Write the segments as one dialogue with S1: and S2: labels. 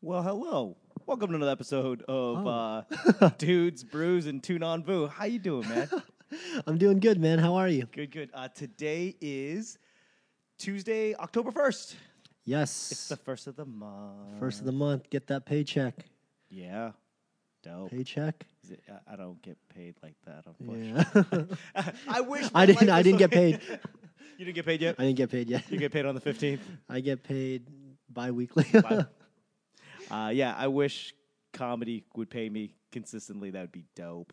S1: Well, hello. Welcome to another episode of
S2: Oh.
S1: uh, Dudes, Brews, and Tune on Boo. How you doing, man?
S2: I'm doing good, man. How are you?
S1: good, good. Uh, today is Tuesday, October 1st. It's
S2: Yes.
S1: the first of the month.
S2: First of the month, get that paycheck.
S1: Yeah. Dope.
S2: Paycheck.
S1: Is it- I- I don't get paid like that, unfortunately.
S2: Yeah.
S1: I wish.
S2: I
S1: my
S2: didn't-
S1: life
S2: I
S1: was
S2: didn't get
S1: okay. you didn't get paid yet?
S2: I didn't get paid yet.
S1: You get paid on the 15th?
S2: I get paid bi-weekly.
S1: uh, yeah, I wish comedy would pay me consistently. That would be dope.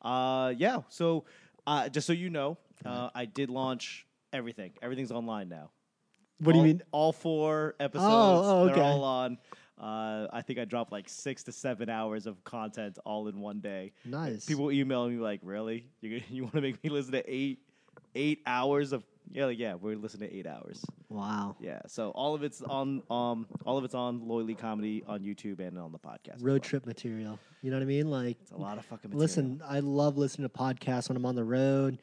S1: Uh, yeah, so uh, just so you know, uh,
S2: Mm-hmm.
S1: I did launch everything. Everything's online now.
S2: what do you
S1: All-
S2: mean?
S1: All four episodes.
S2: oh,
S1: They're
S2: okay.
S1: all on. Uh, I think I dropped like six to seven hours of content all in one day.
S2: Nice.
S1: People email me like, "Really? You you want to make me listen to eight eight hours of?" Yeah, like, yeah, we're listening to eight hours.
S2: Wow.
S1: Yeah, so all of it's on um all of it's on Loyally Comedy on YouTube and on the podcast. as well.
S2: Road trip material. You know what I mean? Like
S1: It's a lot of fucking material.
S2: listen, I love listening to podcasts when I'm on the road.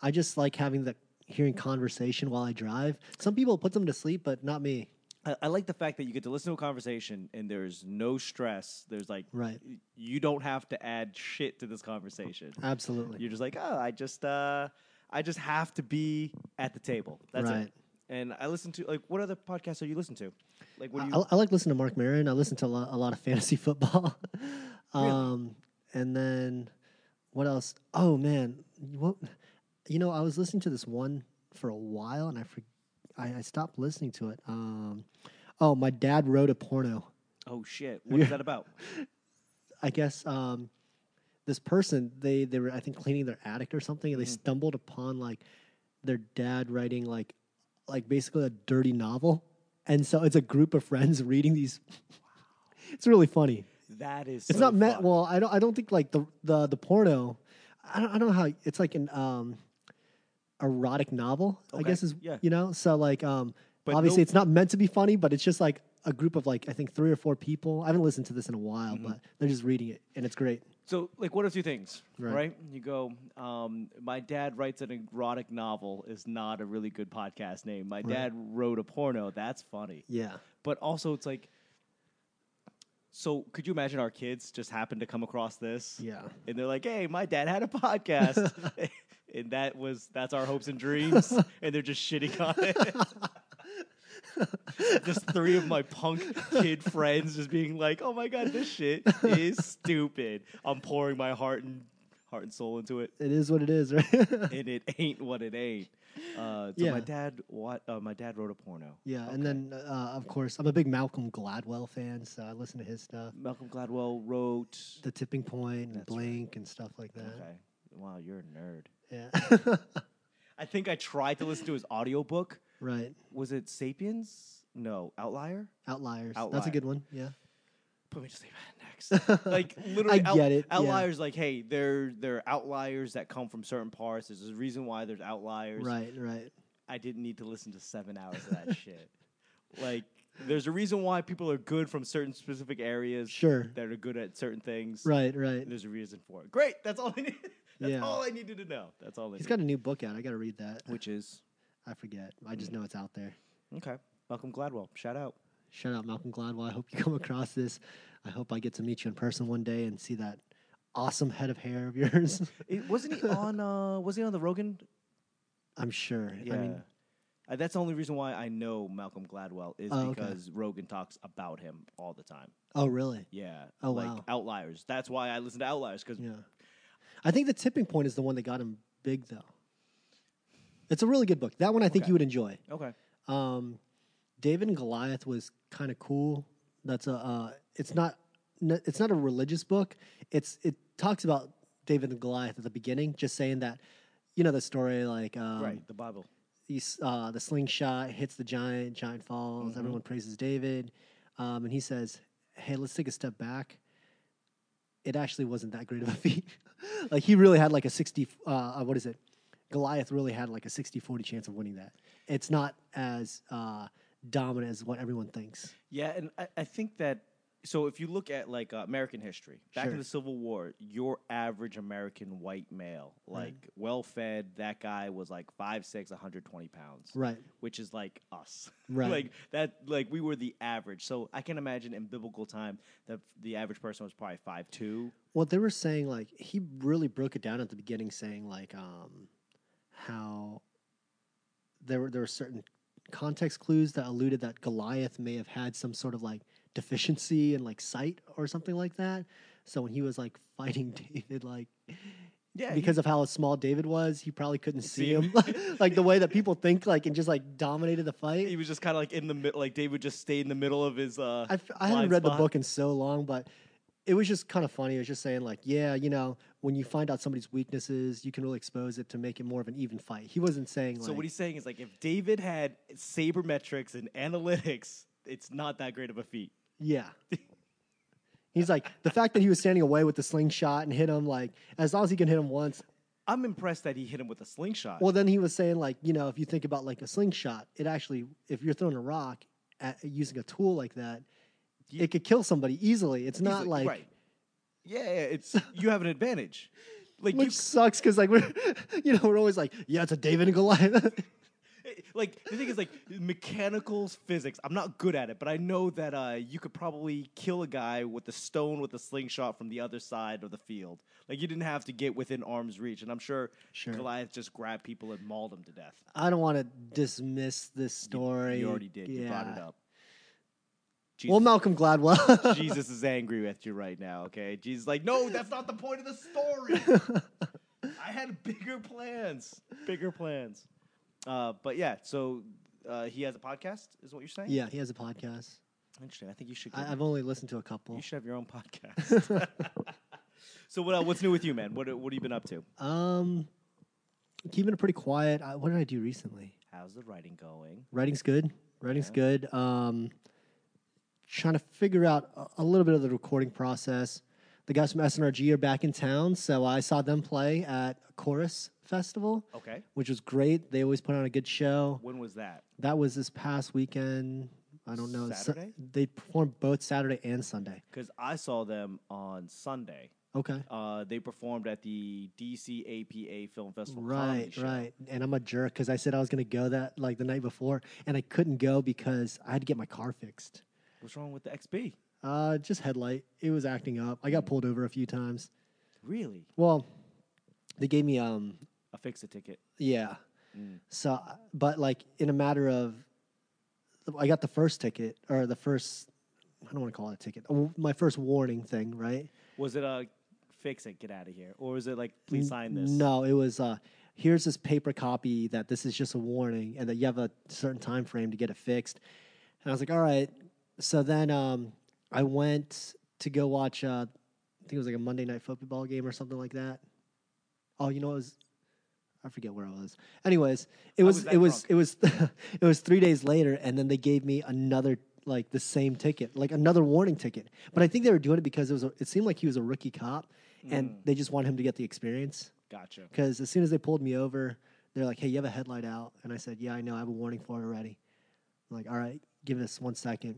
S2: I just like having the hearing conversation while I drive. Some people put them to sleep, but not me.
S1: I, I like the fact that you get to listen to a conversation and there's no stress. There's like
S2: Right.
S1: y- you don't have to add shit to this conversation.
S2: Absolutely.
S1: You're just like, "Oh, I just uh I just have to be at the table." That's it.
S2: Right.
S1: And I listen to like what other podcasts are you listening to? Like what do you
S2: I, I like listening to Mark Maron. I listen to a lot, a lot of fantasy football. um, And then what else? Oh man, what? You know, I was listening to this one for a while, and I for, I, I stopped listening to it. Um, oh, my dad wrote a porno.
S1: Oh shit. What is that about?
S2: I guess um, this person they they were I think cleaning their attic or something, and they stumbled upon like their dad writing like like basically a dirty novel, and so it's a group of friends reading these. it's really funny.
S1: That is
S2: It's
S1: so
S2: not meant
S1: fun.
S2: well. I don't. I don't think like the the the porno. I don't. I don't know how it's like an um erotic novel. I
S1: Okay,
S2: guess is
S1: yeah.
S2: you know. So like um
S1: But
S2: obviously
S1: no-
S2: it's not meant to be funny, but it's just like a group of like I think three or four people. I haven't listened to this in a while,
S1: Mm-hmm.
S2: but they're just reading it and it's great.
S1: So, like, one of two things, right?
S2: Right.
S1: You go, um, my dad writes an erotic novel is not a really good podcast name. My dad wrote a porno. That's funny.
S2: Yeah.
S1: But also, it's like, so could you imagine our kids just happen to come across this?
S2: Yeah.
S1: And they're like, hey, my dad had a podcast. and that was, that's our hopes and dreams. and they're just shitting on it. just three of my punk kid friends just being like, "Oh my god, this shit is stupid." I'm pouring my heart and heart and soul into it,
S2: It is what it is, right?
S1: and it ain't what it ain't. Uh, so my
S2: Yeah.
S1: dad, what? Uh, my dad wrote a porno.
S2: yeah. And then uh, of course I'm a big Malcolm Gladwell fan, so I listen to his stuff.
S1: Malcolm Gladwell wrote.
S2: The Tipping Point and
S1: That's right.
S2: Blink and stuff like that.
S1: Okay, wow, you're a nerd.
S2: Yeah.
S1: I think I tried to listen to his audiobook.
S2: right.
S1: Was it Sapiens? No, Outlier.
S2: Outliers. That's
S1: Outlier.
S2: a good one. Yeah.
S1: put me to sleep next. like literally,
S2: I
S1: out-
S2: get it, yeah.
S1: Outliers, like hey, they're they're outliers that come from certain parts. There's a reason why there's outliers.
S2: Right. Right.
S1: I didn't need to listen to seven hours of that shit. Like there's a reason why people are good from certain specific areas.
S2: Sure.
S1: that are good at certain things.
S2: Right. Right.
S1: There's a reason for it. Great. That's all I need. That's
S2: Yeah.
S1: all I needed to know. That's all I
S2: He's
S1: needed.
S2: got a new book out. I got to read that.
S1: Which Hmm. is
S2: I forget. I just know it's out there.
S1: okay. Malcolm Gladwell. Shout out.
S2: Shout out Malcolm Gladwell. I hope you come across this. I hope I get to meet you in person one day and see that awesome head of hair of yours.
S1: It, wasn't he on? Uh, was he on the Rogan
S2: I'm sure.
S1: Yeah.
S2: I mean,
S1: Uh, that's the only reason why I know Malcolm Gladwell is
S2: Oh, okay.
S1: because Rogan talks about him all the time.
S2: oh really?
S1: Yeah.
S2: Oh,
S1: like
S2: wow.
S1: Outliers. That's why I listen to Outliers because
S2: Yeah. I think the tipping point is the one that got him big though. It's a really good book. That one I think
S1: Okay.
S2: you would enjoy.
S1: okay,
S2: Um, David and Goliath was kind of cool. That's a. Uh, it's not. n- It's not a religious book. It's it talks about David and Goliath at the beginning, just saying that, you know, the story like um,
S1: right, the Bible.
S2: he's, uh, the slingshot hits the giant, giant falls. Everyone praises David, um, and he says, "Hey, let's take a step back." It actually wasn't that great of a feat. like he really had like a sixty. Uh, uh, what is it? Goliath really had like a 60-40 chance of winning that. It's not as uh, dominant as what everyone thinks.
S1: Yeah, and I, I think that so if you look at like uh, American history, back
S2: Sure.
S1: in the Civil War, your average American white male, like well fed, that guy was like 5'6", 120 pounds,
S2: Right.
S1: which is like us,
S2: Right.
S1: like that, like we were the average. So I can imagine in biblical time that the average person was probably 5'2",
S2: Well, they were saying like he really broke it down at the beginning, saying like um, how there were there were certain context clues that alluded that Goliath may have had some sort of like deficiency in like sight or something like that. So when he was like fighting David, like
S1: yeah, he-
S2: because of how small David was, he probably couldn't see,
S1: See him.
S2: him, like the way that people think, like and just like dominated the fight.
S1: he was just kind of like in the middle, like David just stayed in the middle of his. Uh,
S2: I, f- I haven't
S1: blind
S2: read the
S1: spot.
S2: book in so long, but it was just kind of funny. It was just saying like, yeah, you know, when you find out somebody's weaknesses, you can really expose it to make it more of an even fight. He wasn't saying like,
S1: so what he's saying is like if David had sabermetrics and analytics, it's not that great of a feat.
S2: yeah. He's like the fact that he was standing away with the slingshot and hit him like as long as he can hit him once.
S1: I'm impressed that he hit him with a slingshot.
S2: Well, then he was saying like you know if you think about like a slingshot, it actually if you're throwing a rock at, using a tool like that,
S1: Ye-
S2: it could kill somebody easily. It's not
S1: Easily,
S2: like
S1: right. Yeah, yeah, it's you have an advantage. Like
S2: which sucks because like we're you know we're always like yeah it's a David and Goliath.
S1: you, like the thing is like mechanical physics. I'm not good at it, but I know that uh, you could probably kill a guy with a stone with a slingshot from the other side of the field. Like you didn't have to get within arm's reach, and I'm sure,
S2: Sure.
S1: Goliath just grabbed people and mauled them to death.
S2: I don't want to dismiss this story.
S1: Eh, You already did. You brought it
S2: Yeah.
S1: up.
S2: Well, Malcolm Gladwell.
S1: Jesus is angry with you right now, okay? Jesus is like, no, that's not the point of the story. I had bigger plans. Bigger plans. Uh, but yeah, so uh, he has a podcast, is what you're saying?
S2: yeah, he has a podcast.
S1: Interesting. I think you should get
S2: I, I've only listened to a couple.
S1: you should have your own podcast. so what uh, what's new with you, man? What what have you been up to?
S2: Um, keeping it pretty quiet. I, what did I do recently?
S1: How's the writing going?
S2: Writing's good. Writing's good. Um, trying to figure out a, a little bit of the recording process. The guys from SNRG are back in town, so I saw them play at Chorus Festival,
S1: Okay.
S2: which was great. They always put on a good show.
S1: When was that?
S2: That was this past weekend. I don't know. Sa-
S1: Saturday?
S2: they performed both Saturday and Sunday.
S1: Because I saw them on Sunday.
S2: Okay.
S1: Uh, they performed at the DCAPA Film Festival. Comedy
S2: Right,
S1: Show.
S2: right. And I'm a jerk because I said I was going to go that like the night before, and I couldn't go because I had to get my car fixed.
S1: What's wrong with the XB?
S2: Uh, just headlight. It was acting up. I
S1: Mm.
S2: got pulled over a few times.
S1: Really?
S2: Well, they gave me um,
S1: A fix a ticket.
S2: yeah.
S1: Mm.
S2: So, but like in a matter of, I got the first ticket or the first. I don't want to call it a ticket. uh, My first warning thing, right?
S1: Was it a fix it, get out of here? Or was it like, please sign this?
S2: No, it was uh here's this paper copy that this is just a warning and that you have a certain time frame to get it fixed. And I was like, all right. So then um I went to go watch uh I think it was like a Monday night football game or something like that. Oh, you know it was I forget where I was. Anyways, it
S1: I
S2: was,
S1: was that
S2: it was it was it was three days later and then they gave me another like the same ticket, like another warning ticket. But I think they were doing it because it was a, it seemed like he was a rookie cop and
S1: Mm.
S2: they just wanted him to get the experience.
S1: Gotcha.
S2: Because as soon as they pulled me over, they're like, "Hey, you have a headlight out," and I said, "Yeah, I know. I have a warning for it already." I'm like, "All right, give us one second.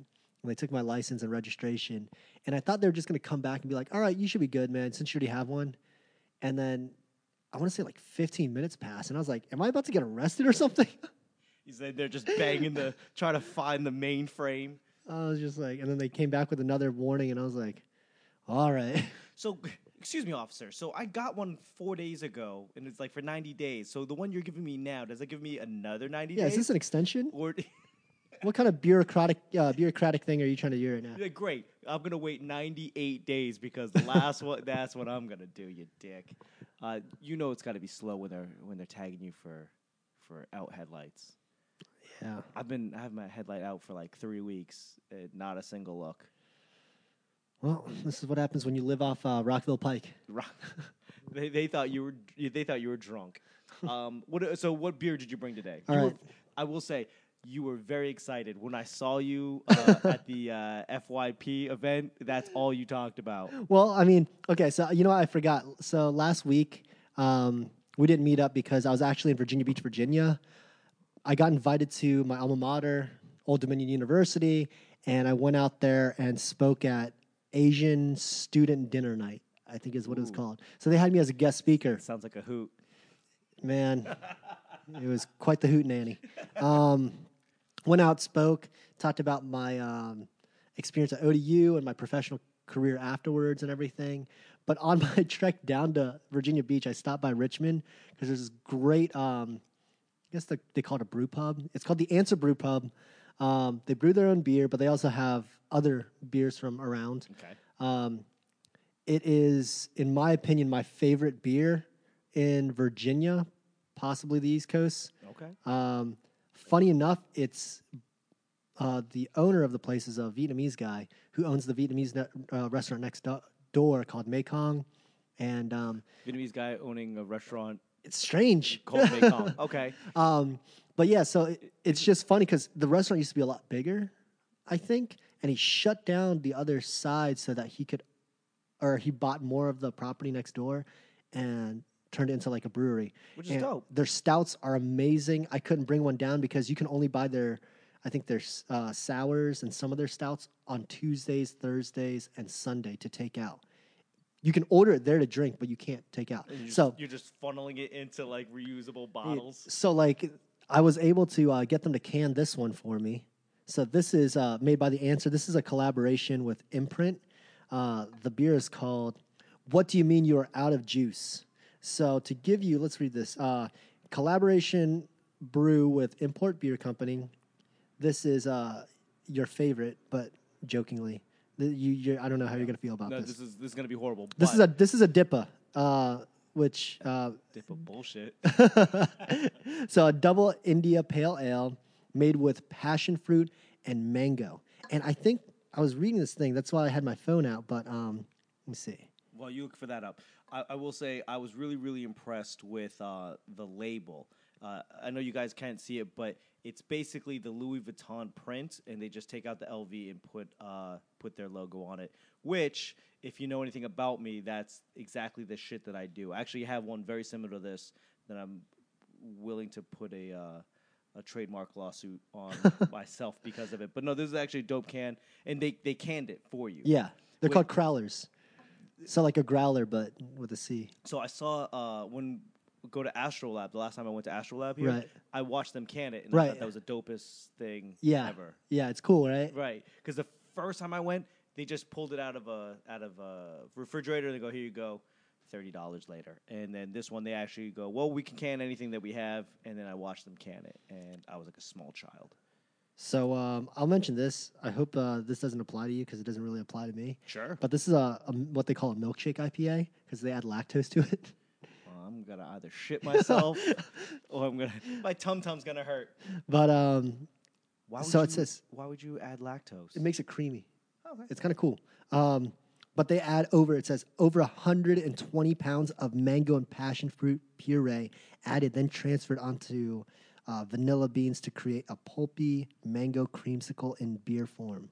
S2: And they took my license and registration, and I thought they were just gonna come back and be like, "All right, you should be good, man, since you already have one." And then I want to say like 15 minutes passed, and I was like, "Am I about to get arrested or something?"
S1: He said they're just banging the, trying to find the mainframe.
S2: I was just like, and then they came back with another warning, and I was like, "All right."
S1: So, excuse me, officer. So I got one four days ago and it's like for 90 days. So the one you're giving me now, does it give me another 90
S2: Yeah,
S1: days?
S2: is this an extension?
S1: or,
S2: What kind of bureaucratic uh, bureaucratic thing are you trying to do right now?
S1: Yeah, great. I'm going to wait 98 days because the last one, that's what I'm going to do, you dick. Uh, you know it's got to be slow when they're, when they're tagging you for, for out headlights.
S2: Yeah.
S1: I've been I have my headlight out for like three weeks, and not a single look.
S2: Well, this is what happens when you live off uh, Rockville Pike.
S1: Ro- they, they thought you were they thought you were drunk. Um, what so what beer did you bring today?
S2: All
S1: You were-
S2: right.
S1: I will say you were very excited when I saw you uh, at the uh, FYP event. That's all you talked about.
S2: Well, I mean, okay, so you know what? I forgot. So last week, um, we didn't meet up because I was actually in Virginia Beach, Virginia. I got invited to my alma mater, Old Dominion University, and I went out there and spoke at Asian student dinner night. I think is what it was
S1: Ooh.
S2: called. So they had me as a guest speaker.
S1: Sounds like a hoot.
S2: Man, it was quite the hoot nanny. Um, went out, spoke, talked about my um, experience at ODU and my professional career afterwards and everything. But on my trek down to Virginia Beach, I stopped by Richmond because there's this great, um, I guess the, they call it a brew pub. It's called the Answer Brew Pub. Um, they brew their own beer, but they also have other beers from around.
S1: Okay.
S2: Um, it is, in my opinion, my favorite beer in Virginia, possibly the East Coast.
S1: Okay.
S2: Um, funny enough, it's uh, the owner of the place is a Vietnamese guy who owns the Vietnamese ne- uh, restaurant next do- door called Mekong, and um,
S1: Vietnamese guy owning a restaurant
S2: it's strange.
S1: called Mekong. Okay.
S2: Um, but yeah, so it, it's just funny because the restaurant used to be a lot bigger, I think, and he shut down the other side so that he could, or he bought more of the property next door, and turned it into like a brewery.
S1: Which is
S2: And
S1: dope.
S2: Their stouts are amazing. I couldn't bring one down because you can only buy their, I think their s- uh, sours and some of their stouts on Tuesdays, Thursdays, and Sunday to take out. You can order it there to drink, but you can't take out.
S1: And you're
S2: So
S1: just- you're just funneling it into like reusable
S2: yeah,
S1: bottles.
S2: So like, I was able to uh, get them to can this one for me. So this is uh, made by the Answer. This is a collaboration with Imprint. Uh, the beer is called "What Do You Mean You Are Out of Juice." So to give you, let's read this uh, collaboration brew with Import Beer Company. This is uh, your favorite, but jokingly, Th- you, you're, I don't know how you're gonna feel about
S1: No,
S2: this.
S1: this is this is gonna be horrible.
S2: This is a this is a DIPA, uh, which uh,
S1: dip of bullshit.
S2: so a double India pale ale made with passion fruit and mango. And I think I was reading this thing. That's why I had my phone out. But um, let me see.
S1: Well, you look for that up. I, I will say I was really, really impressed with uh, the label. Uh, I know you guys can't see it, but it's basically the Louis Vuitton print, and they just take out the LV and put uh, put their logo on it. Which, if you know anything about me, that's exactly the shit that I do. I actually have one very similar to this that I'm willing to put a uh, a trademark lawsuit on myself because of it. But no, this is actually a dope can, and they they canned it for you.
S2: Yeah, they're
S1: Wait.
S2: called crowlers. So like a growler, but with a C.
S1: So I saw uh, when go to Astrolab the last time I went to Astrolab here.
S2: Right.
S1: I watched them can it, and I
S2: Right.
S1: thought that was the dopest thing
S2: Yeah,
S1: ever.
S2: yeah, it's cool, right?
S1: Right, because the first time I went, they just pulled it out of a out of a refrigerator. They go, here you go. Thirty dollars later, and then this one they actually go, well, we can can anything that we have, and then I watched them can it, and I was like a small child.
S2: So um, I'll mention this. I hope uh, this doesn't apply to you because it doesn't really apply to me.
S1: Sure,
S2: But this is a, a what they call a milkshake IPA because they add lactose to it.
S1: I'm gonna either shit myself or I'm gonna my tum tum's gonna hurt.
S2: but um,
S1: Why would
S2: So
S1: you,
S2: it says-
S1: why would you add lactose?
S2: it makes it creamy.
S1: Okay.
S2: It's kind of cool. Um, but they add over, it says over 120 pounds of mango and passion fruit puree added, then transferred onto uh, vanilla beans to create a pulpy mango creamsicle in beer form.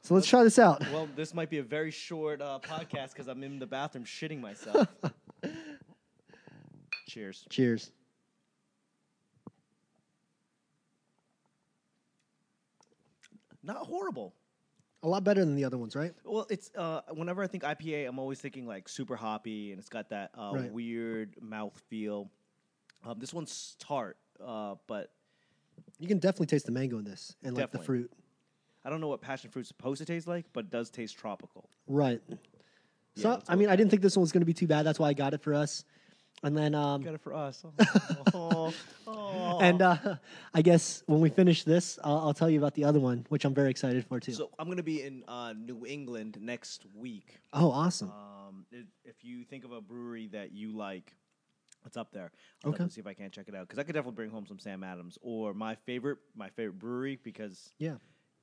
S2: So let's try this out.
S1: Well, this might be a very short uh, podcast because I'm in the bathroom shitting myself. Cheers.
S2: Cheers.
S1: Not horrible.
S2: A lot better than the other ones, right?
S1: Well, it's uh, whenever I think IPA, I'm always thinking like super hoppy, and it's got that uh,
S2: Right.
S1: weird mouth feel. Um, this one's tart, uh, but
S2: You can definitely taste the mango in this and like the
S1: Definitely.
S2: fruit.
S1: I don't know what passion fruit's supposed to taste like, but it does taste tropical.
S2: Right.
S1: Yeah,
S2: So,
S1: let's
S2: I mean, I didn't think this one was going to be too bad. That's why I got it for us. And then, um,
S1: Got it for us. Oh, oh.
S2: And uh, I guess when we finish this, I'll, I'll tell you about the other one, which I'm very excited for too.
S1: so I'm gonna be in uh, New England next week.
S2: oh, awesome!
S1: Um, i- if you think of a brewery that you like, it's up there. I'll
S2: Okay.
S1: definitely see if I can't check it out because I could definitely bring home some Sam Adams or my favorite, my favorite brewery because
S2: yeah.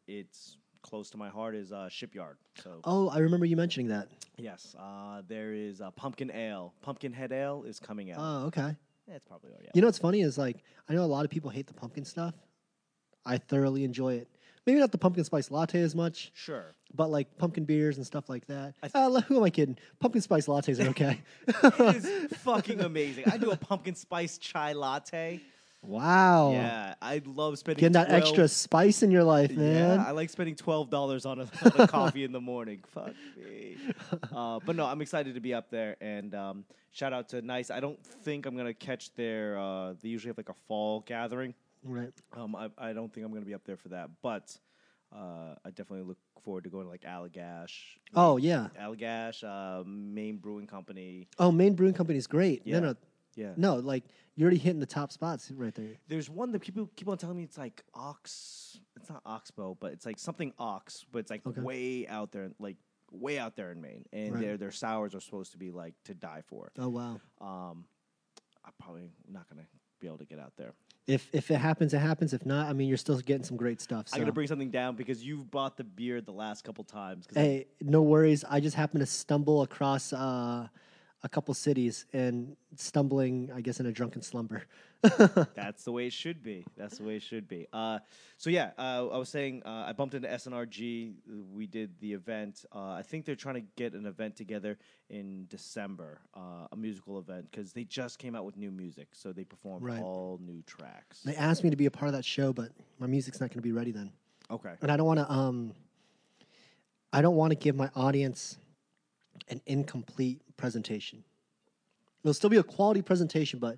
S1: it's close to my heart is uh, Shipyard. So
S2: Oh, I remember you mentioning that.
S1: yes, uh, there is uh, Pumpkin Ale. Pumpkin Head Ale is coming out.
S2: Oh, okay.
S1: That's probably already out.
S2: You know what's funny is like I know a lot of people hate the pumpkin stuff. I thoroughly enjoy it. Maybe not the pumpkin spice latte as much,
S1: Sure.
S2: but like pumpkin beers and stuff like that.
S1: I th-
S2: Uh, le- who am I kidding? Pumpkin spice lattes are okay.
S1: It is fucking amazing. I do a pumpkin spice chai latte.
S2: Wow.
S1: Yeah, I love spending
S2: Oh. Getting that
S1: 12
S2: extra spice in your life, man.
S1: Yeah, I like spending twelve dollars on a, on a coffee in the morning. Fuck me. Uh, but no, I'm excited to be up there. And um, shout out to Nice. I don't think I'm gonna catch their. Uh, they usually have like a fall gathering.
S2: Right.
S1: Um, I, I don't think I'm gonna be up there for that. But uh, I definitely look forward to going to like Allagash.
S2: Oh yeah.
S1: Allagash, uh, Maine Brewing Company.
S2: Oh, Maine Brewing Company is great.
S1: Yeah.
S2: No, no,
S1: Yeah.
S2: no. Like you're already hitting the top spots right there.
S1: There's one that people keep on telling me it's like ox. It's not oxbow, but it's like something ox, but it's like
S2: Okay.
S1: way out there, like way out there in Maine, and
S2: Right.
S1: their their sours are supposed to be like to die for.
S2: Oh wow.
S1: Um, I'm probably not gonna be able to get out there.
S2: If if it happens, it happens. If not, I mean, you're still getting some great stuff. So.
S1: I'm gonna bring something down because you've bought the beer the last couple times. 'cause I-
S2: hey, no worries. I just happened to stumble across uh, a couple cities and stumbling, I guess, in a drunken slumber.
S1: That's the way it should be. That's the way it should be. Uh, so yeah, uh, I was saying uh, I bumped into SNRG. We did the event. Uh, I think they're trying to get an event together in December, uh, a musical event because they just came out with new music. So they performed
S2: Right.
S1: all new tracks.
S2: they asked me to be a part of that show, but my music's not going to be ready then,
S1: Okay.
S2: and I don't want to. Um, I don't want to give my audience an incomplete presentation. It'll still be a quality presentation, but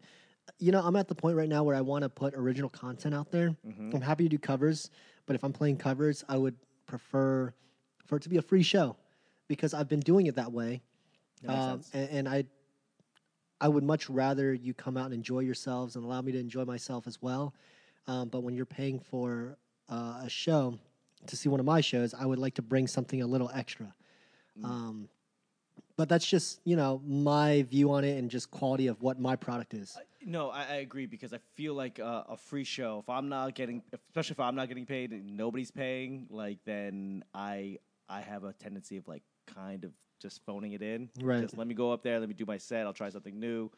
S2: you know, I'm at the point right now where I want to put original content out there.
S1: Mhm.
S2: I'm happy to do covers, but if I'm playing covers, I would prefer for it to be a free show because I've been doing it that way,
S1: That makes
S2: Um,
S1: sense.
S2: and, and I I would much rather you come out and enjoy yourselves and allow me to enjoy myself as well. Um, but when you're paying for uh, a show to see one of my shows, I would like to bring something a little extra.
S1: Mm.
S2: Um, but that's just you know my view on it and just quality of what my product is.
S1: No, I, I agree because I feel like uh, a free show. If I'm not getting, especially if I'm not getting paid, and nobody's paying. Like then I I have a tendency of like kind of just phoning it in.
S2: Right.
S1: Just let me go up there. Let me do my set. I'll try something new.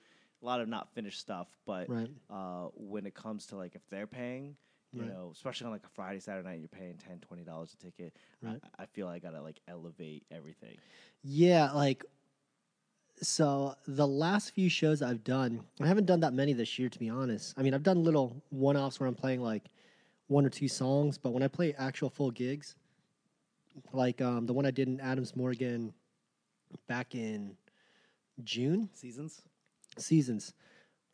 S1: A lot of not finished stuff, but
S2: Right.
S1: uh, when it comes to like if they're paying. You
S2: Right.
S1: know, especially on like a Friday, Saturday night, you're paying 10 dollars a ticket.
S2: Right.
S1: I, I feel I gotta like elevate everything.
S2: Yeah, like so the last few shows I've done, I haven't done that many this year to be honest. I mean, I've done little one-offs where I'm playing like one or two songs, but when I play actual full gigs, like um, the one I did in Adams Morgan back in June
S1: Seasons.
S2: seasons,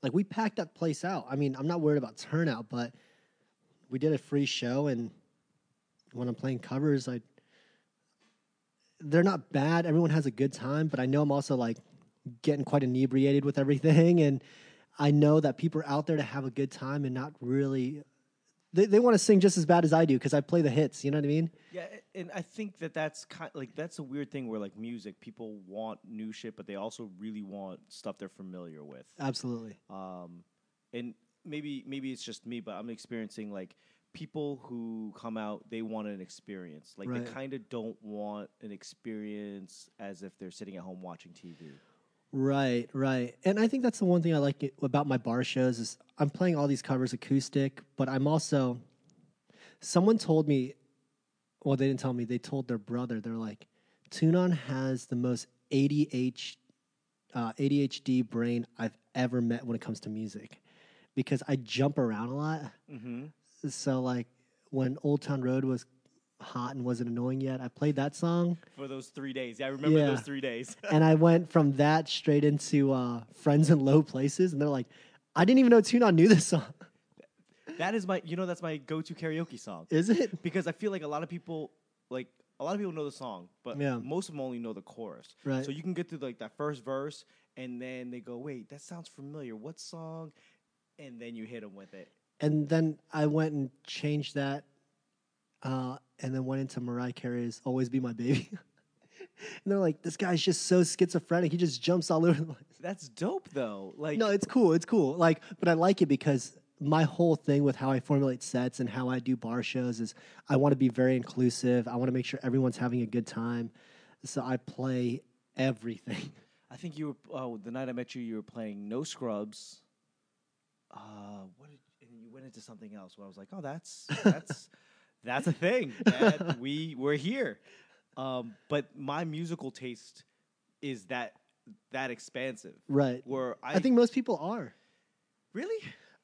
S2: like we packed that place out. I mean, I'm not worried about turnout, but we did a free show, and when I'm playing covers, I they're not bad. Everyone has a good time, but I know I'm also like getting quite inebriated with everything, and I know that people are out there to have a good time and not really. They, they want to sing just as bad as I do because I play the hits. You know what I mean?
S1: Yeah, a- and I think that that's kind like that's a weird thing where like music people want new shit, but they also really want stuff they're familiar with.
S2: Absolutely.
S1: Um, and maybe maybe it's just me, but I'm experiencing like people who come out they want an experience. Like
S2: Right.
S1: they kind of don't want an experience as if they're sitting at home watching TV.
S2: Right, right. And I think that's the one thing I like it- about my bar shows is I'm playing all these covers acoustic, but I'm also someone told me well they didn't tell me, they told their brother. They're like, Tunon has the most ADH uh, ADHD brain I've ever met when it comes to music. Because I jump around a lot.
S1: Mm-hmm.
S2: So like when Old Town Road was hot and wasn't annoying yet, I played that song.
S1: For those three days, yeah, I remember
S2: Yeah.
S1: those three days.
S2: and I went from that straight into uh, Friends in Low Places, and they're like, I didn't even know Tuna knew this song.
S1: that is my, you know, that's my go-to karaoke song.
S2: Is it?
S1: because I feel like a lot of people like a lot of people know the song, but
S2: Yeah.
S1: most of them only know the chorus.
S2: Right.
S1: So you can get through like that first verse, and then they go, "Wait, that sounds familiar. What song?" And then you hit them with it.
S2: And then I went and changed that, uh, and then went into Mariah Carey's "Always Be My Baby," and they're like, "This guy's just so schizophrenic. He just jumps all over the place."
S1: That's dope, though. Like,
S2: no, it's cool. It's cool. Like, but I like it because my whole thing with how I formulate sets and how I do bar shows is I want to be very inclusive. I want to make sure everyone's having a good time. So I play everything.
S1: I think you were oh, the night I met you. You were playing No Scrubs. Uh, what? Did, and you went into something else. Where I was like, "Oh, that's that's that's a thing. That we we're here." Um, but my musical taste is that that expansive.
S2: Right.
S1: Where I,
S2: I think most people are.
S1: really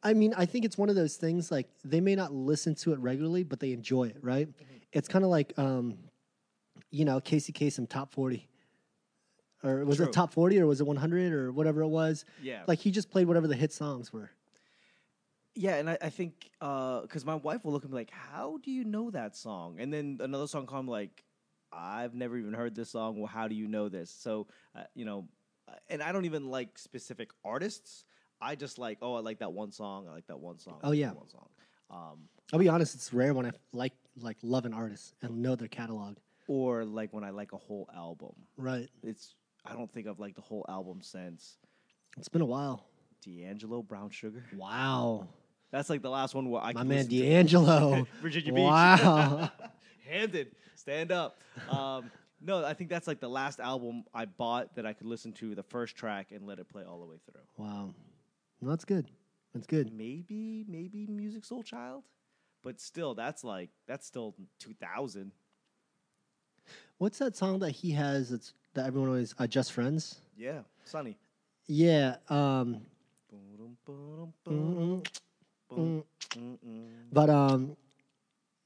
S2: I mean, I think it's one of those things like they may not listen to it regularly, but they enjoy it, right?
S1: Mm-hmm.
S2: It's kind of like, um, you know, Casey Kasem top forty, or was
S1: True.
S2: it top forty, or was it one hundred, or whatever it was.
S1: Yeah.
S2: Like he just played whatever the hit songs were.
S1: Yeah, and I, I think because my wife will look at me like, "How do you know that song?" And then another song comes like, "I've never even heard this song. Well, how do you know this?" So uh, you know, uh, and I don't even like specific artists. I just like, oh, I like that one song. I like that one song. I
S2: Oh,
S1: like
S2: yeah.
S1: that one song. Um,
S2: I'll be honest, it's rare when I like like love an artist and know their catalog.
S1: or like when I like a whole album.
S2: Right.
S1: It's I don't think I've liked the whole album since
S2: It's been a while.
S1: D'Angelo Brown Sugar.
S2: Wow.
S1: That's like the last one where I
S2: My
S1: can
S2: man
S1: listen to-
S2: D'Angelo.
S1: Virginia Beach.
S2: Wow.
S1: Handed. Stand up. Um, no, I think that's like the last album I bought that I could listen to the first track and let it play all the way through.
S2: wow. No, that's good. That's good.
S1: Maybe, maybe Music Soul Child, but still, that's like that's still 2000.
S2: What's that song that he has that's that everyone always uh, just friends?
S1: Yeah, Sonny.
S2: Yeah. Um
S1: Boom, boom, boom,
S2: mm,
S1: boom,
S2: mm.
S1: mm, mm.
S2: but um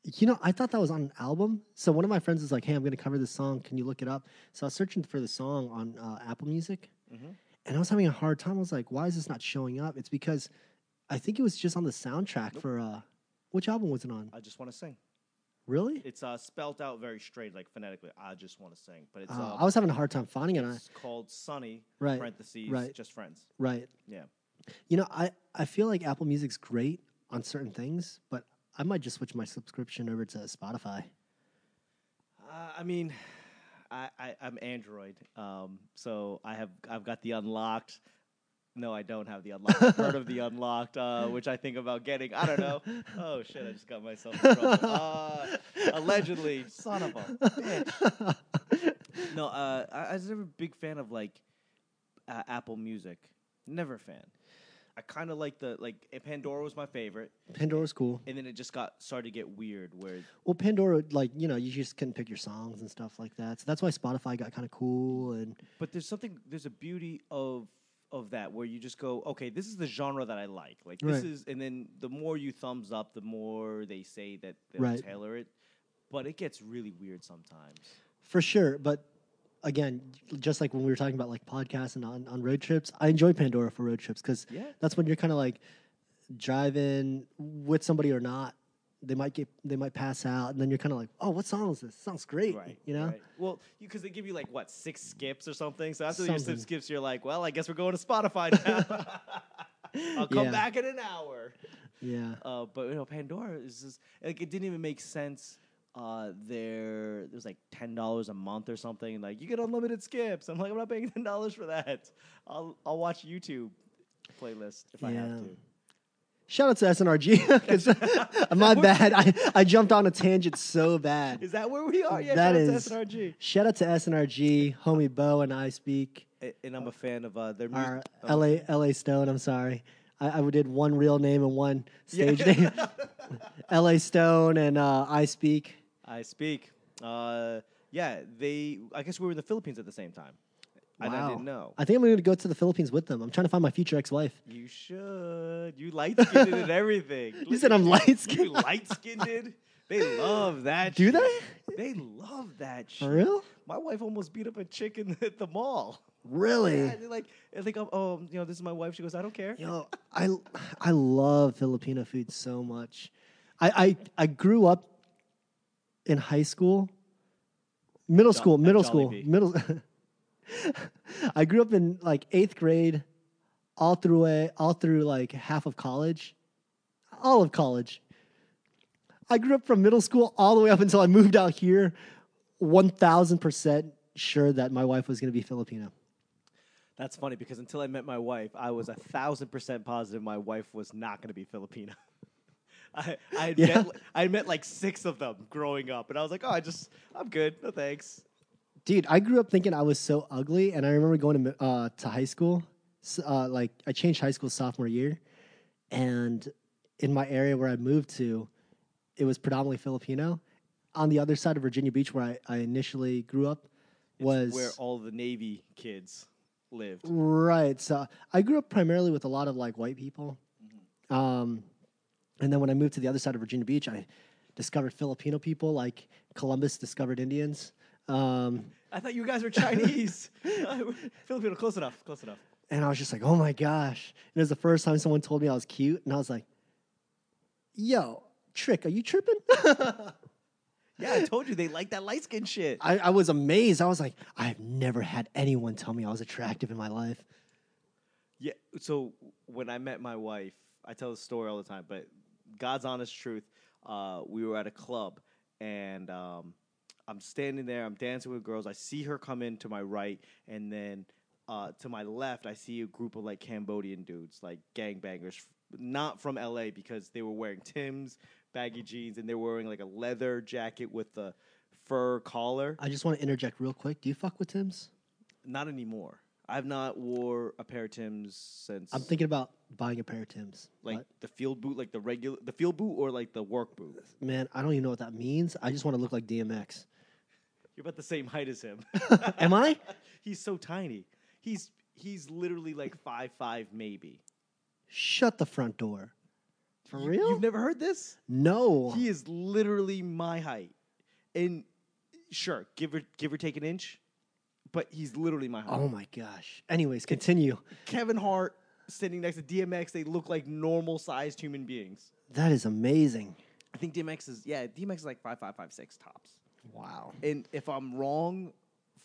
S2: you know, I thought that was on an album. So one of my friends is like, "Hey, I'm going to cover this song. Can you look it up?" So I was searching for the song on uh, Apple Music,
S1: Mhm.
S2: and I was having a hard time. I was like, "Why is this not showing up?" It's because I think it was just on the soundtrack
S1: Nope.
S2: for uh, which album was it on?
S1: I just want to sing.
S2: Really?
S1: It's uh, spelled out very straight, like phonetically. I just want to sing, but it's,
S2: Uh,
S1: uh,
S2: I was having a hard time finding it. I,
S1: it's called Sonny.
S2: Right,
S1: Parentheses.
S2: right.
S1: Just friends.
S2: right.
S1: Yeah.
S2: You know, I, I feel like Apple Music's great on certain things, but I might just switch my subscription over to Spotify.
S1: Uh, I mean, I, I I'm Android, um, so I have I've got the unlocked. No, I don't have the unlocked. I've heard of the unlocked, uh, which I think about getting. I don't know. Oh shit! I just got myself in trouble. Uh, allegedly, son of a bitch. No, uh, I, I was never a big fan of like uh, Apple Music. Never a fan. I kind of like the like eh, Pandora was my favorite,
S2: Pandora's cool.
S1: and then it just got started to get weird. Where
S2: Well, Pandora, like, you know, you just couldn't pick your songs and stuff like that. So that's why Spotify got kind of cool. And
S1: But there's something there's a beauty of of that where you just go, okay, this is the genre that I like. Like this
S2: Right.
S1: is and then the more you thumbs up, the more they say that they'll
S2: Right.
S1: tailor it. But it gets really weird sometimes.
S2: for sure, but again, just like when we were talking about like podcasts and on, on road trips, I enjoy Pandora for road trips because
S1: Yeah.
S2: that's when you're kind of like driving with somebody or not. They might get, they might pass out, and then you're kind of like, "Oh, what song is this? Sounds great." You know,
S1: right. Well, because they give you like what six skips or something. So after your
S2: Something.
S1: six skips, you're like, well, I guess we're going to Spotify now. I'll come
S2: Yeah.
S1: back in an hour.
S2: yeah.
S1: Uh, but you know, Pandora is just like it didn't even make sense. Uh, there, there's like ten dollars a month or something. Like you get unlimited skips. I'm like, I'm not paying ten dollars for that. I'll I'll watch YouTube playlist if I have
S2: Yeah.
S1: to.
S2: Shout out to SNRG. 'cause my bad. I, I jumped on a tangent so bad.
S1: Is that where we are? Yeah,
S2: That
S1: shout out to
S2: is-
S1: SNRG.
S2: Shout out to SNRG, homie Bo and I speak.
S1: A- And I'm a fan of uh, their
S2: Or
S1: music.
S2: LA LA Stone. I'm sorry. I, I did one real name and one stage name. LA Stone and uh, I speak.
S1: I speak. Uh, yeah, they. I guess we were in the Philippines at the same time. And I didn't know.
S2: I think I'm going to go to the Philippines with them. I'm trying to find my future ex-wife.
S1: You should. You light skinned and everything.
S2: You said I'm light
S1: You
S2: skinned.
S1: light skinned. They love that.
S2: Do
S1: shit. They
S2: they?
S1: love that shit.
S2: For real?
S1: My wife almost beat up a chicken at the mall.
S2: Really?
S1: Yeah, they're like, I think, um, oh, you know, this is my wife. She goes, I don't care.
S2: Yo, I I love Filipino food so much. I I, I grew up in high school, middle
S1: Jo-
S2: school,
S1: at
S2: middle school,
S1: Jollibee.
S2: middle. I grew up in like eighth grade, all through a, all through like half of college, all of college. I grew up from middle school all the way up until I moved out here. One thousand percent sure that my wife was going to be Filipino.
S1: That's funny because until I met my wife, I was a thousand percent positive my wife was not going to be Filipino. I I had
S2: Yeah.
S1: met li- I had met like six of them growing up, and I was like, oh, I just I'm good, no thanks.
S2: Dude, I grew up thinking I was so ugly, and I remember going to mi- uh, to high school. s- Uh, like I changed high school sophomore year, and in my area where I moved to, it was predominantly Filipino. On the other side of Virginia Beach, where I, I initially grew up,
S1: It's
S2: was
S1: where all the Navy kids lived.
S2: right. So I grew up primarily with a lot of like white people,
S1: Mm-hmm.
S2: Um, and then when I moved to the other side of Virginia Beach, I discovered Filipino people like Columbus discovered Indians. Um,
S1: I thought you guys were Chinese. Filipino, close enough, close enough.
S2: and I was just like, oh my gosh. And it was the first time someone told me I was cute. And I was like, yo, Trick, are you tripping?
S1: Yeah, I told you they like that light skin shit.
S2: I, I was amazed. I was like, I've never had anyone tell me I was attractive in my life.
S1: Yeah. So when I met my wife, I tell this story all the time, but God's honest truth, uh, we were at a club and um, I'm standing there, I'm dancing with girls. I see her come in to my right, and then uh, to my left, I see a group of like Cambodian dudes, like gangbangers, f- not from LA because they were wearing Tim's, baggy jeans, and they were wearing like a leather jacket with a fur collar.
S2: I just want to interject real quick. Do you fuck with Tim's?
S1: Not anymore. I've not wore a pair of Tim's since
S2: I'm thinking about buying a pair of Tim's.
S1: like
S2: but,
S1: the field boot, like the regular, the field boot or like the work boot.
S2: man, I don't even know what that means. I just want to look like DMX.
S1: You're about the same height as him.
S2: Am I?
S1: he's so tiny. He's he's literally like five five maybe.
S2: Shut the front door. For
S1: You-
S2: real?
S1: You've never heard this?
S2: no.
S1: He is literally my height, and sure, give or give or take an inch, but he's literally my height.
S2: oh my gosh. Anyways, continue.
S1: Kevin Hart sitting next to DMX, they look like normal sized human beings.
S2: That is amazing.
S1: I think DMX is yeah, DMX is like five five five six tops.
S2: Wow.
S1: and if I'm wrong,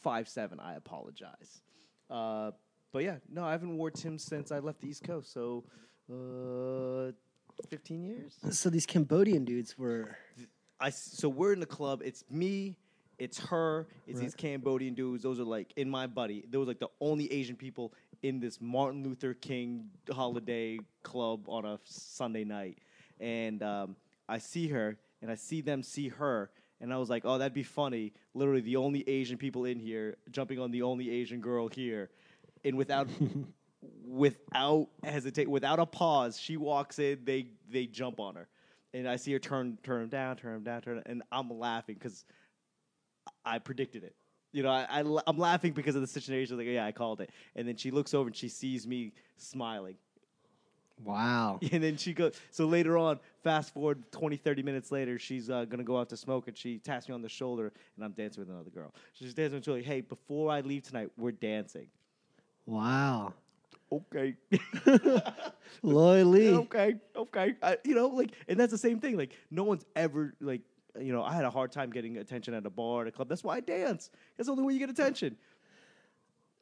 S1: five seven. I apologize. Uh, but yeah, no, I haven't wore Tim's since I left the East Coast. So, uh, fifteen years.
S2: So these Cambodian dudes were
S1: I s- so we're in the club. It's me. It's her. It's these Cambodian dudes. Those are like in my buddy. Those like the only Asian people in this Martin Luther King holiday club on a Sunday night. And um, I see her, and I see them see her, and I was like, oh, that'd be funny. Literally the only Asian people in here jumping on the only Asian girl here, and without. Without hesitate, without a pause, she walks in. They they jump on her and I see her turn turn him down, turn him down, turn, him, and I'm laughing because I predicted it. You know, I, I am laughing because of the situation. Like, yeah, I called it. And then she looks over and she sees me smiling.
S2: wow.
S1: And then she goes. So later on, fast forward 20, 30 minutes later, she's uh, gonna go out to smoke, and she taps me on the shoulder, and I'm dancing with another girl. She's dancing with me, like, hey, before I leave tonight, we're dancing.
S2: Wow.
S1: Okay.
S2: Loy Lee.
S1: okay, okay. I, you know, like, and that's the same thing. Like, no one's ever like, you know, I had a hard time getting attention at a bar, at a club. That's why I dance. That's the only way you get attention.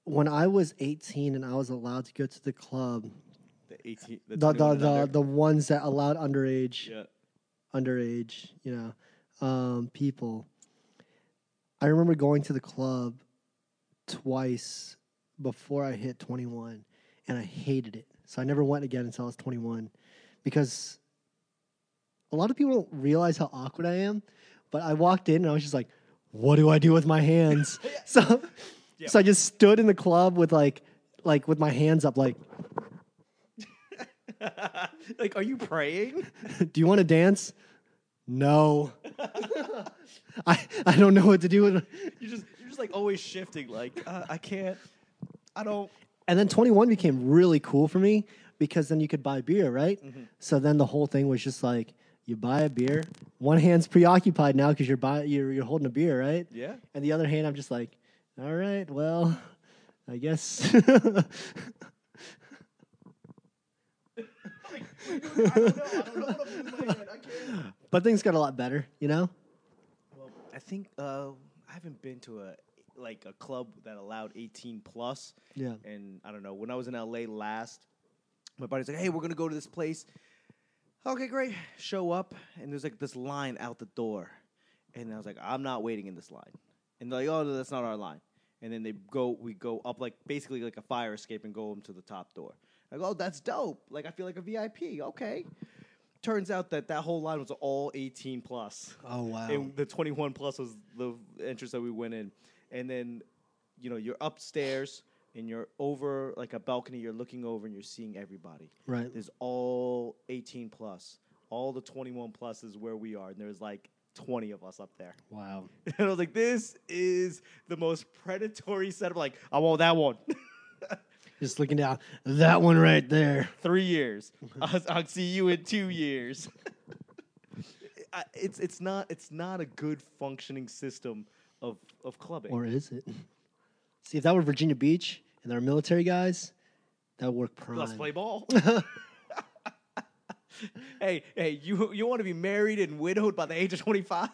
S2: When I was 18 and I was allowed to go to the club,
S1: The eighteen, the,
S2: the, the,
S1: 21 and
S2: the,
S1: under.
S2: the ones that allowed underage
S1: yeah.
S2: underage, you know, um, people. I remember going to the club twice before I hit 21, and I hated it. So I never went again until I was 21, because a lot of people don't realize how awkward I am. But I walked in and I was just like, "What do I do with my hands?" so,
S1: Yeah.
S2: so I just stood in the club with like, like with my hands up, like,
S1: like, are you praying?
S2: Do you want to dance? No. I I don't know what to do with
S1: You just, you're just like always shifting. Like, uh, I can't. I don't.
S2: And then 21 became really cool for me because then you could buy beer, right? So then the whole thing was just like you buy a beer, one hand's preoccupied now cuz you're buy, you're you're holding a beer, right?
S1: Yeah.
S2: And the other hand I'm just like, "All right, well, I guess
S1: I don't know what I'm doing. I can't.
S2: But things got a lot better, you know?
S1: Well, I think uh, I haven't been to a like a club that allowed 18 plus.
S2: Yeah.
S1: And I don't know. When I was in LA last, my buddy's like, "Hey, we're gonna go to this place." Okay, great. Show up, and there's like this line out the door, and I was like, "I'm not waiting in this line." And they're like, "Oh, no, that's not our line." And then they go, we go up like basically like a fire escape and go up to the top door. I go, "Oh, that's dope. Like I feel like a VIP." Okay. Turns out that that whole line was all 18 plus
S2: Oh wow.
S1: and the 21 plus was the entrance that we went in and then you know you're upstairs and you're over like a balcony you're looking over and you're seeing everybody
S2: right.
S1: there's all 18 plus all the 21 plus is where we are and there's like 20 of us up there
S2: Wow.
S1: and i was like this is the most predatory setup like i want that one
S2: Just looking down. That one right there.
S1: Three years. I'll, I'll see you in two years. I- it's it's not it's not a good functioning system of of clubbing.
S2: Or is it? See, if that were Virginia Beach and there were military guys, that would work prime.
S1: Let's play ball. hey, hey, you you want to be married and widowed by the age of twenty five?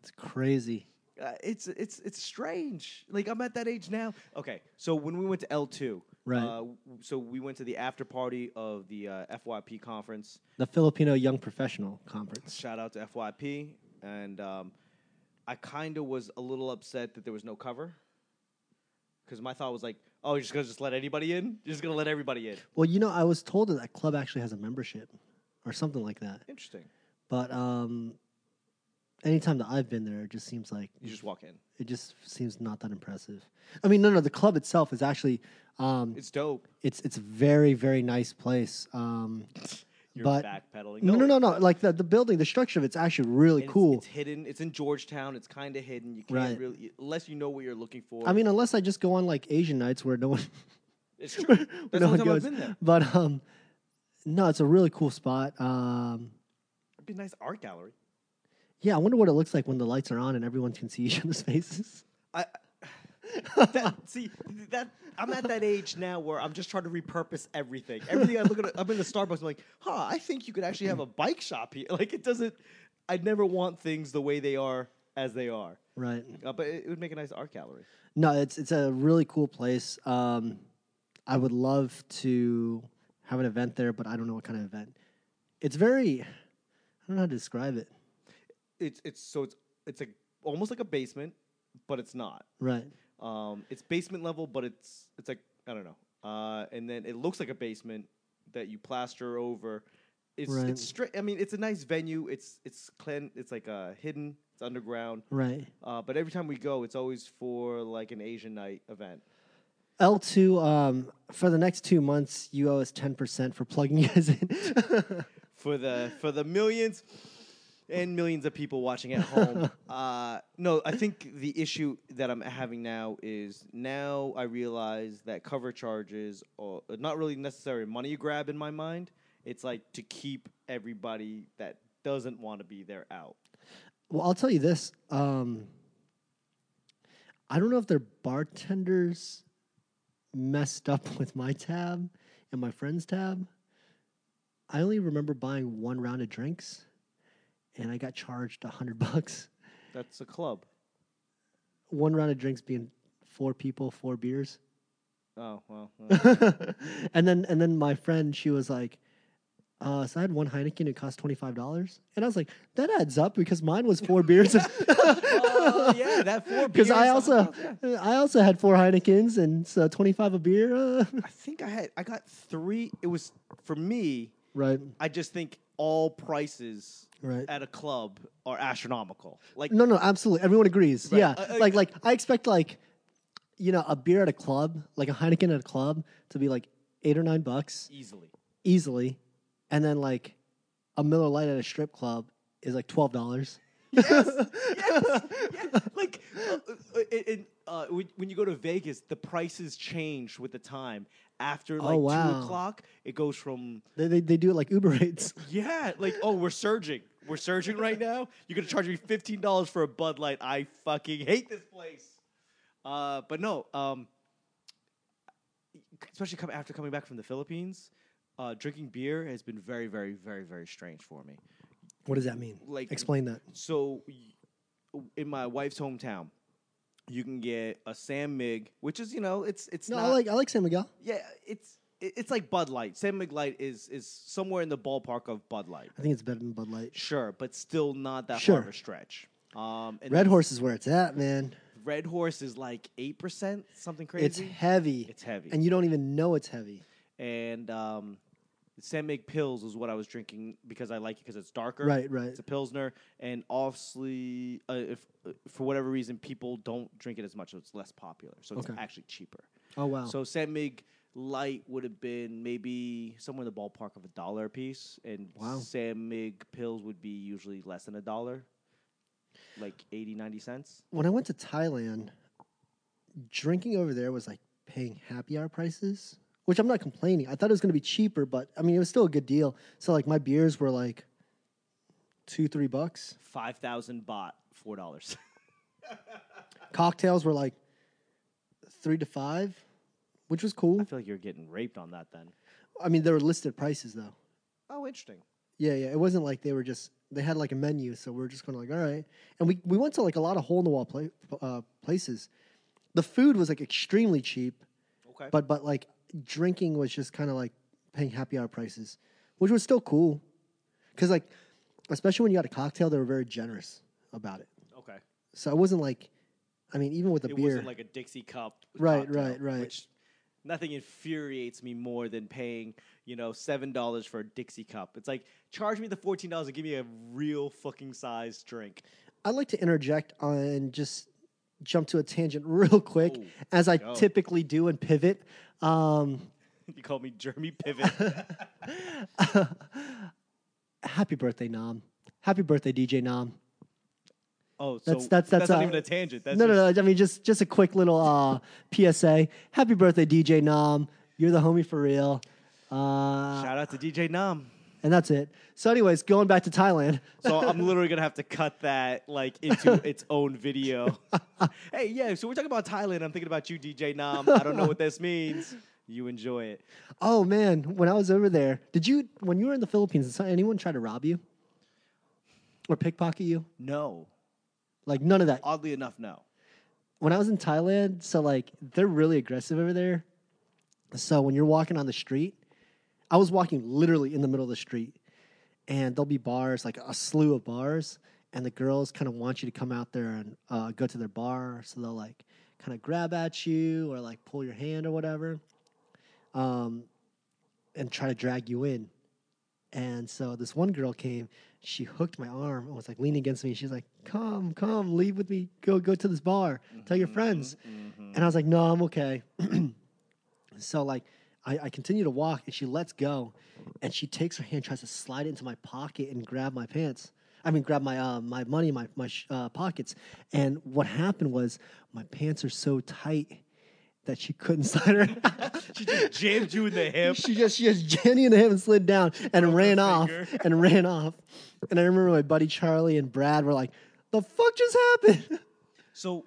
S2: It's crazy.
S1: Uh, it's it's it's strange. Like I'm at that age now. Okay, so when we went to L two, Uh,
S2: Right.
S1: w- so we went to the after party of the uh, FYP conference.
S2: The Filipino Young Professional Conference.
S1: Shout out to FYP, and um, I kind of was a little upset that there was no cover because my thought was like, oh, you're just gonna just let anybody in? You're just gonna let everybody in?
S2: Well, you know, I was told that that club actually has a membership or something like that.
S1: Interesting.
S2: But um, anytime that I've been there, it just seems like
S1: You just walk in.
S2: it just seems not that impressive. I mean, no, no, the club itself is actually um,
S1: It's dope.
S2: it's it's a very very nice place. Um,
S1: You're
S2: But-
S1: backpedaling.
S2: no, no, no,
S1: it's-
S2: no. Like the, the building, the structure of it's actually really
S1: and it's-
S2: cool.
S1: It's, hidden. It's in Georgetown. It's kind of hidden. You can't
S2: Right.
S1: really unless you know what you're looking for.
S2: I mean, unless I just go on like Asian nights where no one,
S1: it's true.
S2: where
S1: That's the
S2: no
S1: only
S2: one
S1: time
S2: goes.
S1: I've been there.
S2: But um, no, it's a really cool spot. Um,
S1: It'd be a nice art gallery.
S2: yeah, I wonder what it looks like when the lights are on and everyone can see each other's faces.
S1: I that, see that I'm at that age now where I'm just trying to repurpose everything. Everything I look at, I'm in the Starbucks. I'm like, huh? I think you could actually have a bike shop here. Like it doesn't. I never want things the way they are as they are.
S2: Right.
S1: Uh, but it, it would make a nice art gallery.
S2: No, it's it's a really cool place. Um, I would love to have an event there, but I don't know what kind of event. It's very, I don't know how to describe it.
S1: It's it's so it's it's a, almost like a basement, but it's not.
S2: Right.
S1: Um, it's basement level, but it's it's like I don't know. Uh, and then it looks like a basement that you plaster over. It's
S2: Right.
S1: it's straight. I mean, it's a nice venue. It's it's clan. It's like uh, hidden. It's underground.
S2: Right.
S1: Uh, but every time we go, it's always for like an Asian night event.
S2: L two. Um, for the next two months, you owe us ten percent for plugging you guys in.
S1: for the for the millions and millions of people watching at home. uh, no, I think the issue that I'm having now is now I realize that cover charges are not really necessarily money grab in my mind. It's like to keep everybody that doesn't want to be there out.
S2: Well, I'll tell you this. Um, I don't know if their bartenders messed up with my tab and my friend's tab. I only remember buying one round of drinks, and I got charged a hundred bucks.
S1: That's a club.
S2: One round of drinks being four people, four beers,
S1: Oh well, uh,
S2: and then and then my friend she was like. Uh, so I had one Heineken. It cost twenty five dollars, and I was like, "That adds up because mine was four beers."
S1: oh, yeah, that four
S2: Because I
S1: beers,
S2: also,
S1: yeah.
S2: I also had four Heinekens and so twenty five a beer. Uh,
S1: I think I had I got three. It was for me.
S2: right,
S1: I just think all prices
S2: right.
S1: at a club are astronomical. Like
S2: No, no, absolutely. Everyone agrees.
S1: Right. Uh,
S2: Yeah,
S1: I- I-
S2: like, like I expect like, you know, a beer at a club, like a Heineken at a club, to be like eight or nine bucks
S1: easily.
S2: easily, and then like a Miller Lite at a strip club is like twelve dollars.
S1: Yes, yes, yes. Like uh, uh, it, it, uh, when, when you go to Vegas, the prices change with the time. After like two
S2: wow.
S1: o'clock, it goes from
S2: They, they they do it like Uber rates.
S1: yeah, like oh, we're surging, we're surging right now. You're gonna charge me fifteen dollars for a Bud Light. I fucking hate this place. Uh, but no, um, especially come, after coming back from the Philippines, uh, drinking beer has been very, very, very, very strange for me.
S2: What does that mean?
S1: Like-
S2: explain that.
S1: So, y- in my wife's hometown, you can get a Sam Mig, which is you know it's it's
S2: No,
S1: not
S2: I like I like San Miguel.
S1: yeah it's it- it's like Bud Light. Sam Mig Light is is somewhere in the ballpark of Bud Light.
S2: I think it's better than Bud Light.
S1: Sure, but still not that
S2: Sure.
S1: far of a stretch. Um, and
S2: Red
S1: then
S2: Horse is where it's at, man.
S1: Red Horse is like eight percent, something
S2: It's
S1: crazy.
S2: heavy.
S1: It's heavy.
S2: and you don't even know it's heavy.
S1: and um, Sam Mig Pills was what I was drinking because I like it because it's darker.
S2: Right, right.
S1: It's a Pilsner, and obviously, uh, if uh, for whatever reason people don't drink it as much, so it's less popular. So it's
S2: Okay.
S1: actually cheaper.
S2: Oh wow.
S1: So Sam Mig Light would have been maybe somewhere in the ballpark of a dollar a piece, and
S2: Wow.
S1: Sam Mig Pills would be usually less than a dollar, like 80, 90 cents.
S2: when I went to Thailand, drinking over there was like paying happy hour prices, which I'm not complaining. I thought it was going to be cheaper, but I mean, it was still a good deal. So like my beers were like two, three bucks.
S1: Five thousand baht, four dollars.
S2: Cocktails were like three to five, which was cool.
S1: I feel like you're getting raped on that then.
S2: I mean, they were listed prices though.
S1: Oh, interesting.
S2: Yeah, yeah. It wasn't like they were just they had like a menu, so we are just kind of like, all right. And we we went to like a lot of hole in the wall pla- uh, places. The food was like extremely cheap,
S1: Okay.
S2: but but like drinking was just kind of like paying happy hour prices, which was still cool, because like especially when you got a cocktail, they were very generous about it.
S1: okay.
S2: So it wasn't like, I mean, even with the
S1: it
S2: beer,
S1: wasn't like a Dixie cup.
S2: Right,
S1: cocktail,
S2: right, right.
S1: Which nothing infuriates me more than paying, you know, seven dollars for a Dixie cup. It's like charge me the fourteen dollars and give me a real fucking size drink.
S2: I'd like to interject on just jump to a tangent real quick,
S1: Ooh,
S2: as I
S1: Oh, go.
S2: typically do and pivot. Um,
S1: you call me Jeremy Pivot.
S2: happy birthday, Nam. Happy birthday, DJ Nam.
S1: oh, so
S2: That's- that's- that's,
S1: not
S2: uh,
S1: even a tangent. That's
S2: no,
S1: just,
S2: no, no. I mean, just just a quick little uh, PSA. Happy birthday, DJ Nam. You're the homie for real. Uh,
S1: Shout out to DJ Nam.
S2: and that's it. So, anyways, going back to Thailand.
S1: So I'm literally gonna have to cut that like into its own video. hey, yeah. So we're talking about Thailand. I'm thinking about you, DJ Nam. I don't know what this means. You enjoy it.
S2: Oh man, when I was over there, did you when you were in the Philippines, did some- anyone try to rob you or pickpocket you?
S1: No,
S2: Like none of that.
S1: oddly enough, no.
S2: When I was in Thailand, so like they're really aggressive over there. So when you're walking on the street, I was walking literally in the middle of the street, and there'll be bars, like a slew of bars, and the girls kind of want you to come out there and uh, go to their bar. So they'll like kind of grab at you or like pull your hand or whatever, um, and try to drag you in. And so this one girl came, she hooked my arm and was like leaning against me. She's like, "Come, come, leave with me. Go, go to this bar. Tell your friends." And I was like, "No, I'm okay." so like, I, I continue to walk, and she lets go, and she takes her hand, tries to slide it into my pocket and grab my pants. I mean, grab my uh, my money, my my sh- uh, pockets. And what happened was, my pants are so tight that she couldn't slide her.
S1: She just jammed you in the hip.
S2: She just she just Jenny and him slid down and ran off
S1: finger.
S2: and ran off. And I remember my buddy Charlie and Brad were like, "The fuck just happened?"
S1: So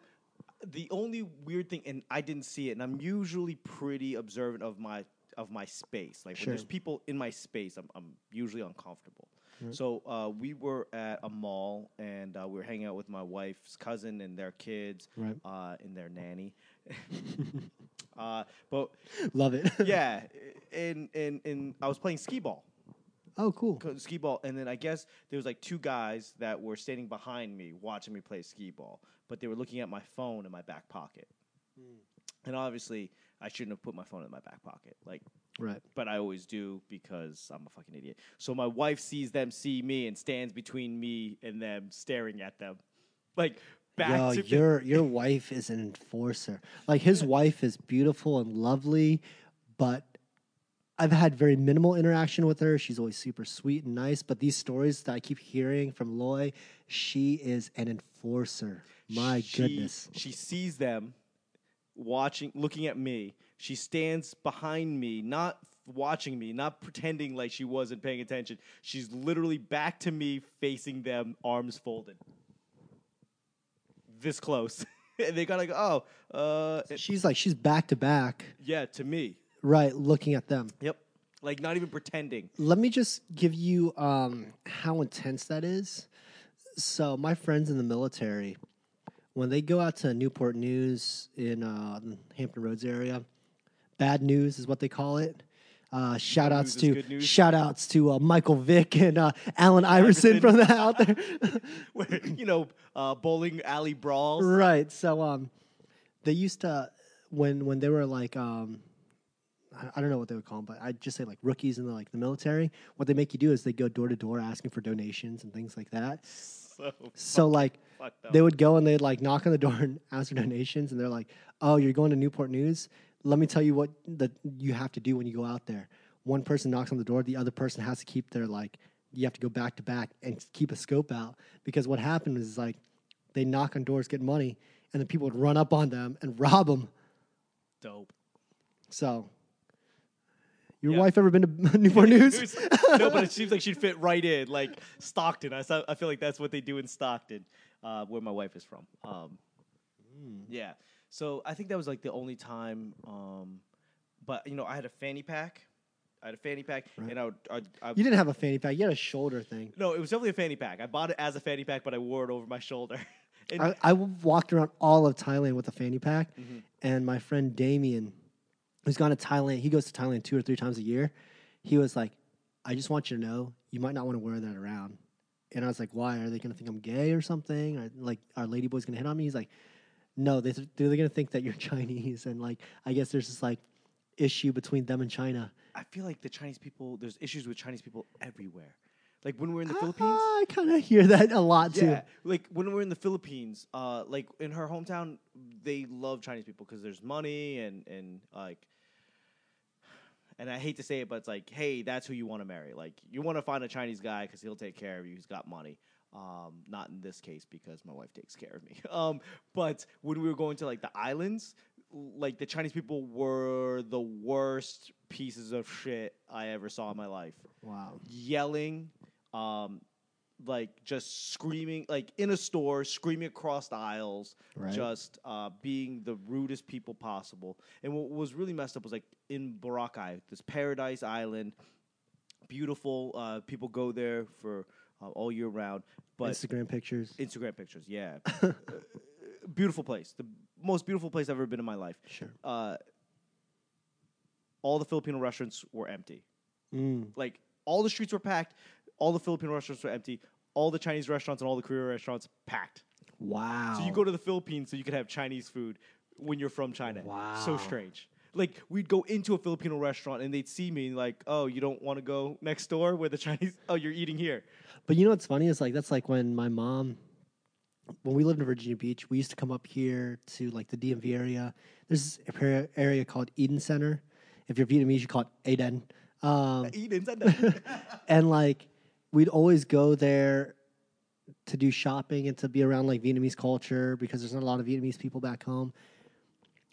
S1: the only weird thing, and I didn't see it, and I'm usually pretty observant of my of my space. Like
S2: Sure.
S1: when there's people in my space, I'm, I'm usually uncomfortable. So uh, we were at a mall, and uh, we were hanging out with my wife's cousin and their kids,
S2: Right.
S1: uh, and their nanny. uh, but
S2: Love it.
S1: yeah, and and and I was playing skee ball.
S2: Oh, cool.
S1: co- skee ball, and then I guess there was like two guys that were standing behind me watching me play skee ball, but they were looking at my phone in my back pocket, and obviously I shouldn't have put my phone in my back pocket, like,
S2: Right.
S1: but I always do because I'm a fucking idiot. So my wife sees them see me and stands between me and them, staring at them, like back
S2: Yo,
S1: to
S2: your your wife is an enforcer. Like his wife is beautiful and lovely, but I've had very minimal interaction with her. She's always super sweet and nice, but these stories that I keep hearing from Loy, she is an enforcer. My
S1: she-
S2: goodness.
S1: She sees them watching, looking at me. She stands behind me, not watching me, not pretending like she wasn't paying attention. She's literally back to me, facing them, arms folded. This close. and they kind of go, oh, uh, and-
S2: She's like she's back to back,
S1: yeah, to me.
S2: right, looking at them.
S1: Yep. Like, not even pretending.
S2: Let me just give you um, how intense that is. So, my friends in the military, when they go out to Newport News in uh, Hampton Roads area, bad news is what they call it. Uh, shout outs
S1: news is good
S2: to
S1: news.
S2: shout outs to uh, Michael Vick and uh, Alan Iverson
S1: Iverson.
S2: from the out there.
S1: Where, you know, uh, bowling alley brawls.
S2: right. So, um, they used to when when they were like um, I- I don't know what they would call them, but I'd just say like rookies in the like the military. What they make you do is they go door to door asking for donations and things like that.
S1: So,
S2: So like
S1: fucked up.
S2: they would go and they'd like knock on the door and ask for donations, and they're like, "Oh, you're going to Newport News? Let me tell you what that you have to do when you go out there." One person knocks on the door, the other person has to keep their like you have to go back to back and keep a scope out because what happened is like they knock on doors, get money, and then people would run up on them and rob them.
S1: dope.
S2: So, your
S1: Yeah.
S2: wife ever been to Newport News?
S1: no, but it seems like she'd fit right in, like Stockton. I, so- I feel like that's what they do in Stockton, uh, where my wife is from. Um,
S2: Hmm.
S1: Yeah, so I think that was like the only time. Um, but you know, I had a fanny pack. I had a fanny pack, and I would. I, I,
S2: you didn't have a fanny pack. You had a shoulder thing.
S1: no, it was definitely a fanny pack. I bought it as a fanny pack, but I wore it over my shoulder. and
S2: I, I walked around all of Thailand with a fanny pack,
S1: Mm-hmm.
S2: and my friend Damien, who's gone to Thailand, he goes to Thailand two or three times a year. He was like, "I just want you to know, you might not want to wear that around." And I was like, "Why? Are they going to think I'm gay or something? Or like, are ladyboys going to hit on me?" He's like, "No, they th- they're going to think that you're Chinese." And like, I guess there's this like issue between them and China.
S1: I feel like the Chinese people. There's issues with Chinese people everywhere. Like when we're in the
S2: Ah,
S1: Philippines.
S2: I kind of hear that a lot too.
S1: Yeah, like when we're in the Philippines, uh, like in her hometown, they love Chinese people because there's money and and like, and I hate to say it, but it's like, hey, that's who you want to marry. Like, you want to find a Chinese guy because he'll take care of you. He's got money. Um, not in this case because my wife takes care of me. Um, but when we were going to like the islands, like the Chinese people were the worst pieces of shit I ever saw in my life
S2: Wow.
S1: yelling, um, like just screaming, like in a store, screaming across the aisles,
S2: Right.
S1: just uh, being the rudest people possible. And what was really messed up was like in Boracay, this paradise island, beautiful. Uh, people go there for uh, all year round, but
S2: Instagram pictures.
S1: Instagram pictures, yeah. Uh, beautiful place, the most beautiful place I've ever been in my life.
S2: Sure.
S1: Uh, all the Filipino restaurants were empty
S2: Mm.
S1: like all the streets were packed, all the Filipino restaurants were empty, all the Chinese restaurants and all the Korean restaurants packed.
S2: Wow.
S1: So you go to the Philippines so you could have Chinese food when you're from China. So
S2: Wow.
S1: strange. Like we'd go into a Filipino restaurant and they'd see me like, "Oh, you don't want to go next door where the Chinese? Oh, you're eating here."
S2: But you know what's funny is like that's like when my mom, when we lived in Virginia Beach, we used to come up here to like the DMV area. There's this par- area called Eden Center. If you're Vietnamese, you call it Aden. Um,
S1: Eat inside the
S2: and like we'd always go there to do shopping and to be around like Vietnamese culture because there's not a lot of Vietnamese people back home.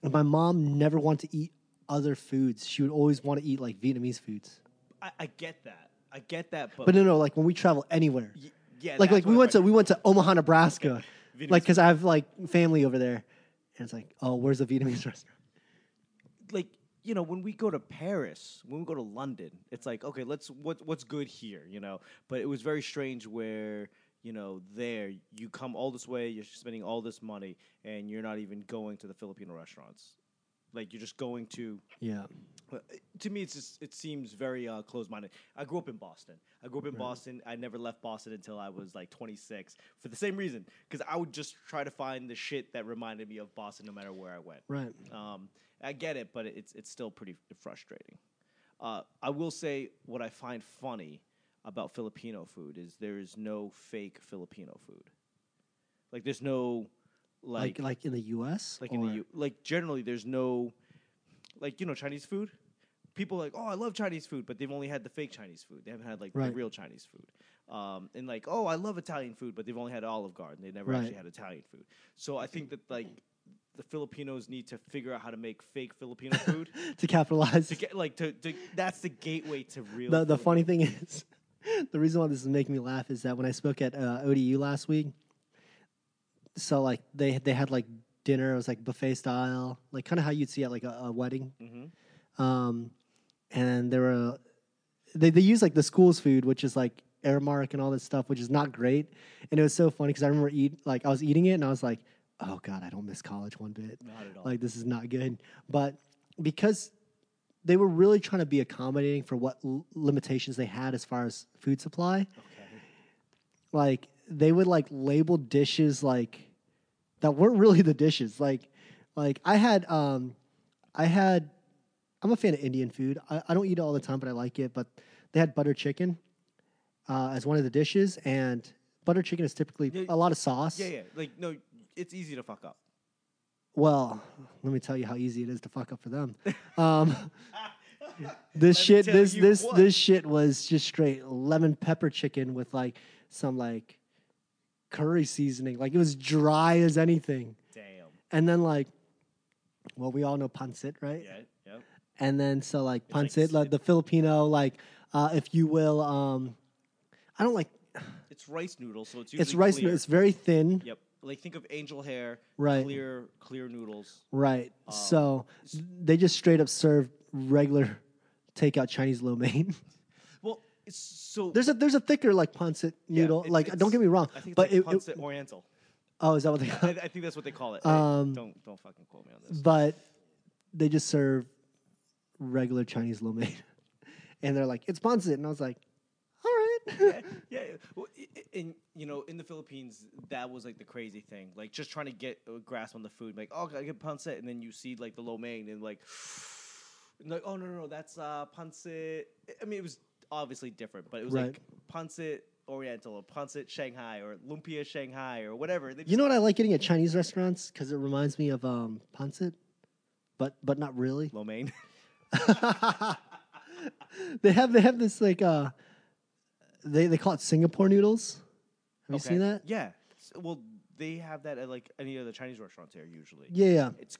S2: And my mom never wanted to eat other foods. She would always want to eat like Vietnamese foods.
S1: I, I get that. I get that, but,
S2: But no, no, like when we travel anywhere,
S1: y- yeah,
S2: like
S1: that's
S2: like we
S1: what
S2: went
S1: I-
S2: to we went to Omaha, Nebraska,
S1: Vietnamese
S2: like because I have like family over there, and it's like, oh, where's the Vietnamese restaurant?
S1: like you know when we go to paris when we go to london it's like okay let's what, what's good here you know but it was very strange where you know there you come all this way you're spending all this money and you're not even going to the filipino restaurants like you're just going to
S2: Yeah,
S1: well, it- to me, it's just, it seems very uh, closed-minded. I grew up in Boston. I grew up in Boston. I never left Boston until I was like 26 for the same reason, because I would just try to find the shit that reminded me of Boston no matter where I went.
S2: right.
S1: Um, I get it, but it's it's still pretty frustrating. Uh, I will say what I find funny about Filipino food is there is no fake Filipino food. Like there's no
S2: Like
S1: like
S2: like, in the U.S.
S1: like in
S2: or-
S1: the U- like generally there's no like you know Chinese food. People are like oh I love Chinese food, but they've only had the fake Chinese food. They haven't had like the
S2: Right.
S1: real Chinese food. Um, and like oh I love Italian food, but they've only had Olive Garden. They never actually
S2: Right.
S1: had Italian food. So I think that like the Filipinos need to figure out how to make fake Filipino food
S2: to capitalize.
S1: to get like to, to that's the gateway to real.
S2: the the
S1: food.
S2: funny thing is, the reason why this is making me laugh is that when I spoke at uh, ODU last week, so like they they had like dinner. It was like buffet style, like kind of how you'd see at like a, a wedding.
S1: Mhm.
S2: Um, and there were they they use like the school's food, which is like Aramark and all this stuff, which is not great. And it was so funny because I remember eat like I was eating it and I was like, oh god, I don't miss college one bit.
S1: Not at all.
S2: Like this is not good. But because they were really trying to be accommodating for what l- limitations they had as far as food supply.
S1: Okay.
S2: Like they would like label dishes like that weren't really the dishes. Like like I had um I had I'm a fan of Indian food. I, I don't eat it all the time, but I like it. But they had butter chicken uh, as one of the dishes, and butter chicken is typically
S1: Yeah,
S2: a lot of sauce.
S1: Yeah, yeah. Like no, it's easy to fuck up.
S2: Well, let me tell you how easy it is to fuck up for them. Um, this
S1: Let me
S2: shit,
S1: tell
S2: this
S1: you
S2: this
S1: what.
S2: this shit was just straight lemon pepper chicken with like some like curry seasoning. Like it was dry as anything.
S1: Damn.
S2: And then like, well, we all know pancit, right?
S1: Yeah. Yeah.
S2: and then so like
S1: like
S2: pancit, like the Filipino, like uh, if you will, um, I don't like
S1: It's rice noodles, so it's usually
S2: it's rice.
S1: clear.
S2: It's very thin,
S1: Yep. Like think of angel hair,
S2: Right.
S1: clear clear noodles.
S2: right?
S1: Um,
S2: so they just straight up serve regular takeout Chinese lo mein.
S1: Well, it's so
S2: there's a there's a thicker like pancit
S1: yeah,
S2: noodle.
S1: it-
S2: like
S1: it's-
S2: don't get me wrong,
S1: I think it's
S2: but
S1: like
S2: it, it-
S1: pancit oriental.
S2: oh is that what they?
S1: I, I think that's what they call it. I-
S2: Um,
S1: don't don't fucking quote me on this.
S2: but they just serve regular Chinese lo mein, and they're like it's pancit, and I was like, all right,
S1: yeah, yeah. well, i- i- in you know, in the Philippines, that was like the crazy thing. Like just trying to get a grasp on the food. Like, oh, I get pancit, and then you see like the lo mein, and like, and, like, oh no, no, no, that's uh, pancit. I mean, it was obviously different, but it was
S2: Right.
S1: like pancit oriental or pancit Shanghai or lumpia Shanghai or whatever. They
S2: you
S1: just-
S2: know what I like getting at Chinese restaurants because it reminds me of um, pancit, but but not really.
S1: lo mein.
S2: they have they have this like uh, they they call it Singapore noodles. Have you seen that?
S1: Yeah. S- well, they have that at like any of the Chinese restaurants here usually.
S2: Yeah, yeah.
S1: It's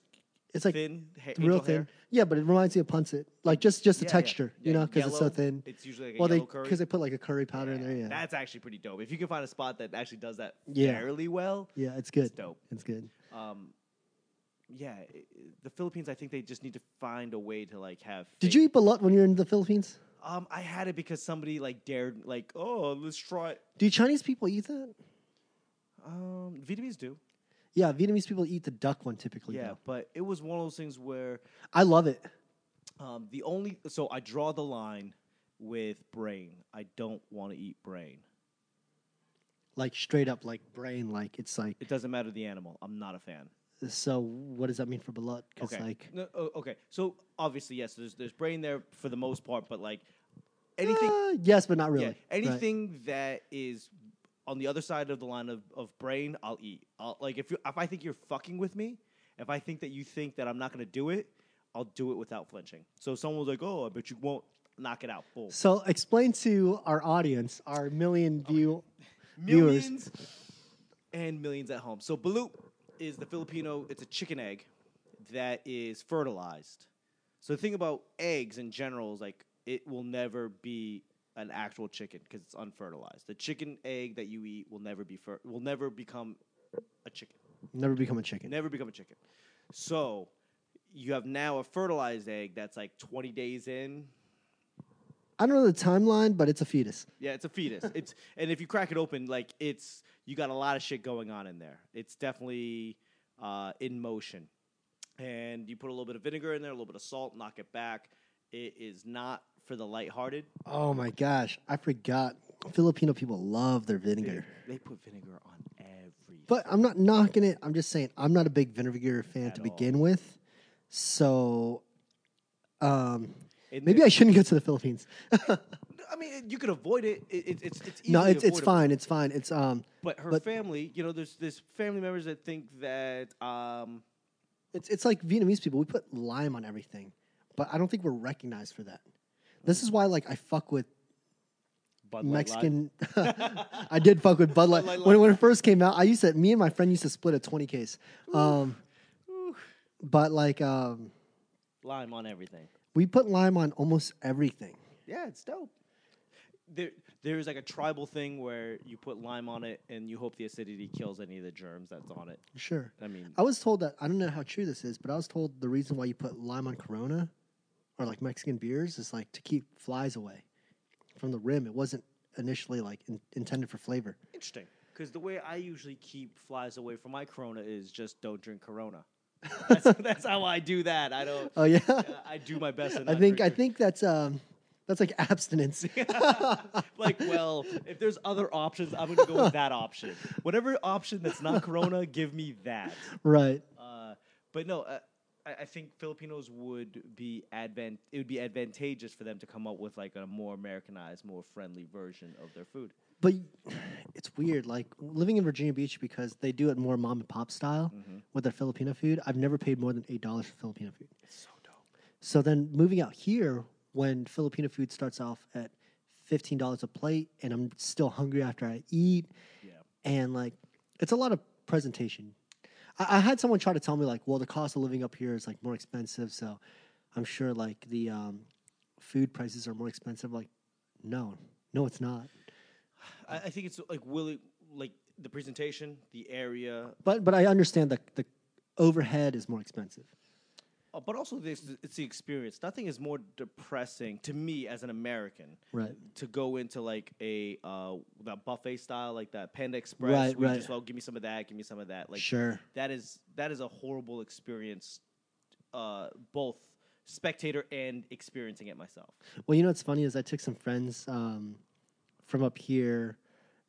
S2: It's like
S1: thin, ha-
S2: real
S1: angel
S2: thin.
S1: hair.
S2: Yeah, but it reminds me of pancit. Like just just the
S1: Yeah, yeah.
S2: texture,
S1: Yeah,
S2: you know, because it's so
S1: yellow.
S2: thin.
S1: It's usually like a
S2: well, they
S1: yellow curry.
S2: because they put like a curry powder in
S1: Yeah,
S2: there. Yeah,
S1: That's actually pretty dope. If you can find a spot that actually does that
S2: Yeah.
S1: fairly well,
S2: yeah, it's good.
S1: it's dope.
S2: It's good.
S1: Um, yeah, i- i- the Philippines. I think they just need to find a way to like have.
S2: Did
S1: fake-
S2: you eat balut when you were in the Philippines?
S1: Um, I had it because somebody like dared, like, oh, let's try. it."
S2: Do Chinese people eat that?
S1: Um, Vietnamese do.
S2: Yeah, Vietnamese people eat the duck one typically.
S1: Yeah,
S2: though.
S1: but it was one of those things where
S2: I love it.
S1: um, the only so I draw the line with brain. I don't want to eat brain.
S2: Like straight up, like brain, like it's like.
S1: It doesn't matter the animal. I'm not a fan.
S2: So what does that mean for balut? Because
S1: Okay.
S2: like
S1: No, o- okay. So obviously, yes. There's there's brain there for the most part, but like anything,
S2: uh, yes, but not really.
S1: yeah,
S2: Right.
S1: anything that is on the other side of the line of, of brain, I'll eat. I'll, like if you if I think you're fucking with me, if I think that you think that I'm not gonna do it, I'll do it without flinching. So if someone was like, "Oh, I bet you won't," knock it out. Boom.
S2: So explain to our audience, our million view viewers.
S1: millions and millions at home. So balut is the Filipino. It's a chicken egg that is fertilized. So the thing about eggs in general is like it will never be an actual chicken because it's unfertilized. The chicken egg that you eat will never be fer- will never become a chicken.
S2: Never become a chicken.
S1: Never become a chicken. So you have now a fertilized egg that's like 20 days in,
S2: I don't know the timeline, but it's a fetus.
S1: Yeah, it's a fetus. it's and if you crack it open, like it's you got a lot of shit going on in there. It's definitely uh, in motion, and you put a little bit of vinegar in there, a little bit of salt, knock it back. It is not for the lighthearted.
S2: Oh my gosh, I forgot. Filipino people love their vinegar.
S1: They put vinegar on everything.
S2: But I'm not knocking it. I'm just saying I'm not a big vinegar fan
S1: At
S2: to
S1: all.
S2: begin with. So um
S1: And
S2: maybe I shouldn't go to the Philippines.
S1: I mean, you could avoid it. it, it it's it's easily
S2: no, it's it's
S1: avoidable.
S2: fine. It's fine. It's um
S1: But her
S2: but-
S1: family, you know, there's there's family members that think that um,
S2: It's it's like Vietnamese people. We put lime on everything, but I don't think we're recognized for that.
S1: Mm.
S2: This is why, like, I fuck with
S1: Bud Light Live-
S2: Mexican. I did fuck with Bud Light
S1: Light
S2: when
S1: Lime.
S2: when it first came out. I used to. Me and my friend used to split a twenty case. Um, but like, um,
S1: lime on everything.
S2: we put lime on almost everything.
S1: Yeah, it's dope. There, there is like a tribal thing where you put lime on it and you hope the acidity kills any of the germs that's on it.
S2: Sure.
S1: I mean,
S2: I was told that I don't know how true this is, but I was told the reason why you put lime on Corona or like Mexican beers is like to keep flies away from the rim. It wasn't initially like in, intended for flavor.
S1: interesting. Because the way I usually keep flies away from my Corona is just don't drink Corona. that's, that's how I do that. I don't.
S2: Oh yeah.
S1: uh, I do my best. to
S2: I
S1: not
S2: think I
S1: drink
S2: think that's um that's like abstinence.
S1: it. like, well, if there's other options, I'm gonna go with that option. Whatever option that's not Corona, give me that.
S2: right.
S1: Uh, but no, uh, I, I think Filipinos would be advent. It would be advantageous for them to come up with like a more Americanized, more friendly version of their food.
S2: But it's weird like living in Virginia Beach because they do it more mom and pop style with their Filipino food. I've never paid more than $8 for Filipino food.
S1: It's so dope.
S2: So then moving out here when Filipino food starts off at $15 a plate and I'm still hungry after I eat
S1: Yeah.
S2: and like it's a lot of presentation. I, I had someone try to tell me like, well, the cost of living up here is like more expensive, so I'm sure like the um, food prices are more expensive. Like, no, no, it's not.
S1: I, I think it's like will it like the presentation, the area,
S2: But but I understand that the overhead is more expensive.
S1: uh, but also this it's the experience. Nothing is more depressing to me as an American,
S2: Right.
S1: To go into like a uh, that buffet style, like that Panda Express,
S2: Right,
S1: where
S2: right.
S1: you just oh give me some of that, give me some of that, like
S2: sure.
S1: that is that is a horrible experience, uh, both spectator and experiencing it myself.
S2: Well, you know what's funny is I took some friends um, from up here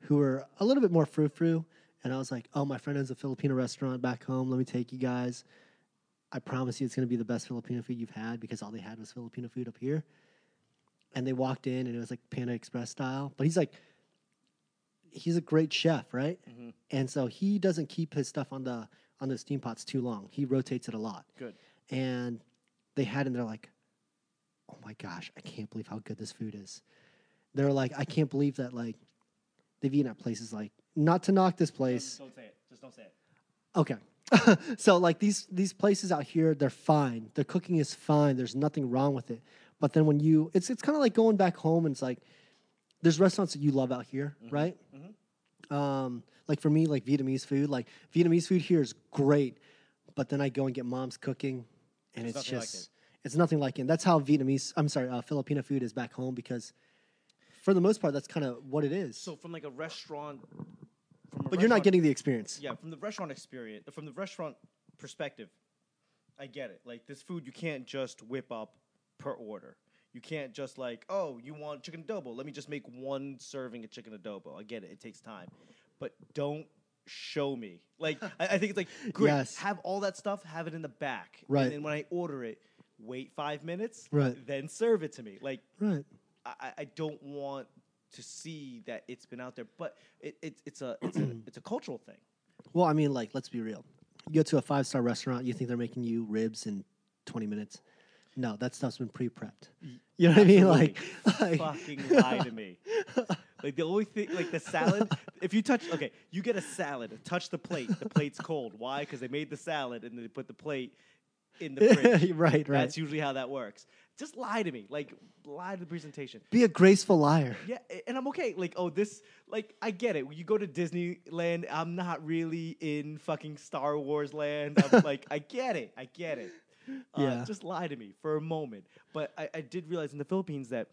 S2: who were a little bit more frou frou, and I was like, "Oh, my friend owns a Filipino restaurant back home. Let me take you guys. I promise you, it's going to be the best Filipino food you've had because all they had was Filipino food up here." And they walked in, and it was like Panda Express style. But he's like, he's a great chef, right?
S1: Mhm.
S2: And so he doesn't keep his stuff on the on the steam pots too long. He rotates it a lot
S1: Good.
S2: and they had it and they're like oh my gosh i can't believe how good this food is they're like i can't believe that like they've eaten at places like not to knock this place
S1: Don't say it. Just don't say it.
S2: okay so like these these places out here they're fine their cooking is fine there's nothing wrong with it but then when you it's it's kind of like going back home and it's like there's restaurants that you love out here
S1: Mm-hmm.
S2: right um, like for me, like Vietnamese food, like Vietnamese food here is great, but then I go and get mom's cooking, and
S1: It's
S2: it's
S1: nothing like
S2: just it's nothing like it. And that's how Vietnamese, I'm sorry, uh, Filipino food is back home because, for the most part, that's kind of what it is.
S1: So from like a restaurant, from a
S2: but you're not
S1: restaurant-
S2: getting the experience.
S1: yeah from the restaurant experience from the restaurant perspective i get it like this food you can't just whip up per order you can't just like oh you want chicken adobo let me just make one serving of chicken adobo i get it it takes time but don't show me like i, I think it's like great
S2: Yes.
S1: have all that stuff have it in the back
S2: Right.
S1: and then when i order it wait five minutes
S2: Right.
S1: then serve it to me like
S2: Right.
S1: I, I- I don't want to see that it's been out there but it, it, it's a it's a it's a cultural thing
S2: Well, I mean, like let's be real. You go to a five star restaurant, you think they're making you ribs in 20 minutes. No, that stuff's been pre prepped. You know what I mean? Like,
S1: Absolutely.
S2: like
S1: fucking lie to me. Like the only thing, like the salad. If you touch, okay, you get a salad. Touch the plate. The plate's cold. Why? Because they made the salad and they put the plate in the fridge.
S2: right, right.
S1: That's usually how that works. Just lie to me. Like lie to the presentation.
S2: Be a graceful liar.
S1: Yeah, a- and I'm okay. Like, oh, this, like, I get it. When you go to Disneyland, I'm not really in fucking Star Wars land. I'm like, I get it. I get it. Uh,
S2: Yeah.
S1: Just lie to me for a moment. But I, I did realize in the Philippines that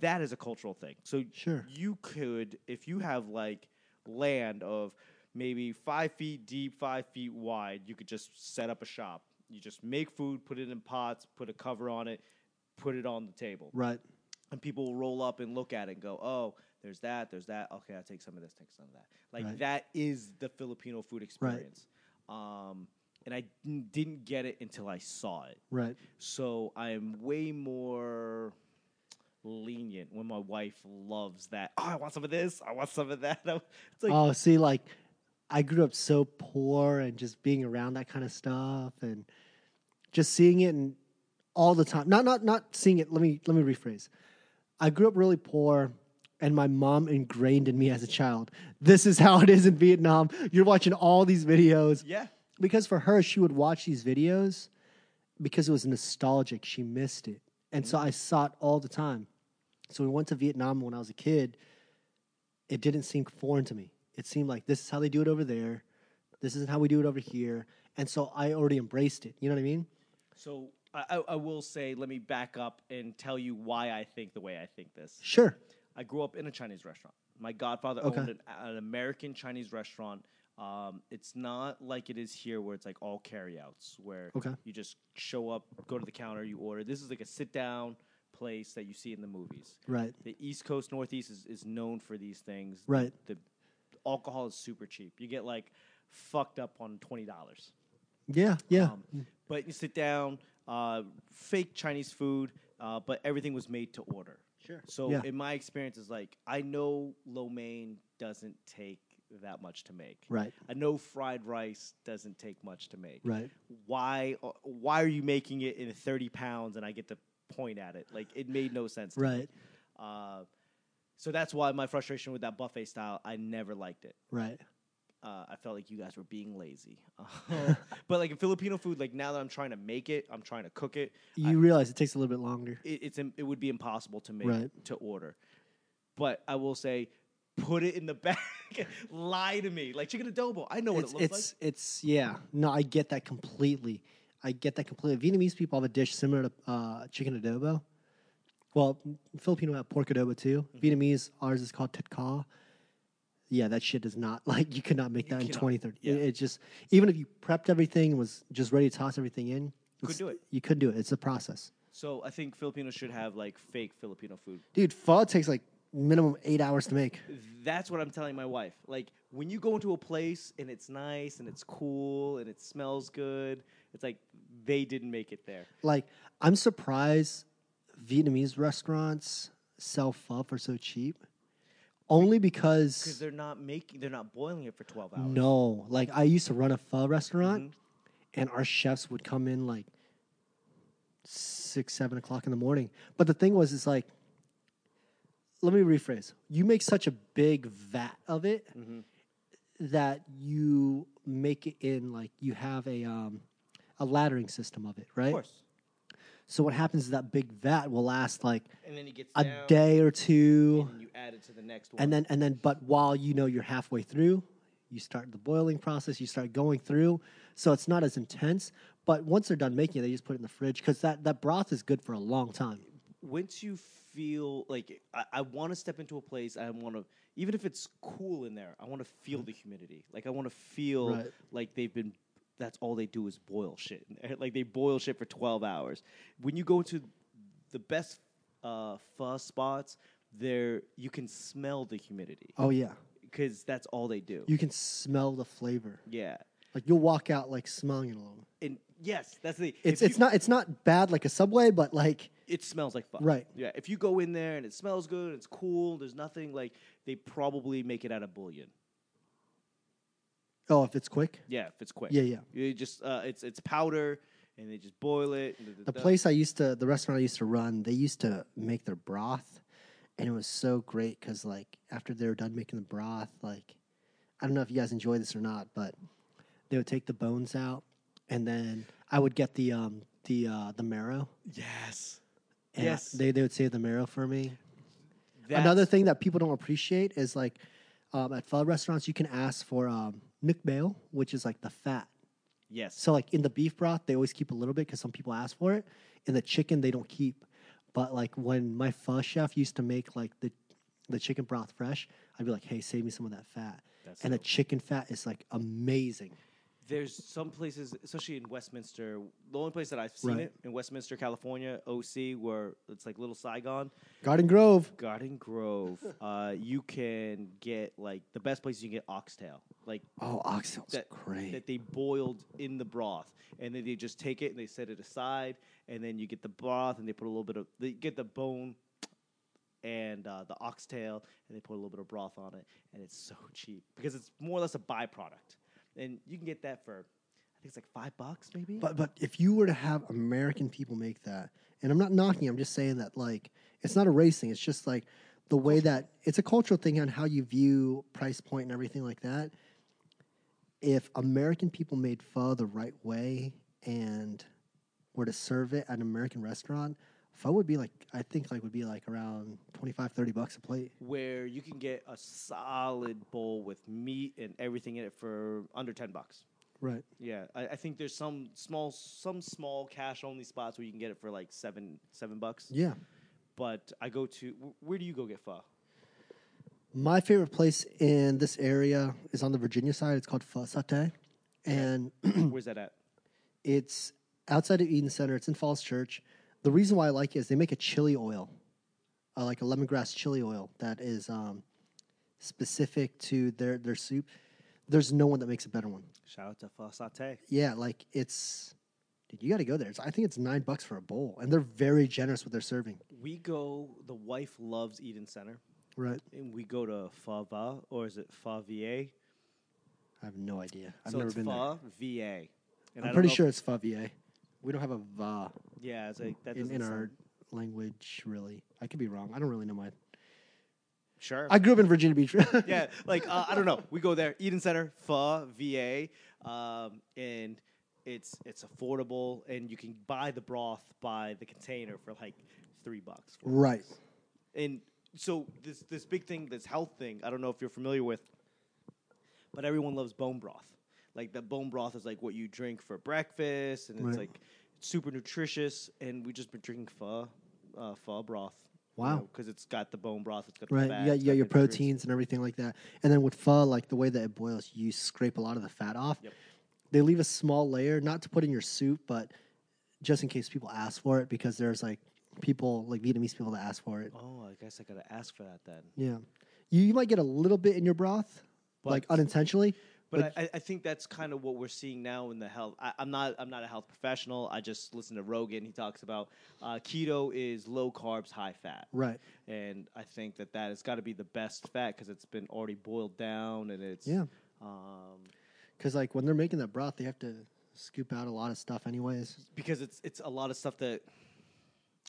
S1: that is a cultural thing. So
S2: Sure.
S1: you could, if you have like land of maybe five feet deep, five feet wide, you could just set up a shop. You just make food, put it in pots, put a cover on it, put it on the table
S2: Right.
S1: and people will roll up and look at it and go, "Oh, there's that, there's that. Okay, I'll take some of this, take some of that." Like
S2: Right.
S1: that is the Filipino food experience. Um, and I n- didn't get it until I saw it.
S2: Right.
S1: So I am way more lenient when my wife loves that. Oh, I want some of this. I want some of that. It's like
S2: oh, see, like I grew up so poor and just being around that kind of stuff and just seeing it and all the time. Not not not seeing it. Let me let me rephrase. I grew up really poor and my mom ingrained in me as a child. This is how it is in Vietnam. You're watching all these videos
S1: yeah,
S2: because for her she would watch these videos because it was nostalgic she missed it and so i saw it all the time so we went to vietnam when i was a kid it didn't seem foreign to me it seemed like this is how they do it over there this isn't how we do it over here and so i already embraced it you know what i mean
S1: so. I, I- I will say, let me back up and tell you why I think the way I think this.
S2: sure
S1: I grew up in a Chinese restaurant. My godfather
S2: Okay.
S1: owned an, an American Chinese restaurant. Um, it's not like it is here where it's like all carryouts, where
S2: Okay.
S1: you just show up, go to the counter, you order. This is like a sit down place that you see in the movies.
S2: right
S1: The East Coast, Northeast is, is known for these things.
S2: Right.
S1: The alcohol is super cheap. You get like fucked up on $20.
S2: yeah yeah
S1: Um, but you sit down, uh, fake Chinese food, uh, but everything was made to order.
S2: Sure.
S1: So
S2: Yeah.
S1: in my experience, is like I know lo mein doesn't take that much to make.
S2: right
S1: I know fried rice doesn't take much to make.
S2: right
S1: Why? uh, Why are you making it in thirty pounds and I get to point at it? Like it made no sense. To me.
S2: right
S1: Uh, so that's why my frustration with that buffet style, I never liked it.
S2: right
S1: uh, I felt like you guys were being lazy. but like in Filipino food, like now that I'm trying to make it, I'm trying to cook it.
S2: You realize it takes a little bit longer.
S1: it it's im- it would be impossible to make
S2: Right.
S1: to order. But I will say, put it in the bag. Lie to me, like chicken adobo. I know what
S2: it's
S1: it looks
S2: it's, it's yeah. No, I get that completely. I get that completely. Vietnamese people have a dish similar to uh, chicken adobo. Well, Filipino have pork adobo too.
S1: Mm-hmm.
S2: Vietnamese ours is called tit ca. Yeah, that shit is not like you could not make
S1: You
S2: that in
S1: cannot,
S2: 2030.
S1: yeah.
S2: It, it just even if you prepped everything and was just ready to toss everything in,
S1: Could
S2: it's-
S1: do it.
S2: You could do it. It's a process,
S1: like. So I think Filipinos should have like fake Filipino food.
S2: dude. Pho takes like minimum eight hours to make.
S1: That's what I'm telling my wife. Like when you go into a place and it's nice and it's cool and it smells good, it's like they didn't make it there.
S2: Like, I'm surprised Vietnamese restaurants sell pho for so cheap. Only
S1: Because
S2: because
S1: they're not making, they're not boiling it for twelve hours.
S2: no, like I used to run a pho restaurant,
S1: Mm-hmm.
S2: and our chefs would come in like six, seven o'clock in the morning. But the thing was, it's like, let me rephrase. You make such a big vat of it
S1: Mm-hmm.
S2: that you make it in like you have a um, a laddering system of it, right?
S1: of course.
S2: So what happens is that big vat will last like
S1: And then it gets
S2: a
S1: down,
S2: day or two,
S1: and then you add it to the next one.
S2: and then and then. But while you know you're halfway through, you start the boiling process. You start going through, so it's not as intense. But once they're done making it, they just put it in the fridge because that that broth is good for a long time.
S1: once you feel like I, I want to step into a place, I want to, even if it's cool in there, I want to feel the humidity. Like I want to feel
S2: Mm-hmm. Right.
S1: like they've been. That's all they do is boil shit. in there. Like they boil shit for twelve hours. When you go to the best uh, pho spots, there you can smell the humidity
S2: Oh yeah,
S1: because that's all they do.
S2: you can smell the flavor.
S1: yeah,
S2: Like you'll walk out like smelling it a little.
S1: and yes, that's the.
S2: It's
S1: if you-
S2: it's not it's not bad like a subway, but like
S1: it smells like fuck.
S2: Right.
S1: Yeah. If you go in there and it smells good, it's cool. There's nothing like they probably make it out of bullion.
S2: oh, if it's quick.
S1: Yeah, if it's quick.
S2: Yeah, yeah.
S1: You just uh, it's it's powder and they just boil it. and
S2: The
S1: da-da-da.
S2: place I used to, the restaurant I used to run, they used to make their broth, and it was so great because like after they were done making the broth, like I don't know if you guys enjoy this or not, but they would take the bones out, and then I would get the um the uh, the marrow.
S1: Yes.
S2: And I-
S1: Yes.
S2: they they would save the marrow for me.
S1: That's-
S2: Another thing that people don't appreciate is like um, at pho restaurants you can ask for um, nukbao, which is like the fat.
S1: Yes.
S2: So like in the beef broth, they always keep a little bit because some people ask for it. In the chicken, they don't keep. But like when my pho chef used to make like the the chicken broth fresh, I'd be like, "Hey, save me some of that fat."
S1: That's
S2: and the chicken fat is like amazing.
S1: There's some places, especially in Westminster. The only place that I've seen
S2: Right.
S1: it in Westminster, California, OC, where it's like little Saigon,
S2: Garden Grove.
S1: Garden Grove. uh, you can get like the best place you can get oxtail. Like
S2: Oh, oxtail's
S1: that
S2: great.
S1: that they boiled in the broth, and then they just take it and they set it aside, and then you get the broth and they put a little bit of they get the bone and uh, the oxtail, and they put a little bit of broth on it, and it's so cheap because it's more or less a byproduct, and you can get that for I think it's like five bucks maybe.
S2: But but if you were to have American people make that, and I'm not knocking, I'm just saying that like it's not a race thing. It's just like the way that it's a cultural thing on how you view price point and everything like that. If American people made pho the right way and were to serve it at an American restaurant, pho would be like I think like would be like around 25, 30 bucks a plate.
S1: where you can get a solid bowl with meat and everything in it for under ten bucks.
S2: Right.
S1: Yeah, I, I think there's some small some small cash only spots where you can get it for like seven seven bucks.
S2: Yeah.
S1: but I go to wh- where do you go get pho?
S2: My favorite place in this area is on the Virginia side. It's called Pho Satay. And
S1: Where's that at?
S2: It's outside of Eden Center. It's in Falls Church. The reason why I like it is they make a chili oil, uh, like a lemongrass chili oil that is um, specific to their their soup. There's no one that makes a better one.
S1: Shout out to Pho Satay.
S2: Yeah, like it's, dude, you got to go there. It's, I think it's nine bucks for a bowl, and they're very generous with their serving.
S1: We go. The wife loves Eden Center,
S2: Right.
S1: and we go to Fava or is it Favier?
S2: I have no idea. I've
S1: so
S2: never
S1: it's
S2: been there.
S1: Fa VA. And I don't
S2: I'm pretty
S1: know if-
S2: sure it's Favier. We don't have a va
S1: yeah, it's like that
S2: in,
S1: doesn't
S2: in
S1: sound-
S2: our language, really. I could be wrong. I don't really know my
S1: Sure.
S2: I grew up in Virginia Beach.
S1: yeah, like uh, I don't know. We go there, Eden Center, FA, VA, um, and it's it's affordable, and you can buy the broth by the container for like three bucks. four
S2: Right.
S1: bucks. And so this this big thing, this health thing. I don't know if you're familiar with, but everyone loves bone broth. Like that bone broth is like what you drink for breakfast, and it's
S2: Right.
S1: like super nutritious. And we just been drinking pho, uh, pho broth.
S2: Wow.
S1: Because it's got the bone broth, it's got the
S2: Right.
S1: fat,
S2: You got,
S1: it's
S2: you got
S1: got
S2: your
S1: the nutrients.
S2: proteins and everything like that. And then with pho, like the way that it boils, you scrape a lot of the fat off.
S1: Yep.
S2: They leave a small layer, not to put in your soup, but just in case people ask for it, because there's like people, like Vietnamese people that ask for it.
S1: Oh, I guess I gotta ask for that then.
S2: Yeah. You, you might get a little bit in your broth,
S1: But-
S2: like unintentionally.
S1: But I, I- I think that's kind of what we're seeing now in the health. I, I'm not I'm not a health professional. I just listen to Rogan. He talks about uh, keto is low carbs, high fat,
S2: Right.
S1: and I think that that has got to be the best fat because it's been already boiled down and it's
S2: Yeah.
S1: Um,
S2: Because like when they're making that broth, they have to scoop out a lot of stuff, anyways.
S1: because it's it's a lot of stuff that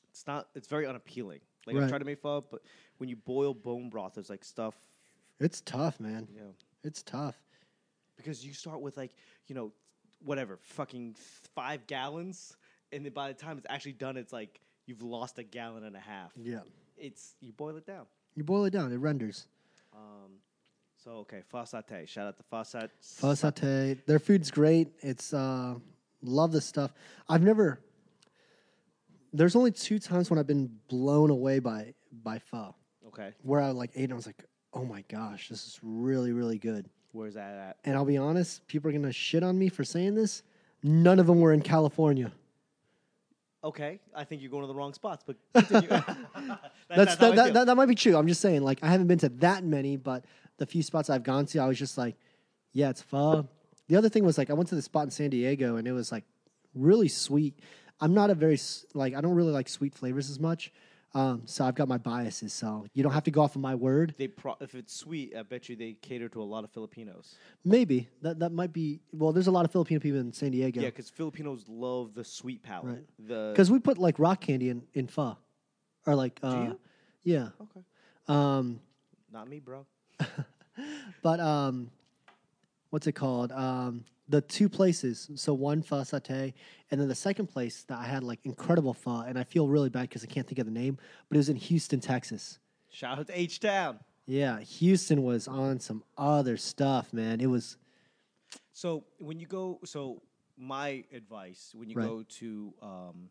S1: it's not it's very unappealing. Like
S2: Right.
S1: I'm trying to make fun, of, but when you boil bone broth, there's like stuff,
S2: It's tough, man.
S1: you know.
S2: It's tough.
S1: because you start with like you know whatever fucking five gallons and then by the time it's actually done it's like you've lost a gallon and a half
S2: Yeah.
S1: it's you boil it down
S2: You boil it down, it renders.
S1: um, so okay fasate shout out to fasate
S2: Pho satay. Oh, Their food's great. It's uh, love this stuff. I've never. There's only two times when I've been blown away by by pho,
S1: okay
S2: where I like ate and I was like, oh my gosh, this is really really good.
S1: where's that at
S2: And I'll be honest, people are gonna shit on me for saying this. None of them were in California.
S1: okay i think you're going to the wrong spots but continue. That-
S2: That's,
S1: how I
S2: that, that,
S1: feel.
S2: that, that might be true. I'm just saying, like, I haven't been to that many, but the few spots I've gone to, I was just like, yeah, it's pho. The other thing was, like, I went to the spot in San Diego and it was, like, really sweet. I'm not a very, s- like, I don't really like sweet flavors as much. Um, so I've got my biases. So you don't have to go off of my word.
S1: they pro- if it's sweet i bet you they cater to a lot of filipinos
S2: Maybe that, that might be, well, there's a lot of Filipino people in San Diego.
S1: yeah because filipinos love the sweet palate
S2: Right.
S1: the
S2: Because we put, like, rock candy in, in pho. Or, like, uh,
S1: you?
S2: yeah.
S1: okay
S2: Um,
S1: not me bro
S2: But um, what's it called? Um, the two places. So one pho satay, and then the second place that I had like incredible pho, and I feel really bad because I can't think of the name, but it was in Houston, Texas.
S1: shout out to h-town
S2: Yeah, Houston was on some other stuff, man. It was
S1: So when you go, so my advice when you
S2: Right.
S1: go to um,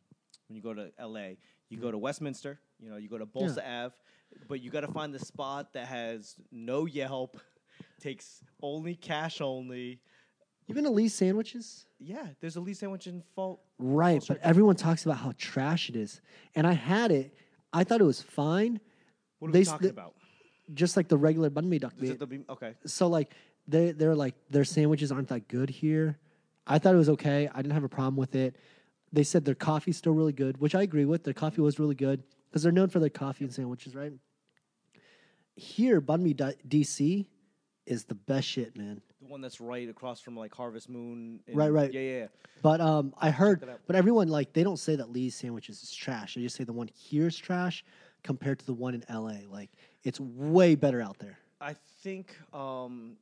S1: when you go to LA, you go to Westminster. You know, you go to Bolsa Ave, but you got to find the spot that has no Yelp, takes only cash only.
S2: even Elise sandwiches.
S1: Yeah, there's a Lee sandwich in fault.
S2: Right, but everyone talks about how trash it is, and I had it. I thought it was fine,
S1: What are
S2: They
S1: we
S2: s-
S1: talking
S2: the-
S1: about?
S2: just like the regular bun mi duck.
S1: Is
S2: meat.
S1: it the beam? Okay,
S2: so like they they're like their sandwiches aren't that good here. I thought it was okay. I didn't have a problem with it. They said their coffee's still really good, which I agree with. Their coffee was really good because they're known for their coffee and sandwiches, right? Here, Bun Mi D- DC is the best shit, man.
S1: the one that's right across from like Harvest Moon. and-
S2: Right, right.
S1: Yeah, yeah. yeah.
S2: But um, I heard,
S1: that out.
S2: but everyone like they don't say that Lee's sandwiches is trash. They just say the one here's trash compared to the one in LA. Like it's way better out there.
S1: I think, um,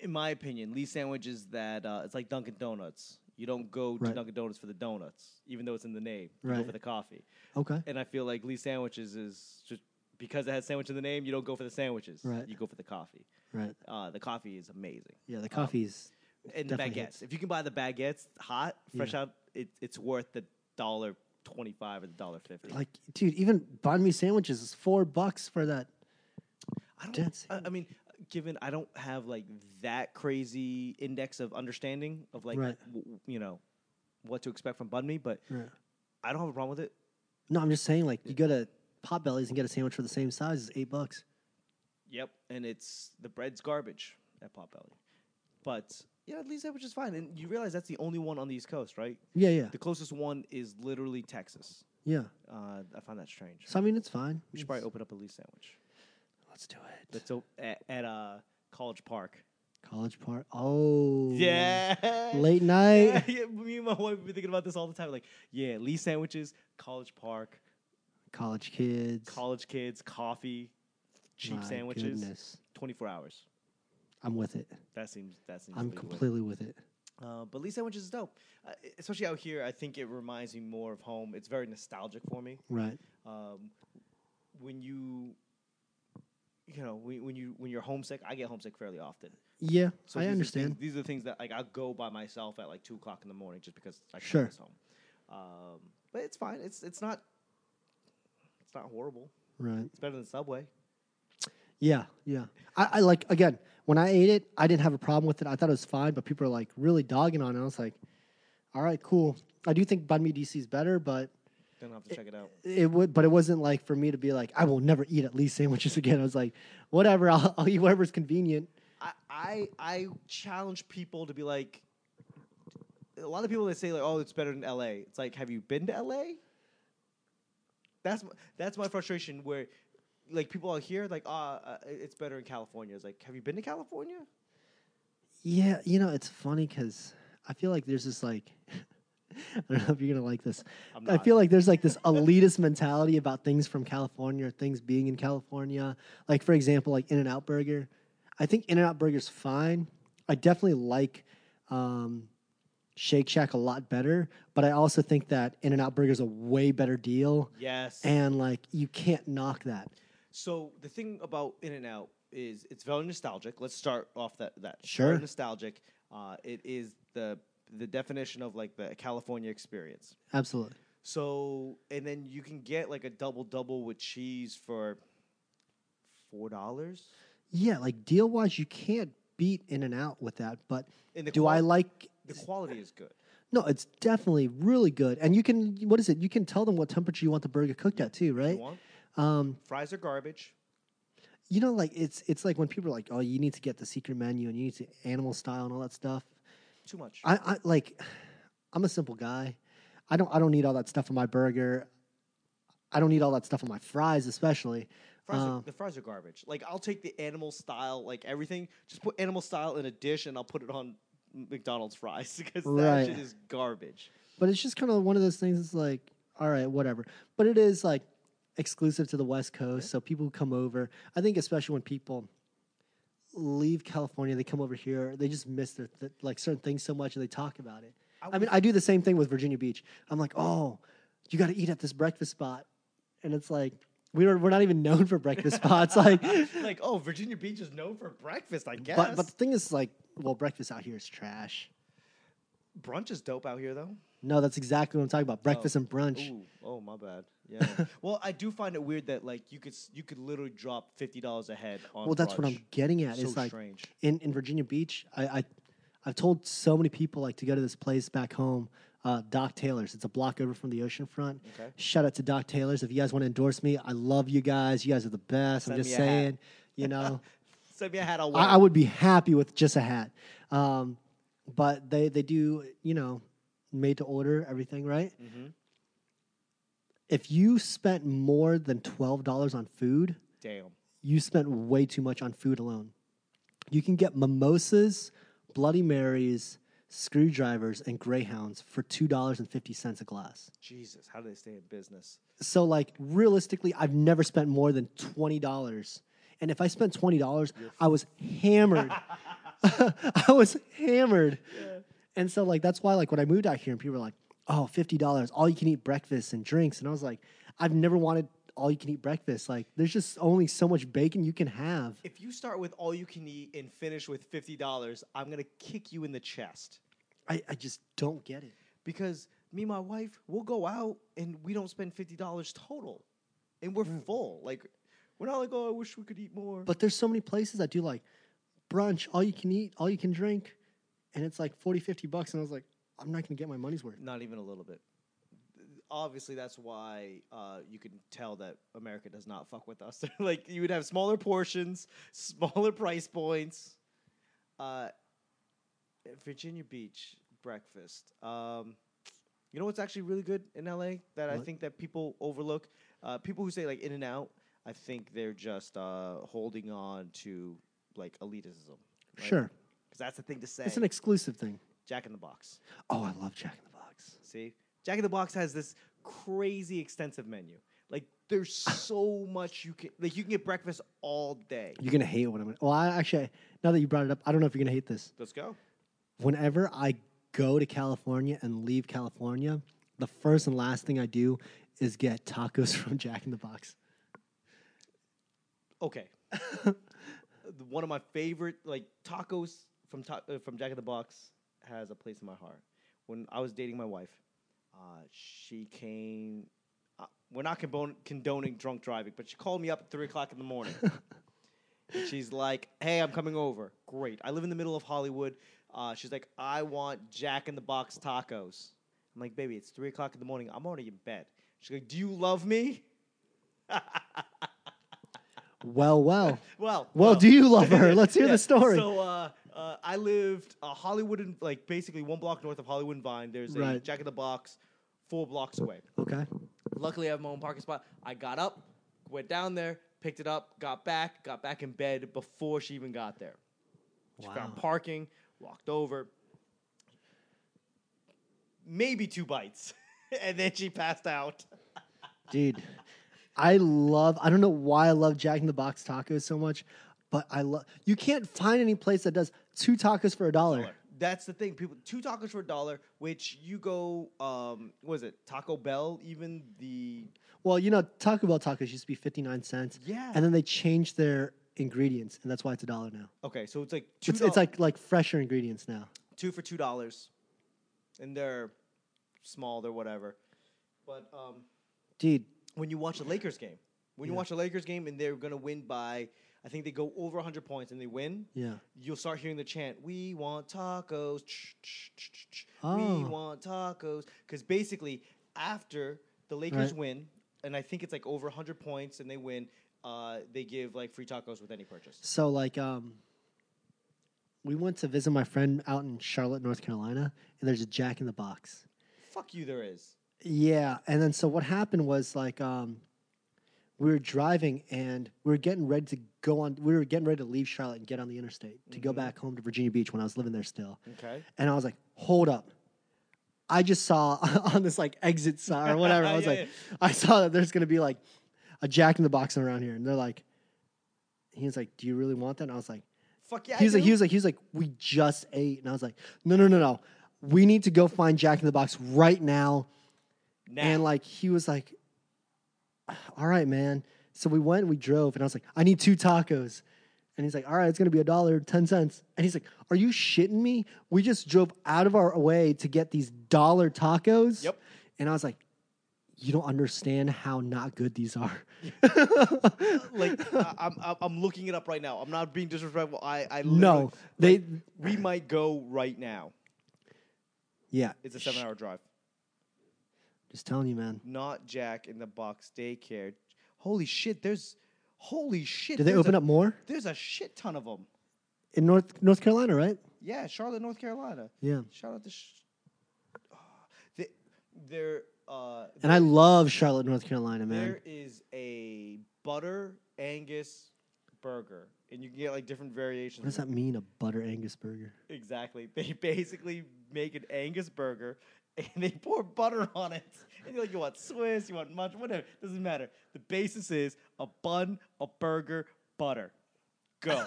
S1: in my opinion, Lee sandwiches that uh, it's like Dunkin' Donuts. You don't go to
S2: Right.
S1: Dunkin' Donuts for the donuts, even though it's in the name. You go
S2: Right.
S1: for the coffee.
S2: Okay,
S1: And I feel like Lee sandwiches is just because it has sandwich in the name. You don't go for the sandwiches.
S2: Right.
S1: You go for the coffee.
S2: right?
S1: Uh, the coffee is amazing,
S2: Yeah, the coffee's
S1: and
S2: Definitely
S1: the baguettes.
S2: hits.
S1: If you can buy the baguettes hot, fresh
S2: Yeah.
S1: out, it, it's worth the dollar twenty-five or the dollar fifty.
S2: like dude even banh mi sandwiches is four bucks for that
S1: I
S2: Dense.
S1: don't. I, I mean, given I don't have like that crazy index of understanding of like
S2: Right.
S1: w- w- you know what to expect from bun me, but I don't have a problem with it.
S2: no i'm just saying like you go to pot bellies and get a sandwich for the same size is eight bucks
S1: Yep, and it's the bread's garbage at Potbelly, but yeah, at least that was just fine. And you realize that's the only one on the East Coast, right?
S2: yeah yeah
S1: The closest one is literally Texas.
S2: yeah
S1: Uh, I find that strange.
S2: so i mean it's fine
S1: We should
S2: It's-
S1: probably open up a Lee sandwich.
S2: let's do it
S1: That's o- at, at uh, College Park.
S2: college part oh
S1: Yeah.
S2: late night
S1: yeah, me and my wife have been thinking about this all the time. Like, yeah, Lee sandwiches, College Park,
S2: college kids
S1: college kids, coffee, cheap
S2: My
S1: sandwiches.
S2: goodness.
S1: Twenty four hours.
S2: I'm with it.
S1: That seems that seems.
S2: I'm
S1: legal.
S2: completely with it.
S1: Uh, but Lee sandwiches is dope, uh, especially out here. I think it reminds me more of home. It's very nostalgic for me.
S2: Right.
S1: um, when you you know when, when you when you're homesick i get homesick fairly often
S2: Yeah, I
S1: these are
S2: understand.
S1: things- these are things that like i'll go by myself at like two o'clock in the morning just because i
S2: Sure.
S1: can't miss home um, but it's fine it's it's not it's not horrible
S2: Right.
S1: it's better than subway
S2: Yeah, yeah. I, I like again when I ate it, I didn't have a problem with it. I thought it was fine, but people are like really dogging on it. I was like, all right, cool. I do think Bun Me DC is better, but
S1: don't have to check it out
S2: it would, but it wasn't like for me to be like, I will never eat at least sandwiches again. I was like, whatever, I'll, I'll eat whatever's convenient.
S1: I, I i challenge people to be like a lot of people that say like oh it's better than la it's like have you been to la That's my, that's my frustration. Where like people out here like ah, uh, it's better in California. It's like, have you been to California?
S2: Yeah, you know, it's funny because I feel like there's this like, I don't know if you're gonna like this.
S1: I'm
S2: I
S1: not.
S2: feel like there's like this elitist mentality about things from California or things being in California. Like for example, like In and Out Burger. I think In and Out Burger's fine. I definitely like um, Shake Shack a lot better, but I also think that In and Out Burger's a way better deal.
S1: Yes.
S2: And like you can't knock that.
S1: so the thing about In and Out is it's very nostalgic. Let's start off that that
S2: Sure.
S1: very nostalgic. Uh, it is the the definition of like the California experience.
S2: Absolutely.
S1: So and then you can get like a double double with cheese for four dollars.
S2: Yeah, like deal wise, you can't beat In and Out with that. But
S1: And the
S2: do I
S1: qual-
S2: like
S1: The quality is good.
S2: No, it's definitely really good. And you can, what is it? You can tell them what temperature you want the burger cooked at too,
S1: You
S2: right?
S1: want?
S2: Um,
S1: Fries are garbage.
S2: you know, like it's it's like when people are like, oh, you need to get the secret menu and you need to animal style and all that stuff.
S1: Too much.
S2: I, I like, I'm a simple guy. I don't I don't need all that stuff on my burger. I don't need all that stuff on my fries, especially.
S1: Fries are,
S2: Uh,
S1: the fries are garbage. Like I'll take the animal style, like everything. Just put animal style in a dish, and I'll put it on McDonald's fries because
S2: Right.
S1: that shit is garbage.
S2: But it's just kind of one of those things. It's like, all right, whatever. But it is like exclusive to the West Coast, so people who come over. I think especially when people leave California, they come over here. They just miss their th- like certain things so much, and they talk about it.
S1: I
S2: I mean, I do the same thing with Virginia Beach. I'm like, oh, you got to eat at this breakfast spot, and it's like we were, we're not even known for breakfast spots. Like,
S1: like, oh, Virginia Beach is known for breakfast. I guess
S2: but but the thing is, like, well, breakfast out here is trash.
S1: brunch is dope out here, though.
S2: No, that's exactly what I'm talking about. Breakfast and brunch.
S1: Ooh, oh my bad. Yeah. well, I do find it weird that like you could s- you could literally drop fifty dollars a head on.
S2: Well, that's what
S1: brunch.
S2: I'm getting at.
S1: So
S2: it's like
S1: strange.
S2: in, in Virginia Beach, I, I I've told so many people like to go to this place back home, uh, Doc Taylor's. It's a block over from the ocean front.
S1: Okay.
S2: Shout out to Doc Taylor's. If you guys want to endorse me, I love you guys. You guys are the best.
S1: Send
S2: I'm
S1: me a
S2: just
S1: hat.
S2: saying, you know,
S1: Send me a hat. I'll wear.
S2: I, I would be happy with just a hat. Um, but they they do you know made to order everything right.
S1: hmm
S2: If you spent more than twelve dollars on food,
S1: Damn.
S2: you spent way too much on food alone. You can get mimosas, Bloody Marys, screwdrivers, and Greyhounds for $2.50 a glass.
S1: Jesus, how do they stay in business?
S2: So, like, realistically, I've never spent more than $20. And if I spent $20, I was hammered. I was hammered. And so, like, that's why, like, when I moved out here and people were like, oh, $50, all you can eat breakfast and drinks. And I was like, I've never wanted all you can eat breakfast. Like, there's just only so much bacon you can have.
S1: If you start with all you can eat and finish with fifty dollars, I'm gonna kick you in the chest.
S2: I, I just don't get it.
S1: because me and my wife we'll go out and we don't spend fifty dollars total, and we're full. Like we're not like oh I wish we could eat more.
S2: Mm. But there's so many places that do like brunch, all you can eat, all you can drink, and it's like 40, 50 bucks. And I was like, I'm not gonna get my money's worth.
S1: not even a little bit. Obviously, that's why uh, you can tell that America does not fuck with us. like you would have smaller portions, smaller price points. Uh, Virginia Beach breakfast. Um, you know what's actually really good in LA that I
S2: What?
S1: think that people overlook? Uh, people who say like In and Out, I think they're just uh, holding on to like elitism.
S2: Sure.
S1: because that's the thing to say.
S2: It's an exclusive thing.
S1: Jack in the Box.
S2: Oh, I love Jack in the Box.
S1: See, Jack in the Box has this crazy extensive menu. Like there's so much you can like you can get breakfast all day.
S2: You're gonna hate what I'm. gonna Well, I actually, now that you brought it up, I don't know if you're gonna hate this.
S1: Let's go.
S2: Whenever I go to California and leave California, the first and last thing I do is get tacos from Jack in the Box.
S1: Okay. One of my favorite like tacos from ta- uh, from Jack in the Box has a place in my heart. When I was dating my wife, uh, she came. Uh, we're not condone- condoning drunk driving, but she called me up at three o'clock in the morning. And she's like, "Hey, I'm coming over. Great. I live in the middle of Hollywood." Uh, she's like, "I want Jack in the Box tacos." I'm like, "Baby, it's three o'clock in the morning. I'm already in bed." She's like, "Do you love me?"
S2: Well, well.
S1: Well,
S2: Well, do you love her? Let's hear the
S1: Yeah.
S2: story.
S1: So, uh, uh, I lived uh, Hollywood and like basically one block north of Hollywood and Vine. There's a
S2: Right.
S1: Jack in the Box, four blocks away.
S2: Okay.
S1: Luckily, I have my own parking spot. I got up, went down there, picked it up, got back, got back in bed before she even got there. She found
S2: Wow.
S1: parking, walked over, maybe two bites, and then she passed out.
S2: Dude, I love, I don't know why I love Jack in the Box tacos so much, but I love, you can't find any place that does two tacos for a dollar.
S1: That's the thing. People two tacos for a dollar, which you go um what is it, Taco Bell, even the
S2: Well, you know, Taco Bell tacos used to be 59 cents.
S1: Yeah.
S2: And then they changed their ingredients, and that's why it's a dollar now.
S1: Okay, so it's like two
S2: It's, it's
S1: do-
S2: like like fresher ingredients now.
S1: two for two dollars. And they're small, they're whatever. But um
S2: Dude,
S1: when you watch a Lakers game, when you watch a Lakers game and they're gonna win by I think they go over 100 points and they win.
S2: yeah.
S1: You'll start hearing the chant, "We want tacos." ch- ch- ch- ch- ch, We
S2: Oh.
S1: want tacos because basically after the Lakers
S2: Right.
S1: win, and I think it's like over 100 points, and they win, uh, they give like free tacos with any purchase.
S2: So like um we went to visit my friend out in Charlotte, North Carolina, and there's a Jack in the Box.
S1: Fuck you, there is.
S2: Yeah, and then so what happened was like um we were driving and we were getting ready to go on we were getting ready to leave Charlotte and get on the interstate to
S1: Mm-hmm.
S2: go back home to Virginia Beach when I was living there still.
S1: Okay.
S2: And I was like, "Hold up." I just saw on this like exit sign or whatever. I was
S1: Yeah,
S2: like, I saw that there's gonna be like a Jack in the Box around here, and they're like, he was like, "Do you really want that?" And I was like,
S1: Fuck yeah.
S2: he was
S1: I
S2: like,
S1: do.
S2: he was like, he was like, we just ate, and I was like, no, no, no, no, we need to go find Jack in the Box right now.
S1: Nah.
S2: And like, he was like, all right, man. So we went, and we drove, and I was like, I need two tacos. And he's like, all right, it's gonna be a dollar, ten cents. And he's like, are you shitting me? We just drove out of our way to get these dollar tacos.
S1: Yep.
S2: And I was like, you don't understand how not good these are.
S1: like I, I'm, I'm- I'm looking it up right now. I'm not being disrespectful. I, I literally-
S2: no, they,
S1: We might go right now.
S2: yeah.
S1: It's a seven-hour drive.
S2: Just telling you, man.
S1: Not Jack in the Box daycare. Holy shit! There's holy shit.
S2: Did they
S1: there's
S2: open
S1: a-
S2: up more
S1: There's a shit ton of them.
S2: in North North Carolina? Right?
S1: Yeah, Charlotte, North Carolina.
S2: Yeah.
S1: Shout out to. Sh- ah, they, there, uh,
S2: And I love Charlotte, North Carolina, man.
S1: there is a butter Angus burger, and you can get like different variations.
S2: What does
S1: of
S2: that mean? A butter Angus burger?
S1: it. Exactly. They basically make an Angus burger, and they pour butter on it. And you're like, you want Swiss, you want much, whatever. Doesn't matter. The basis is a bun, a burger, butter. Go.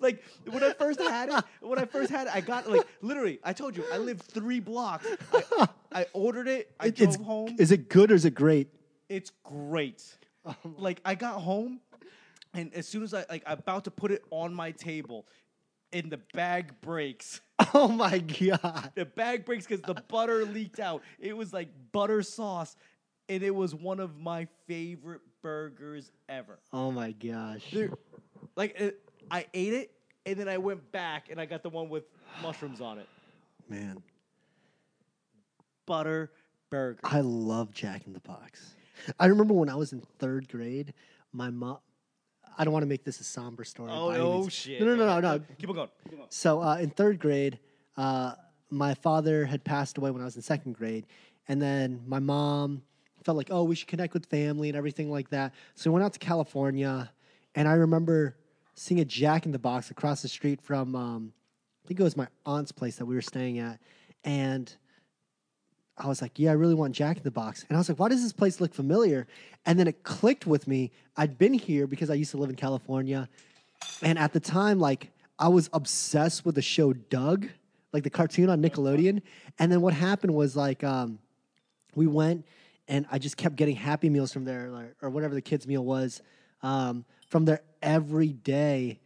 S1: Like when I first had it, when I first had it, I got like literally. I told you, I lived three blocks. I, I ordered it. I
S2: It-
S1: drove
S2: it's,
S1: home.
S2: Is it good or is it great?
S1: It's great.
S2: Oh.
S1: like I got home, and as soon as I like about to put it on my table, and the bag breaks.
S2: Oh my god!
S1: The bag breaks because the butter leaked out. It was like butter sauce, and it was one of my favorite burgers ever.
S2: Oh my gosh!
S1: There, like it, I ate it, and then I went back and I got the one with mushrooms on it.
S2: Man,
S1: Butter burger.
S2: I love Jack in the Box. I remember when I was in third grade, my mom. I don't want to make this a somber story.
S1: Oh,
S2: by any
S1: oh,
S2: means.
S1: shit.
S2: No, no, no, no, no.
S1: Keep on going. Keep on going.
S2: So uh, in third grade, uh, my father had passed away when I was in second grade, and then my mom felt like, oh, we should connect with family and everything like that. So we went out to California, and I remember seeing a Jack in the Box across the street from, um, I think it was my aunt's place that we were staying at, and I was like, yeah, I really want Jack in the Box. And I was like, why does this place look familiar? And then it clicked with me. I'd been here because I used to live in California. And at the time, like, I was obsessed with the show Doug, like the cartoon on Nickelodeon. And then what happened was, like, um, we went and I just kept getting Happy Meals from there like, or whatever the kids' meal was um, from there every day.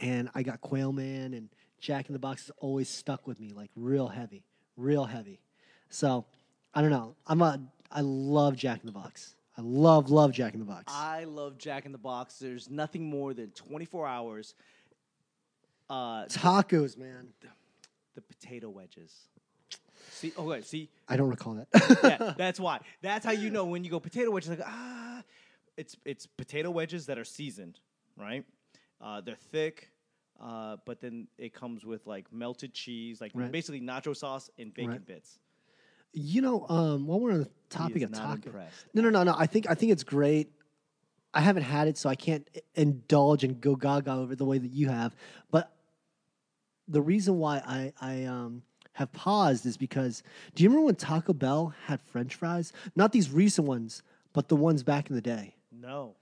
S2: And I got Quail Man and Jack in the Box has always stuck with me, like, real heavy, real heavy. So I don't know. I'm a I love Jack in the Box. I love love Jack in the Box.
S1: I love Jack in the Box. There's nothing more than 24 hours. Uh,
S2: Tacos, man.
S1: the potato wedges. See, okay, see,
S2: I don't recall that.
S1: yeah, that's why. That's how you know when you go potato wedges. Like ah, it's it's potato wedges that are seasoned, right? Uh, they're thick, uh, but then it comes with like melted cheese, like
S2: Right.
S1: basically nacho sauce and bacon
S2: Right.
S1: bits.
S2: you know, um, while we're on the topic
S1: is
S2: of
S1: not
S2: tacos,
S1: impressed.
S2: no, no, no, no. I think I think it's great. I haven't had it, so I can't i- indulge and go gaga over it the way that you have. But the reason why I I um, have paused is because do you remember when Taco Bell had French fries? Not these recent ones, but the ones back in the day.
S1: No,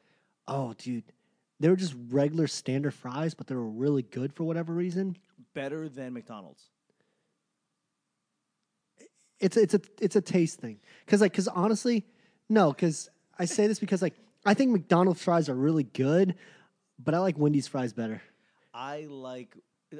S2: Oh, dude. They were just regular standard fries, but they were really good for whatever reason.
S1: better than McDonald's.
S2: It's it's a it's a taste thing. Cause like cause honestly, no, cause I say this because like I think McDonald's fries are really good, but I like Wendy's fries better.
S1: I like.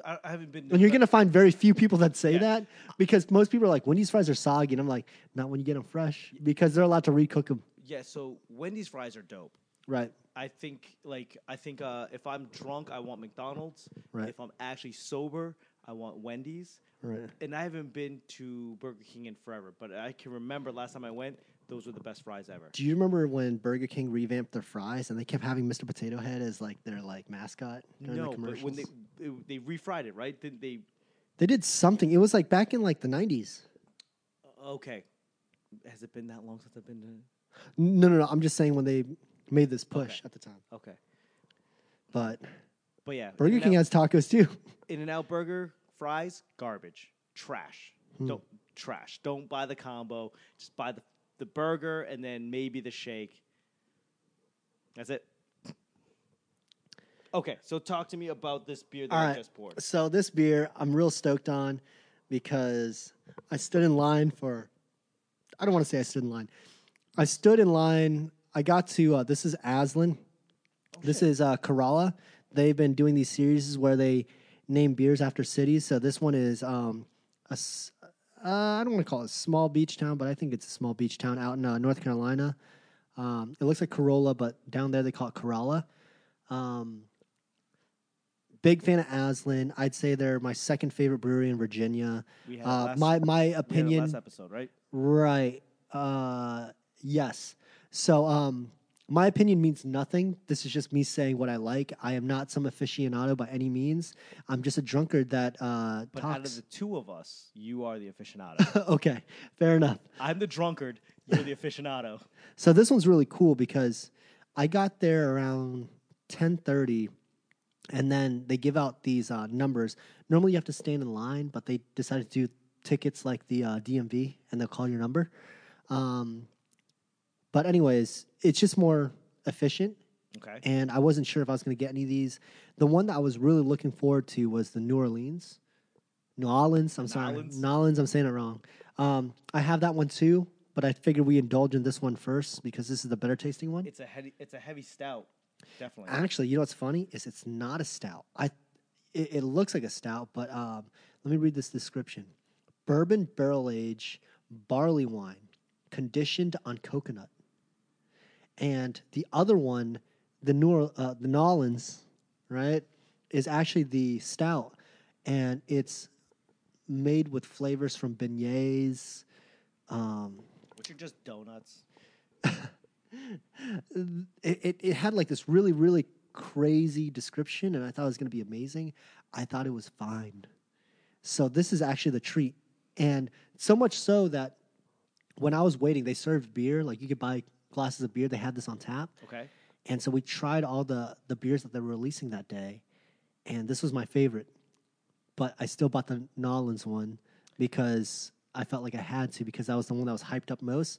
S1: I, I haven't been. to
S2: And you're
S1: Fre-
S2: gonna find very few people that say
S1: Yeah.
S2: that because most people are like Wendy's fries are soggy, and I'm like, not when you get them fresh because they're allowed to recook them.
S1: Yeah, so Wendy's fries are dope.
S2: Right.
S1: I think like I think uh, if I'm drunk, I want McDonald's.
S2: Right.
S1: If I'm actually sober, I want Wendy's.
S2: Right.
S1: And I haven't been to Burger King in forever, but I can remember last time I went, those were the best fries ever.
S2: Do you remember when Burger King revamped their fries and they kept having Mr. Potato Head as like their like mascot during
S1: No,
S2: the
S1: but
S2: commercials?
S1: when they it- they refried it, right? Didn't they?
S2: They did something. It was like back in like the nineties.
S1: Okay, has it been that long since I've been to?
S2: No, no, no. I'm just saying when they made this push
S1: Okay.
S2: at the time.
S1: Okay,
S2: But
S1: but yeah,
S2: Burger King has tacos too.
S1: In and Out Burger fries garbage, trash.
S2: Hmm.
S1: Don't trash. Don't buy the combo. Just buy the the burger and then maybe the shake. That's it. Okay, so talk to me about this beer that
S2: All
S1: I
S2: right.
S1: just poured.
S2: So this beer I'm real stoked on because I stood in line for. I don't want to say I stood in line. I stood in line. I got to uh, this is Aslan. This is uh, Kerala. They've been doing these series where they name beers after cities. So this one is um, a s- uh, I don't want to call it a small beach town, but I think it's a small beach town out in uh, North Carolina. Um, it looks like Corolla, but down there they call it Kerala. Um, big fan of Aslan. I'd say they're my second favorite brewery in Virginia.
S1: We had it
S2: Uh,
S1: last-
S2: my my
S1: We had it
S2: opinion.
S1: last episode, right?
S2: Right. Uh, yes. So, um, my opinion means nothing. This is just me saying what I like. I am not some aficionado by any means. I'm just a drunkard that uh,
S1: But out of
S2: talks.
S1: the two of us, you are the aficionado.
S2: okay, fair enough.
S1: I'm the drunkard. You're the aficionado.
S2: So this one's really cool because I got there around 10:30 and then they give out these uh, numbers. Normally you have to stand in line, but they decided to do tickets like the uh, DMV and they'll call your number. Um, but anyways, it's just more efficient
S1: Okay.
S2: and I wasn't sure if I was going to get any of these. The one that I was really looking forward to was the New Orleans. New Orleans, I'm sorry.
S1: Nolans?
S2: New Orleans, I'm saying it wrong. Um, I have that one too, but I figured we indulge in this one first because this is the better tasting one.
S1: It's a heavy. It's a heavy stout. Definitely.
S2: Actually, you know what's funny is it's not a stout. I, it, it looks like a stout, but um, let me read this description: bourbon barrel age barley wine, conditioned on coconut. And the other one, the New Orl- uh, the Nolans, right, is actually the stout, and it's made with flavors from beignets. Um,
S1: Which are just donuts.
S2: it, it, it had like this really really crazy description and i thought it was going to be amazing i thought it was fine so this is actually the treat and so much so that when i was waiting they served beer like you could buy glasses of beer they had this on tap
S1: Okay.
S2: and so we tried all the the beers that they were releasing that day and this was my favorite but i still bought the nolans one because I felt like I had to because that was the one that was hyped up most.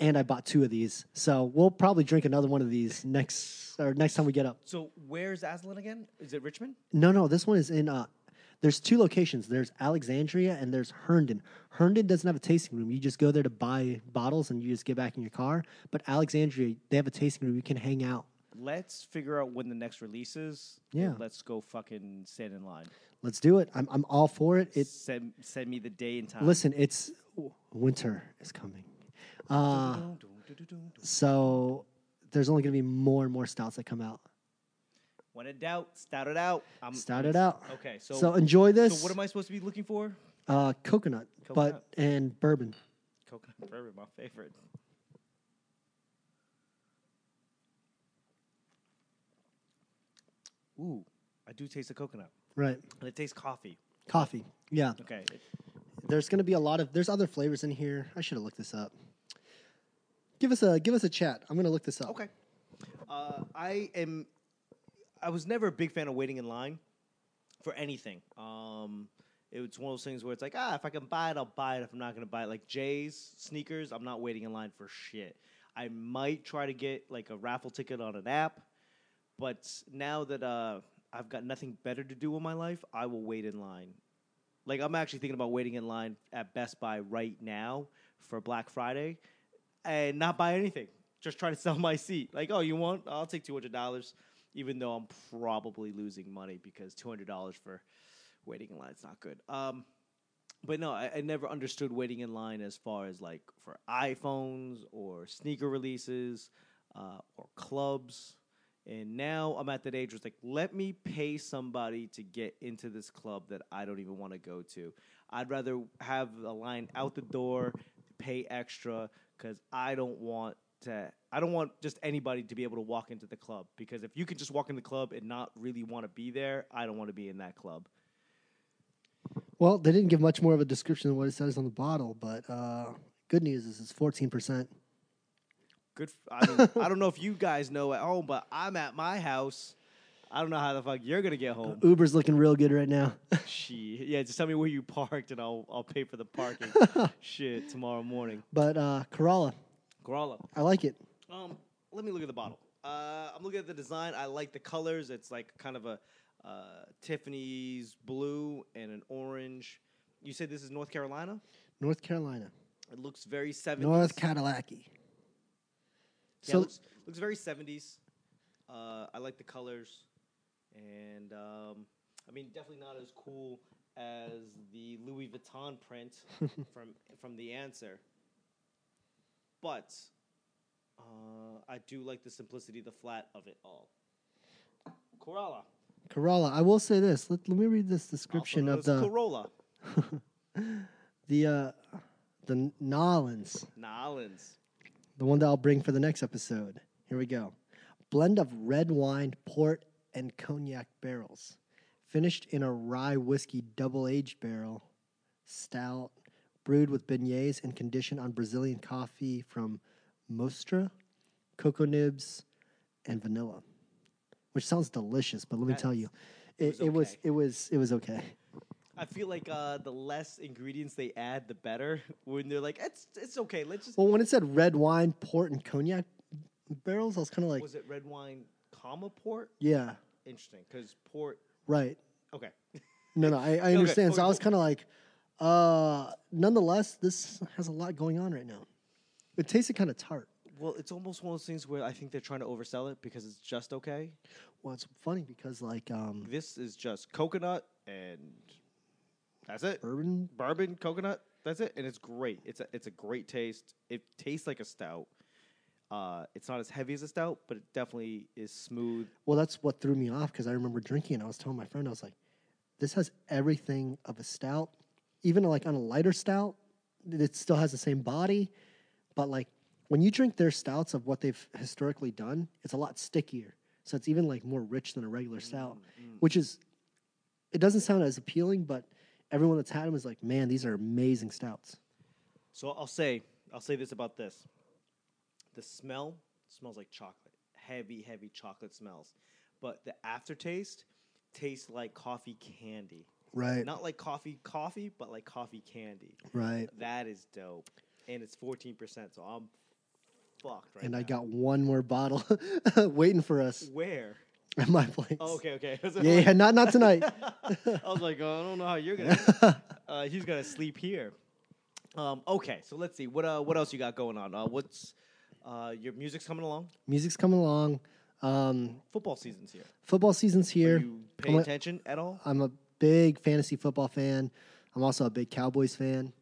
S2: And I bought two of these, so we'll probably drink another one of these next or next time we get up.
S1: So where's Aslan again? Is it Richmond?
S2: No, no, this one is in. Uh, there's two locations. There's Alexandria and there's Herndon. Herndon doesn't have a tasting room. You just go there to buy bottles and you just get back in your car. But Alexandria, they have a tasting room. You can hang out.
S1: Let's figure out when the next release is. and
S2: Yeah.
S1: Let's go fucking stand in line.
S2: Let's do it. I'm I'm all for it. It
S1: send send me the day and time.
S2: listen. It's winter is coming. Uh, so there's only going to be more and more stouts that come out.
S1: When in doubt, stout it out. I'm,
S2: Start it out.
S1: Okay, so
S2: So, enjoy
S1: so
S2: this.
S1: what am I supposed to be looking for?
S2: Uh, coconut,
S1: Coconut.
S2: but and bourbon.
S1: Coconut bourbon, my favorite. Ooh, I do taste the coconut,
S2: Right.
S1: and it tastes coffee.
S2: Coffee. Yeah.
S1: Okay, it-
S2: There's going to be a lot of. There's other flavors in here. I should have looked this up. Give us a give us a chat. I'm going to look this up.
S1: okay. Uh, I am. I was never a big fan of waiting in line for anything. Um, it was one of those things where it's like, ah, if I can buy it, I'll buy it. If I'm not gonna buy it, like Jay's sneakers, I'm not waiting in line for shit. I might try to get like a raffle ticket on an app, but now that uh, I've got nothing better to do in my life, I will wait in line. Like I'm actually thinking about waiting in line at Best Buy right now for Black Friday, and not buy anything. Just try to sell my seat. Like, oh, you want? I'll take two hundred dollars, even though I'm probably losing money because two hundred dollars for waiting in line is not good. Um, but no, I, I never understood waiting in line as far as like for iPhones or sneaker releases uh, or clubs. And now I'm at that age where it's like, let me pay somebody to get into this club that I don't even want to go to. I'd rather have a line out the door, pay extra, because I don't want to. I don't want just anybody to be able to walk into the club. Because if you can just walk in the club and not really want to be there, I don't want to be in that club.
S2: Well, they didn't give much more of a description than what it says on the bottle, but uh, good news is it's 14%.
S1: Good. f- I, mean, I don't know if you guys know at home, but I'm at my house. I don't know how the fuck you're gonna get home.
S2: Uber's looking real good right now.
S1: She, yeah, just tell me where you parked and I'll I'll pay for the parking. Shit, tomorrow morning.
S2: but uh, Corolla,
S1: Grala.
S2: I like it.
S1: Um, let me look at the bottle. Uh, I'm looking at the design. I like the colors. It's like kind of a uh, Tiffany's blue and an orange. You said this is North Carolina.
S2: North Carolina.
S1: It looks very 70s.
S2: North Cadillac.
S1: Yeah,
S2: So
S1: looks, looks very 70s. Uh, I like the colors. And, um, I mean, definitely not as cool as the Louis Vuitton print from, from The Answer. But uh, I do like the simplicity, the flat of it all. Corolla.
S2: Corolla, I will say this. Let, let me read this
S1: also
S2: description
S1: known
S2: of
S1: as
S2: the
S1: Corolla.
S2: the uh, the Nolans,
S1: Nolans.
S2: the one that I'll bring for the next episode. Here we go. Blend of red wine, port, and cognac barrels, finished in a rye whiskey double aged barrel, stout, brewed with beignets and conditioned on Brazilian coffee from Mostra, cocoa nibs, and vanilla. Which sounds delicious, but let me
S1: That-
S2: tell you, it,
S1: it
S2: it
S1: was
S2: was it was it was okay.
S1: I feel like uh, the less ingredients they add, the better. When they're like, it's it's okay. Let's just
S2: Well, when it said red wine, port, and cognac barrels, I was kind of like,
S1: was it red wine, comma port?
S2: yeah,
S1: Interesting, because port.
S2: right.
S1: Okay,
S2: No, no, I, I understand. so
S1: okay,
S2: I was
S1: cool.
S2: kind of like, uh, nonetheless, this has a lot going on right now. It tasted kind of tart.
S1: well, it's almost one of those things where I think they're trying to oversell it because it's just okay.
S2: Well, it's funny because like um,
S1: This is just coconut and that's it.
S2: bourbon,
S1: Bourbon, coconut, that's it, and it's great. It's a it's a great taste. It tastes like a stout. Uh, it's not as heavy as a stout, but it definitely is smooth.
S2: well, that's what threw me off because I remember drinking and I was telling my friend, I was like, this has everything of a stout, even like on a lighter stout, it still has the same body, but like when you drink their stouts of what they've historically done, it's a lot stickier. So it's even like more rich than a regular stout, which is, it doesn't sound as appealing, but everyone that's had them is like, man, these are amazing stouts.
S1: So I'll say I'll say this about this. The smell smells like chocolate. Heavy, heavy chocolate smells. But the aftertaste tastes like coffee candy.
S2: Right.
S1: Not like coffee, coffee, but like coffee candy.
S2: Right.
S1: That is dope, and it's fourteen percent. So I'm fucked right
S2: And
S1: now.
S2: I got one more bottle waiting for us
S1: where?
S2: at my place.
S1: Oh, okay, okay.
S2: Yeah, yeah, not not tonight.
S1: I was like, oh, I don't know how you're gonna. Uh, he's gonna sleep here. Um, okay, so let's see what uh, what else you got going on. Uh, what's uh, your music's coming along?
S2: Music's coming along. Um,
S1: Football season's here.
S2: football season's
S1: Do
S2: here.
S1: you pay
S2: I'm a-
S1: attention at all?
S2: I'm a big fantasy football fan. I'm also a big Cowboys fan.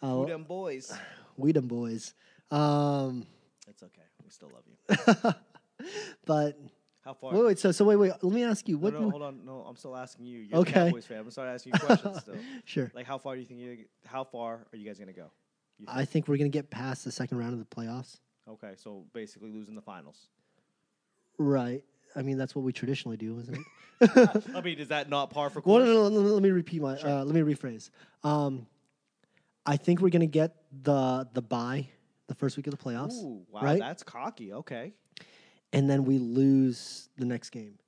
S1: Who
S2: Uh,
S1: them boys?
S2: we them boys. Um,
S1: That's okay. We still love you.
S2: but
S1: How far?
S2: wait, wait. So so wait, wait. Let me ask you.
S1: no,
S2: What?
S1: no,
S2: do-
S1: hold on. No, I'm still asking you. You're okay.
S2: Okay.
S1: Cowboys fan. I'm gonna start asking you questions still.
S2: sure.
S1: Like, how far do you think you? How far are you guys gonna go? You think?
S2: I think we're gonna get past the second round of the playoffs.
S1: okay, so basically losing the finals.
S2: Right. I mean, that's what we traditionally do, isn't it?
S1: I mean, is that not par for
S2: Well,
S1: course?
S2: no, no, no, let me repeat my. Uh, let me rephrase. Um, I think we're gonna get the the bye the first week of the playoffs,
S1: Ooh, wow,
S2: right?
S1: that's cocky. Okay.
S2: and then we lose the next game,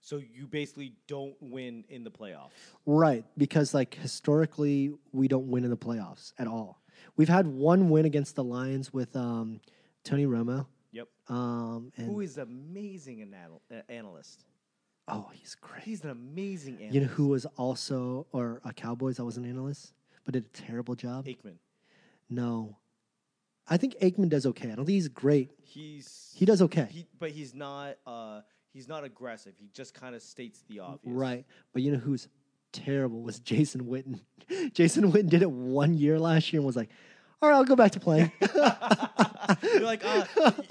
S1: So you basically don't win in the playoffs.
S2: right? Because like historically, we don't win in the playoffs at all. We've had one win against the Lions with um, Tony Romo.
S1: Yep.
S2: Um, and
S1: Who is amazing an anal- uh, analyst?
S2: oh, he's great.
S1: He's an amazing analyst.
S2: You know who was also or a Cowboys? I was an analyst, but did a terrible job.
S1: Aikman.
S2: No, I think Aikman does okay. I don't think he's great.
S1: He's
S2: He does okay.
S1: He, but he's not. Uh, he's not aggressive. He just kind of states the obvious.
S2: Right. But you know who's terrible was Jason Witten. Jason Witten did it one year last year and was like, all right, I'll go back to playing.
S1: You're like, uh,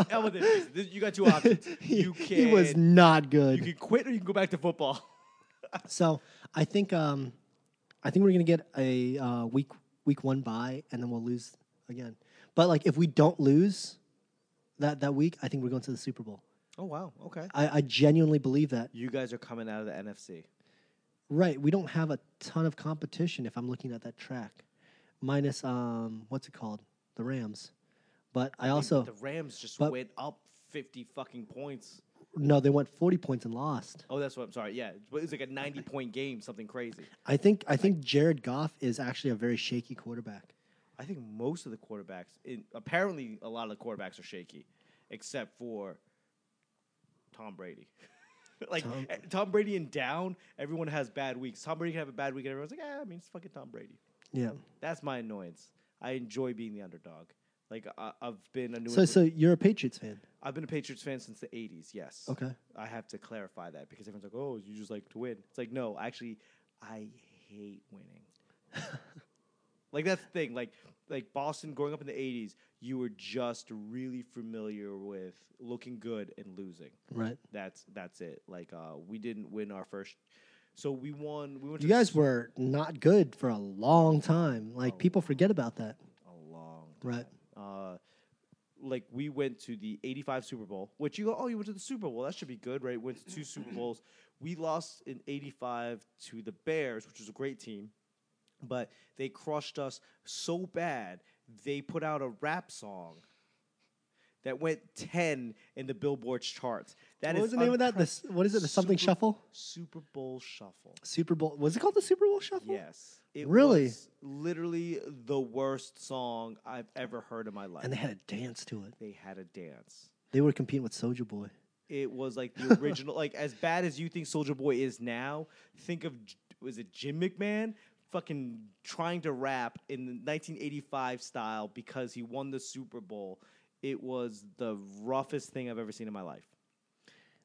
S1: hell with it, Jason. This- You got two options. You can.
S2: he was not good.
S1: you can quit or you can go back to football.
S2: so I think um, I think we're gonna get a uh, week week one bye and then we'll lose again. But like if we don't lose that, that week, I think we're going to the Super Bowl.
S1: Oh wow. Okay.
S2: I, I genuinely believe that.
S1: You guys are coming out of the NFC.
S2: Right. We don't have a ton of competition if I'm looking at that track. Minus um what's it called? The Rams. But I also
S1: the Rams just
S2: but-
S1: went up fifty fucking points.
S2: no, they went 40 points and lost.
S1: Oh, that's what I'm sorry. Yeah, but it was like a 90 point game, something crazy.
S2: I think I think Jared Goff is actually a very shaky quarterback.
S1: I think most of the quarterbacks, in, apparently, a lot of the quarterbacks are shaky, except for Tom Brady. like eh,
S2: Tom-
S1: Tom, Brady and down, everyone has bad weeks. Tom Brady can have a bad week, and everyone's like, "Ah, I mean, it's fucking Tom Brady."
S2: Yeah.
S1: That's my annoyance. I enjoy being the underdog. Like I, I've been a New
S2: So
S1: England,
S2: so you're a Patriots fan.
S1: I've been a Patriots fan since the 80s. Yes.
S2: Okay.
S1: I have to clarify that because everyone's like, "Oh, you just like to win." It's like, no, actually, I hate winning. like that's the thing. Like, like Boston growing up in the '80s, you were just really familiar with looking good and losing.
S2: Right.
S1: That's that's it. Like, uh, we didn't win our first, so we won. We went.
S2: You
S1: to the
S2: guys
S1: s-
S2: were not good for a long time.
S1: Oh.
S2: Like people forget about that.
S1: a long time.
S2: Right.
S1: Uh, like we went to the '85 Super Bowl, which you go, oh, you went to the Super Bowl. That should be good, right? Went to two Super Bowls. We lost in '85 to the Bears, which was a great team, but they crushed us so bad they put out a rap song that went 10 in the Billboard charts. That
S2: what
S1: is
S2: was the name of that?
S1: unpre-
S2: This what is it? The something
S1: Super-
S2: shuffle?
S1: Super Bowl Shuffle.
S2: Super Bowl. Was it called the Super Bowl shuffle?
S1: Yes, it
S2: Really?
S1: was literally the worst song I've ever heard in my life
S2: And they had a dance to it.
S1: they had a dance.
S2: They were competing with Soldier Boy.
S1: It was like the original, like as bad as you think Soldier Boy is now. Think of J- was it Jim McMahon fucking trying to rap in the 1985 style because he won the Super Bowl. It was the roughest thing I've ever seen in my life.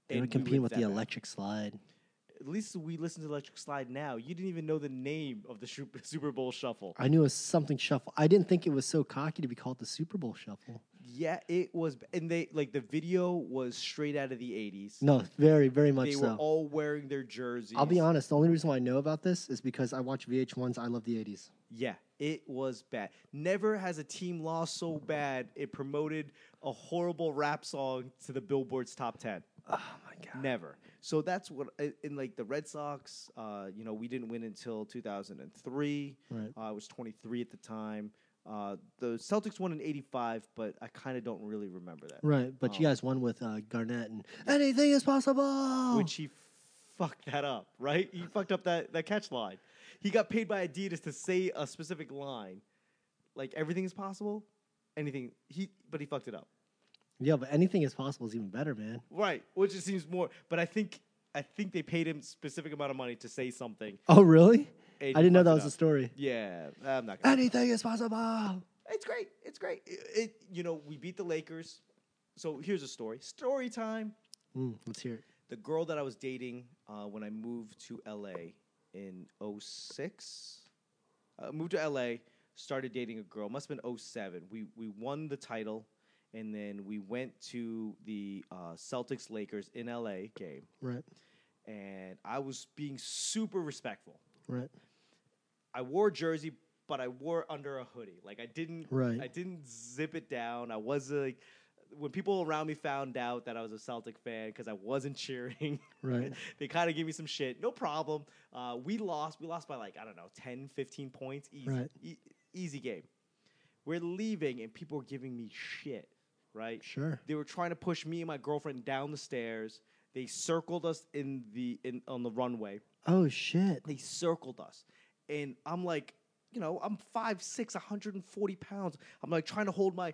S2: They were
S1: And we
S2: competing
S1: went
S2: with the
S1: that bad.
S2: electric slide.
S1: At least we listen to Electric Slide now. You didn't even know the name of the Shu- Super Bowl Shuffle.
S2: I knew it was something shuffle. I didn't think it was so cocky to be called the Super Bowl shuffle.
S1: Yeah, it was, b- and they like the video was straight out of the 80s.
S2: No, very, very much
S1: they were
S2: so.
S1: all wearing their jerseys.
S2: I'll be honest. The only reason why I know about this is because I watch VH1's I Love the 80s.
S1: Yeah, it was bad. Never has a team lost so bad it promoted a horrible rap song to the Billboard's top 10.
S2: Oh my god.
S1: Never. So that's what i- in like the Red Sox, uh, you know, we didn't win until 2003.
S2: Right.
S1: Uh, I was 23 at the time. Uh, the Celtics won in 85, but I kind of don't really remember that.
S2: Right, but you
S1: Oh.
S2: guys won with uh, Garnett and anything is possible.
S1: Which he fucked that up, right? He fucked up that that catch line. he got paid by Adidas to say a specific line, like everything is possible, anything. He but he fucked it up.
S2: Yeah, but anything is possible is even better, man.
S1: Right, which it seems more. But I think I think they paid him specific amount of money to say something.
S2: Oh, really?
S1: and he
S2: I didn't know
S1: fucked
S2: that
S1: it
S2: was
S1: up.
S2: a story.
S1: Yeah, I'm not. Gonna
S2: Anything is possible.
S1: It's great. It's great. It, it- you know, we beat the Lakers. So here's a story. Story time.
S2: Mm, let's hear it.
S1: The girl that I was dating uh, when I moved to LA in 06, uh, moved to LA, started dating a girl. Must have been 07. We, we won the title, and then we went to the uh, Celtics Lakers in LA game.
S2: Right,
S1: And I was being super respectful.
S2: right.
S1: I wore a jersey, but I wore it under a hoodie. Like I didn't,
S2: Right.
S1: I didn't zip it down. I was like, when people around me found out that I was a Celtic fan because I wasn't cheering,
S2: Right.
S1: they kind of gave me some shit. No problem. Uh, we lost. We lost by like I don't know, 10, 15 points. Easy,
S2: Right.
S1: E- easy game. We're leaving, and people are giving me shit. Right.
S2: Sure.
S1: They were trying to push me and my girlfriend down the stairs. They circled us in the in on the runway
S2: Oh shit.
S1: they circled us. And I'm like, you know, I'm 5'6, 140 pounds. I'm like trying to hold my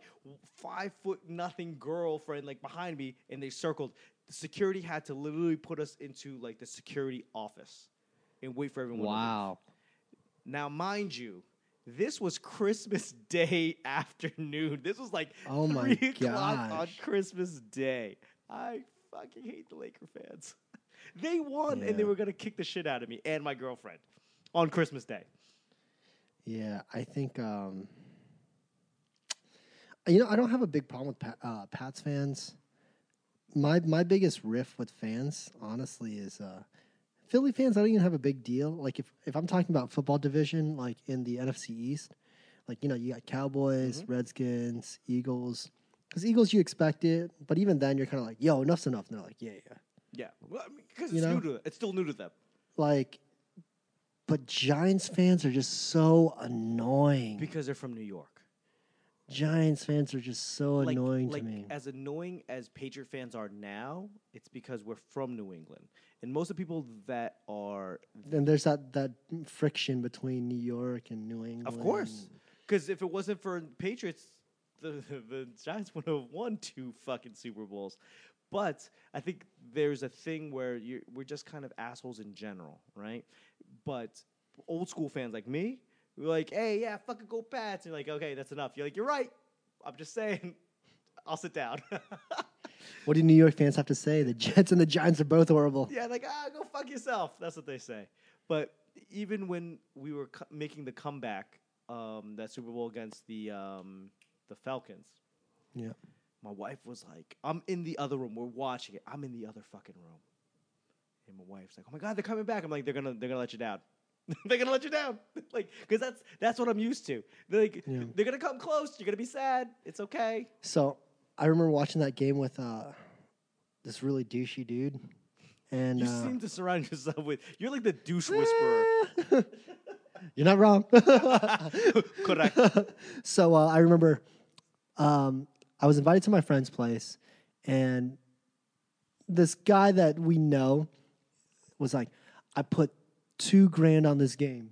S1: five foot nothing girlfriend like behind me, and they circled. The security had to literally put us into like the security office and wait for everyone. to leave. Now, mind you, this was Christmas Day afternoon. This was like
S2: Oh
S1: three
S2: my
S1: o'clock on
S2: gosh.
S1: Christmas Day. I fucking hate the Laker fans. They won and they
S2: Yeah.
S1: were gonna kick the shit out of me and my girlfriend on Christmas Day.
S2: Yeah, I think um, you know I don't have a big problem with Pat, uh, Pats fans. My my biggest riff with fans, honestly, is uh, Philly fans. I don't even have a big deal. Like if if I'm talking about football division, like in the NFC East, like you know you got Cowboys, Redskins, Eagles. Because Eagles, you expect it, but even then, you're kind of like, "Yo, enough's enough." And they're like, "Yeah, yeah."
S1: Yeah, because I mean, 'cause
S2: You
S1: it's new
S2: know?
S1: to them. It's still new to them.
S2: Like, but Giants fans are just so annoying.
S1: because they're from New York.
S2: Giants fans are just so
S1: like,
S2: annoying
S1: like
S2: to me.
S1: as annoying as Patriot fans are now, it's because we're from New England, and most of the people that are,
S2: Then there's that that friction between New York and New England.
S1: of course, because if it wasn't for Patriots, the the Giants would have won two fucking Super Bowls. But I think there's a thing where you're, we're just kind of assholes in general, right? But old school fans like me, we're like, hey, yeah, fucking go Pats, and you're like, okay, that's enough. You're like, you're right. I'm just saying, I'll sit down.
S2: What do New York fans have to say? The Jets and the Giants are both horrible.
S1: Yeah, like ah, go fuck yourself. That's what they say. But even when we were co- making the comeback, um, that Super Bowl against the um, the Falcons,
S2: Yeah.
S1: my wife was like, "I'm in the other room. We're watching it. I'm in the other fucking room." And my wife's like, "Oh my god, they're coming back." I'm like, "They're gonna, they're gonna let you down. they're gonna let you down. like, because that's that's what I'm used to. They're like,
S2: Yeah.
S1: they're gonna come close. You're gonna be sad. It's okay.
S2: So I remember watching that game with uh, this really douchey dude, and
S1: You
S2: uh,
S1: seem to surround yourself with. You're like the douche whisperer.
S2: you're not wrong.
S1: Correct.
S2: so uh, I remember um, I was invited to my friend's place, and this guy that we know was like, "I put two grand on this game."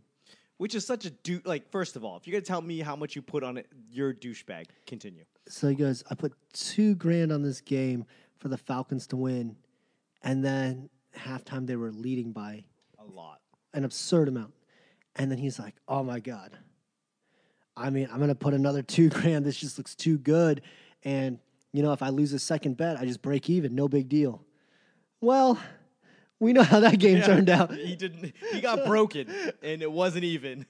S1: Which is such a dude. Like, first of all, if you're gonna tell me how much you put on it, you're a douchebag. Continue.
S2: So he goes, "I put two grand on this game for the Falcons to win," and then halftime they were leading by
S1: A lot.
S2: an absurd amount. And then he's like, "Oh my god, I mean, I'm gonna put another two grand. This just looks too good. And you know, if I lose a second bet, I just break even. No big deal." Well, we know how that game turned out.
S1: He didn't. He got broken, and it wasn't even.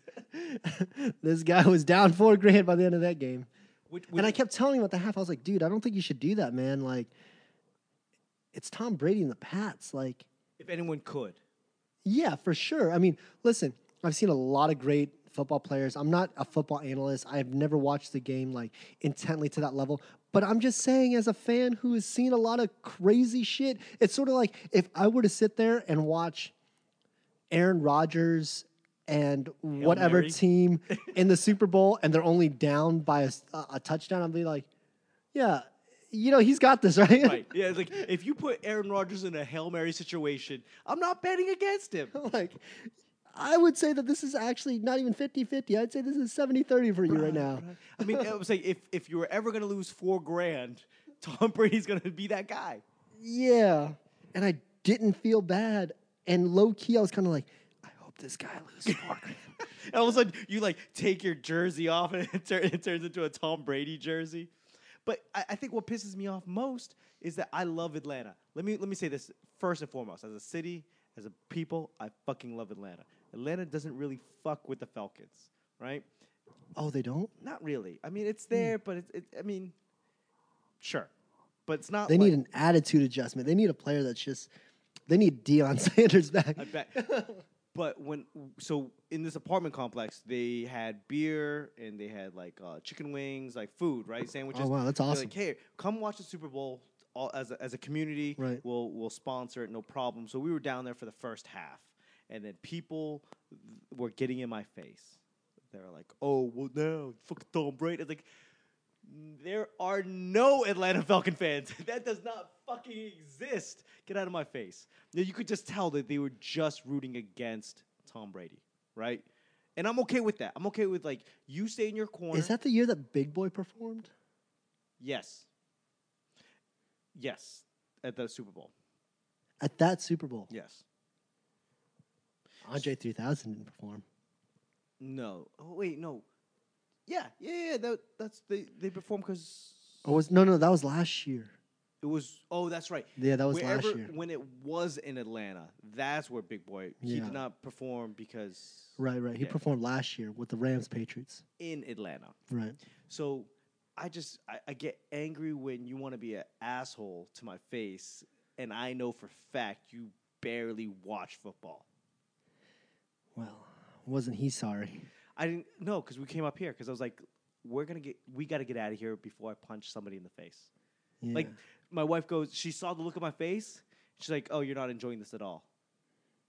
S2: this guy was down four grand by the end of that game.
S1: Which, which,
S2: And I kept telling him at the half, I was like, "Dude, I don't think you should do that, man. Like, it's Tom Brady and the Pats. Like,
S1: if anyone could,
S2: Yeah, for sure. I mean, listen, I've seen a lot of great football players. I'm not a football analyst. I've never watched the game like intently to that level. But I'm just saying, as a fan who has seen a lot of crazy shit, it's sort of like if I were to sit there and watch Aaron Rodgers and whatever
S1: Mary?
S2: team in the Super Bowl and they're only down by a, s- a- a touchdown, I'd be like, yeah, you know, he's got this, right?
S1: right? Yeah, it's like if you put Aaron Rodgers in a hail mary situation, I'm not betting against him.
S2: like I would say that this is actually not even 50-50. I'd say this is 70-30 for you right now.
S1: I mean, I would say if if you were ever going to lose four grand, Tom Brady's going to be that guy.
S2: Yeah. And I didn't feel bad. And low key, I was kind of like, I hope this guy loses four grand.
S1: And all of a sudden, you like take your jersey off, and it, tur- it turns into a Tom Brady jersey. But I, I think what pisses me off most is that I love Atlanta. Let me let me say this first and foremost: as a city, as a people, I fucking love Atlanta. Atlanta doesn't really fuck with the Falcons, right?
S2: Oh, they don't?
S1: Not really. I mean,
S2: Hmm.
S1: it's there, but it's. It, I mean, sure, but it's not.
S2: They
S1: Uh, like,
S2: need an attitude adjustment. They need a player that's just, they need Deion Sanders back.
S1: I bet. but when so in this apartment complex, they had beer and they had like uh, chicken wings, like food, right? Sandwiches.
S2: Oh, wow, that's
S1: They're
S2: awesome.
S1: Like, hey, come watch the Super Bowl all, as a, as a community.
S2: Right.
S1: We'll we'll sponsor it, no problem. So we were down there for the first half, and then people were getting in my face. They were like, "Oh, well, now fuck Tom Brady." It's like. There are no Atlanta Falcon fans. that does not fucking exist. Get out of my face. Now, you could just tell that they were just rooting against Tom Brady, right? And I'm okay with that. I'm okay with like you stay in your corner.
S2: Is that the year that Big Boy performed?
S1: yes? Yes, at the Super Bowl.
S2: At that Super Bowl,
S1: Yes.
S2: Andre 3000 didn't perform.
S1: No. Oh, wait, no. Yeah, yeah, yeah. That, that's they they perform because
S2: Or Oh, was no, no, that was last year.
S1: it was. Oh, that's right.
S2: Yeah, that was
S1: Wherever,
S2: last year.
S1: when it was in Atlanta, that's where Big Boy he
S2: Yeah.
S1: did not perform because
S2: Right, right. He
S1: Yeah.
S2: performed last year with the Rams Patriots.
S1: in Atlanta.
S2: Right.
S1: So I just I, I get angry when you want to be an asshole to my face, and I know for fact you barely watch football.
S2: Well, wasn't he sorry?
S1: I didn't know because we came up here because I was like, we're gonna get we got to get out of here before I punch somebody in the face.
S2: Yeah.
S1: Like my wife goes, she saw the look of my face. She's like, oh, you're not enjoying this at all.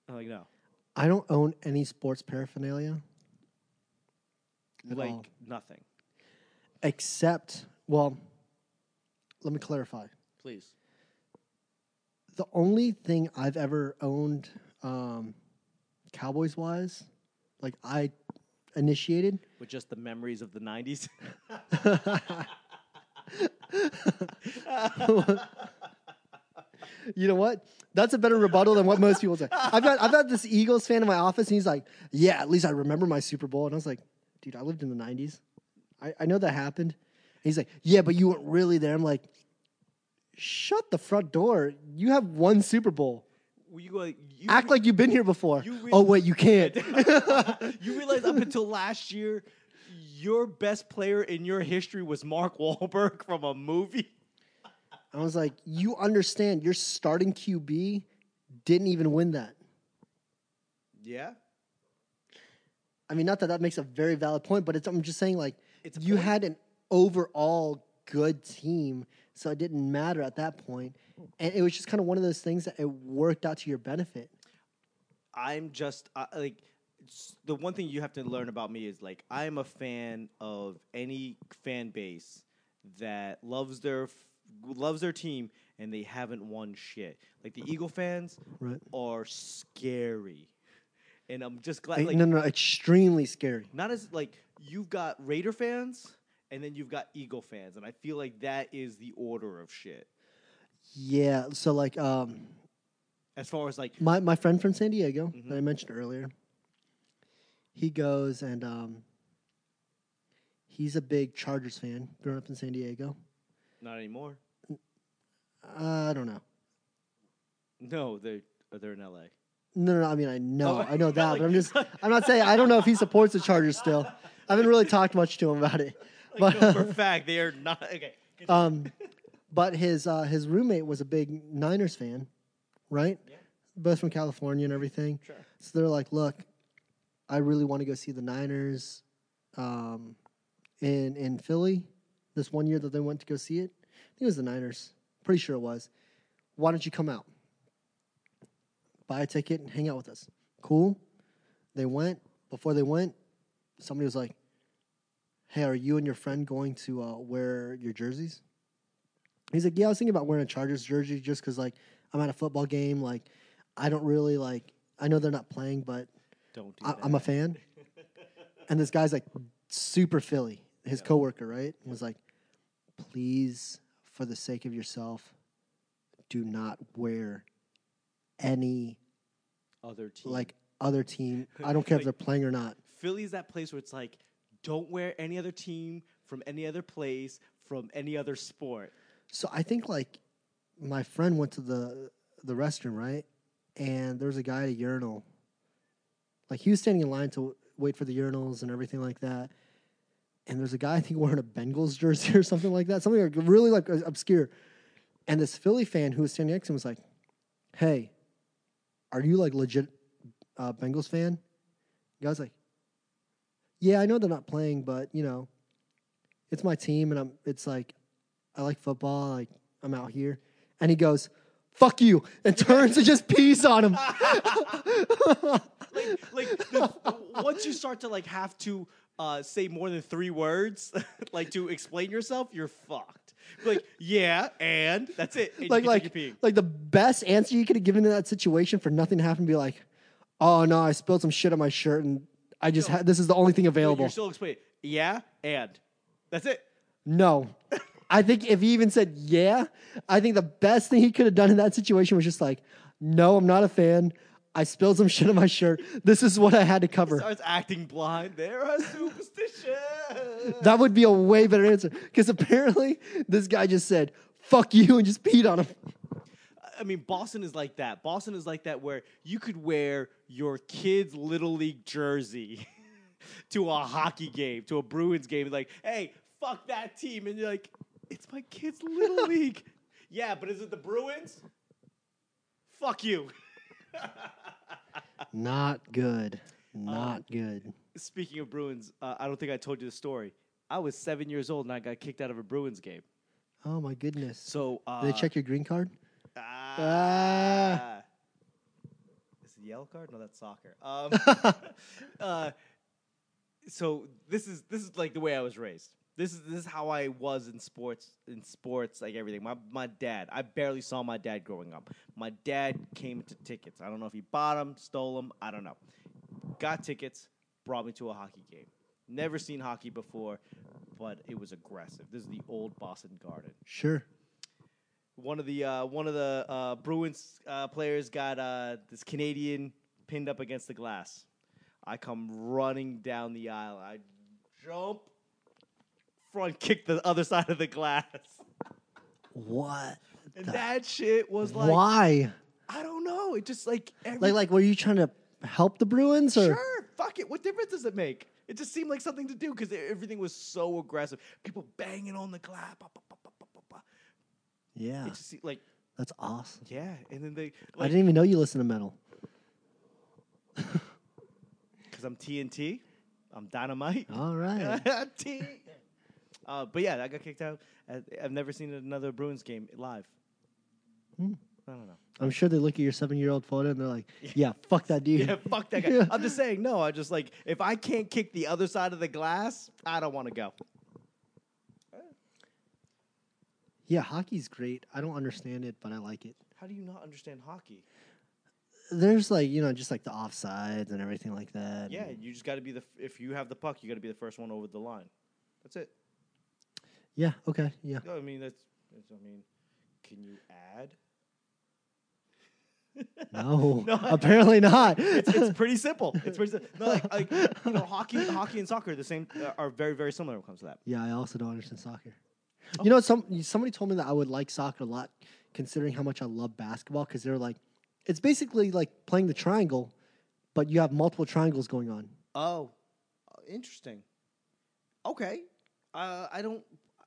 S1: I'm like, no,
S2: I don't own any sports paraphernalia At
S1: like
S2: all.
S1: nothing.
S2: except, well, let me clarify.
S1: Please.
S2: The only thing I've ever owned, um, Cowboys wise, like I initiated,
S1: With just the memories of the '90s.
S2: You know what? That's a better rebuttal than what most people say. I've got I've got this Eagles fan in my office, and he's like, "Yeah, at least I remember my Super Bowl." And I was like, "Dude, I lived in the '90s. I, I know that happened." And he's like, "Yeah, but you weren't really there." I'm like, "Shut the front door. You have one Super Bowl.
S1: Well, you go. like, You,
S2: Act like you've been here before."
S1: You really-
S2: oh wait, you can't.
S1: you realize up until last year, your best player in your history was Mark Wahlberg from a movie.
S2: I was like, "You understand? Your starting QB didn't even win that."
S1: Yeah.
S2: I mean, not that that makes a very valid point, but it's, I'm just saying, like,
S1: It's a
S2: you
S1: point.
S2: had an overall good team, so it didn't matter at that point. And it was just kind of one of those things that it worked out to your benefit.
S1: I'm just uh, like s- the one thing you have to learn about me is like I'm a fan of any fan base that loves their f- loves their team and they haven't won shit. Like the Eagle fans
S2: Right.
S1: are scary, and I'm just glad.
S2: Like,
S1: like,
S2: no, no, extremely scary.
S1: not as like you've got Raider fans and then you've got Eagle fans, and I feel like that is the order of shit
S2: Yeah. So, like, um,
S1: as far as like
S2: my, my friend from San Diego
S1: Mhm.
S2: that I mentioned earlier, he goes and um, he's a big Chargers fan, growing up in San Diego.
S1: not anymore.
S2: I don't know.
S1: No, they're uh, they're in L.A.
S2: No, no, no, I mean, I know,
S1: Oh,
S2: I know that,
S1: like-
S2: but I'm just, I'm not saying, I don't know if he supports the Chargers still. I haven't really talked much to him about it,
S1: Like,
S2: but,
S1: no, for a fact, they are not okay.
S2: um, but his, uh, his roommate was a big Niners fan, right?
S1: Yeah.
S2: Both from California and everything.
S1: Sure.
S2: So they're like, look, I really want to go see the Niners, um, in, in Philly this one year that they went to go see it. I think it was the Niners. Pretty sure it was. Why don't you come out? Buy a ticket and hang out with us. Cool. They went. Before they went, somebody was like, Hey, are you and your friend going to uh, wear your jerseys? He's like, Yeah, I was thinking about wearing a Chargers jersey just because, like, I'm at a football game. Like, I don't really, like, I know they're not playing, but
S1: Don't do
S2: I,
S1: that.
S2: I'm a fan. and this guy's like super Philly. His coworker, right, was like, please, for the sake of yourself, do not wear any
S1: Other team.
S2: like other team. I don't care if
S1: Like-
S2: they're playing or not.
S1: Philly's that place where it's like, don't wear any other team from any other place from any other sport.
S2: So I think like my friend went to the the restroom, right? And there was a guy at a urinal. Like he was standing in line to w- wait for the urinals and everything like that. And there's a guy I think wearing a Bengals jersey or something like that, something like really like uh, obscure. And this Philly fan who was standing next to him was like, "Hey, are you like legit uh, Bengals fan?" The guy's like, "Yeah, I know they're not playing, but you know, it's my team, and I'm. It's like I like football. Like I'm out here. And he goes, "Fuck you!" and turns and just pees on him.
S1: Like, like the, once you start to like have to uh, say more than three words, like to explain yourself, you're fucked. Like, yeah, and that's it. And you
S2: like
S1: can
S2: like
S1: take your pee.
S2: like the best answer you could have given in that situation for nothing to happen. Be like, "Oh no, I spilled some shit on my shirt, and I just had this is the only thing
S1: But
S2: available."
S1: you're still explaining. Yeah, and that's it.
S2: no. I think if he even said yeah, I think the best thing he could have done in that situation was just like, no, I'm not a fan. I spilled some shit on my shirt. This is what I had to cover.
S1: Starts acting blind. There are superstitions.
S2: That would be a way better answer because apparently this guy just said "fuck you" and just peed on him.
S1: I mean, Boston is like that. Boston is like that where you could wear your kid's little league jersey to a hockey game, to a Bruins game, and like, hey, fuck that team, and you're like, it's my kid's little league. Yeah, but is it the Bruins? Fuck you.
S2: Not good. Not good.
S1: Speaking of Bruins, uh, I don't think I told you the story. I was seven years old and I got kicked out of a Bruins game.
S2: Oh my goodness.
S1: So uh,
S2: Did they check your green card?
S1: Ah. Is it yellow card? No, that's soccer. Um, uh, so this is this is like the way I was raised. This is this is how I was in sports in sports like everything. My my dad, I barely saw my dad growing up. My dad came to tickets. I don't know if he bought them, stole them. I don't know. Got tickets, brought me to a hockey game. Never seen hockey before, but it was aggressive. This is the old Boston Garden
S2: Sure.
S1: one of the uh, one of the uh, Bruins uh, players got uh, this Canadian pinned up against the glass. I come running down the aisle. I jump, front kick the other side of the glass,
S2: What?
S1: and
S2: the-
S1: that shit was like
S2: Why?
S1: I don't know. It just like every
S2: Like like were you trying to help the Bruins or?
S1: sure, fuck it. What difference does it make? It just seemed like something to do because everything was so aggressive. People banging on the glass. Bah, bah, bah, bah, bah, bah, bah.
S2: Yeah,
S1: It just seemed like
S2: that's awesome.
S1: yeah, and then they
S2: I
S1: like
S2: didn't even know you listened to metal.
S1: because I'm TNT, I'm dynamite.
S2: All right.
S1: T. Uh, but yeah, I got kicked out. I, I've never seen another Bruins game live. I don't know.
S2: I'm sure they look at your seven year old photo and they're like, yeah, fuck that dude.
S1: Yeah, fuck that guy.
S2: Yeah.
S1: I'm just saying, no, I just like, if I can't kick the other side of the glass, I don't want to go.
S2: Yeah, hockey's great. I don't understand it, but I like it.
S1: How do you not understand hockey?
S2: There's like, you know, just like the offsides and everything like that.
S1: Yeah, you just got to be the, if you have the puck, you got to be the first one over the line. That's it.
S2: Yeah, okay. Yeah.
S1: No, I mean, that's, that's I mean, can you add?
S2: No,
S1: No, I-
S2: apparently not.
S1: it's, it's pretty simple. It's pretty simple. No, like, like you know, hockey, hockey and soccer are the same, uh, are very, very similar when it comes to that.
S2: yeah, I also don't understand soccer. You know, some somebody told me that I would like soccer a lot, considering how much I love basketball. Because they're like, it's basically like playing the triangle, but you have multiple triangles going on.
S1: Oh, uh, interesting. Okay, uh, I don't.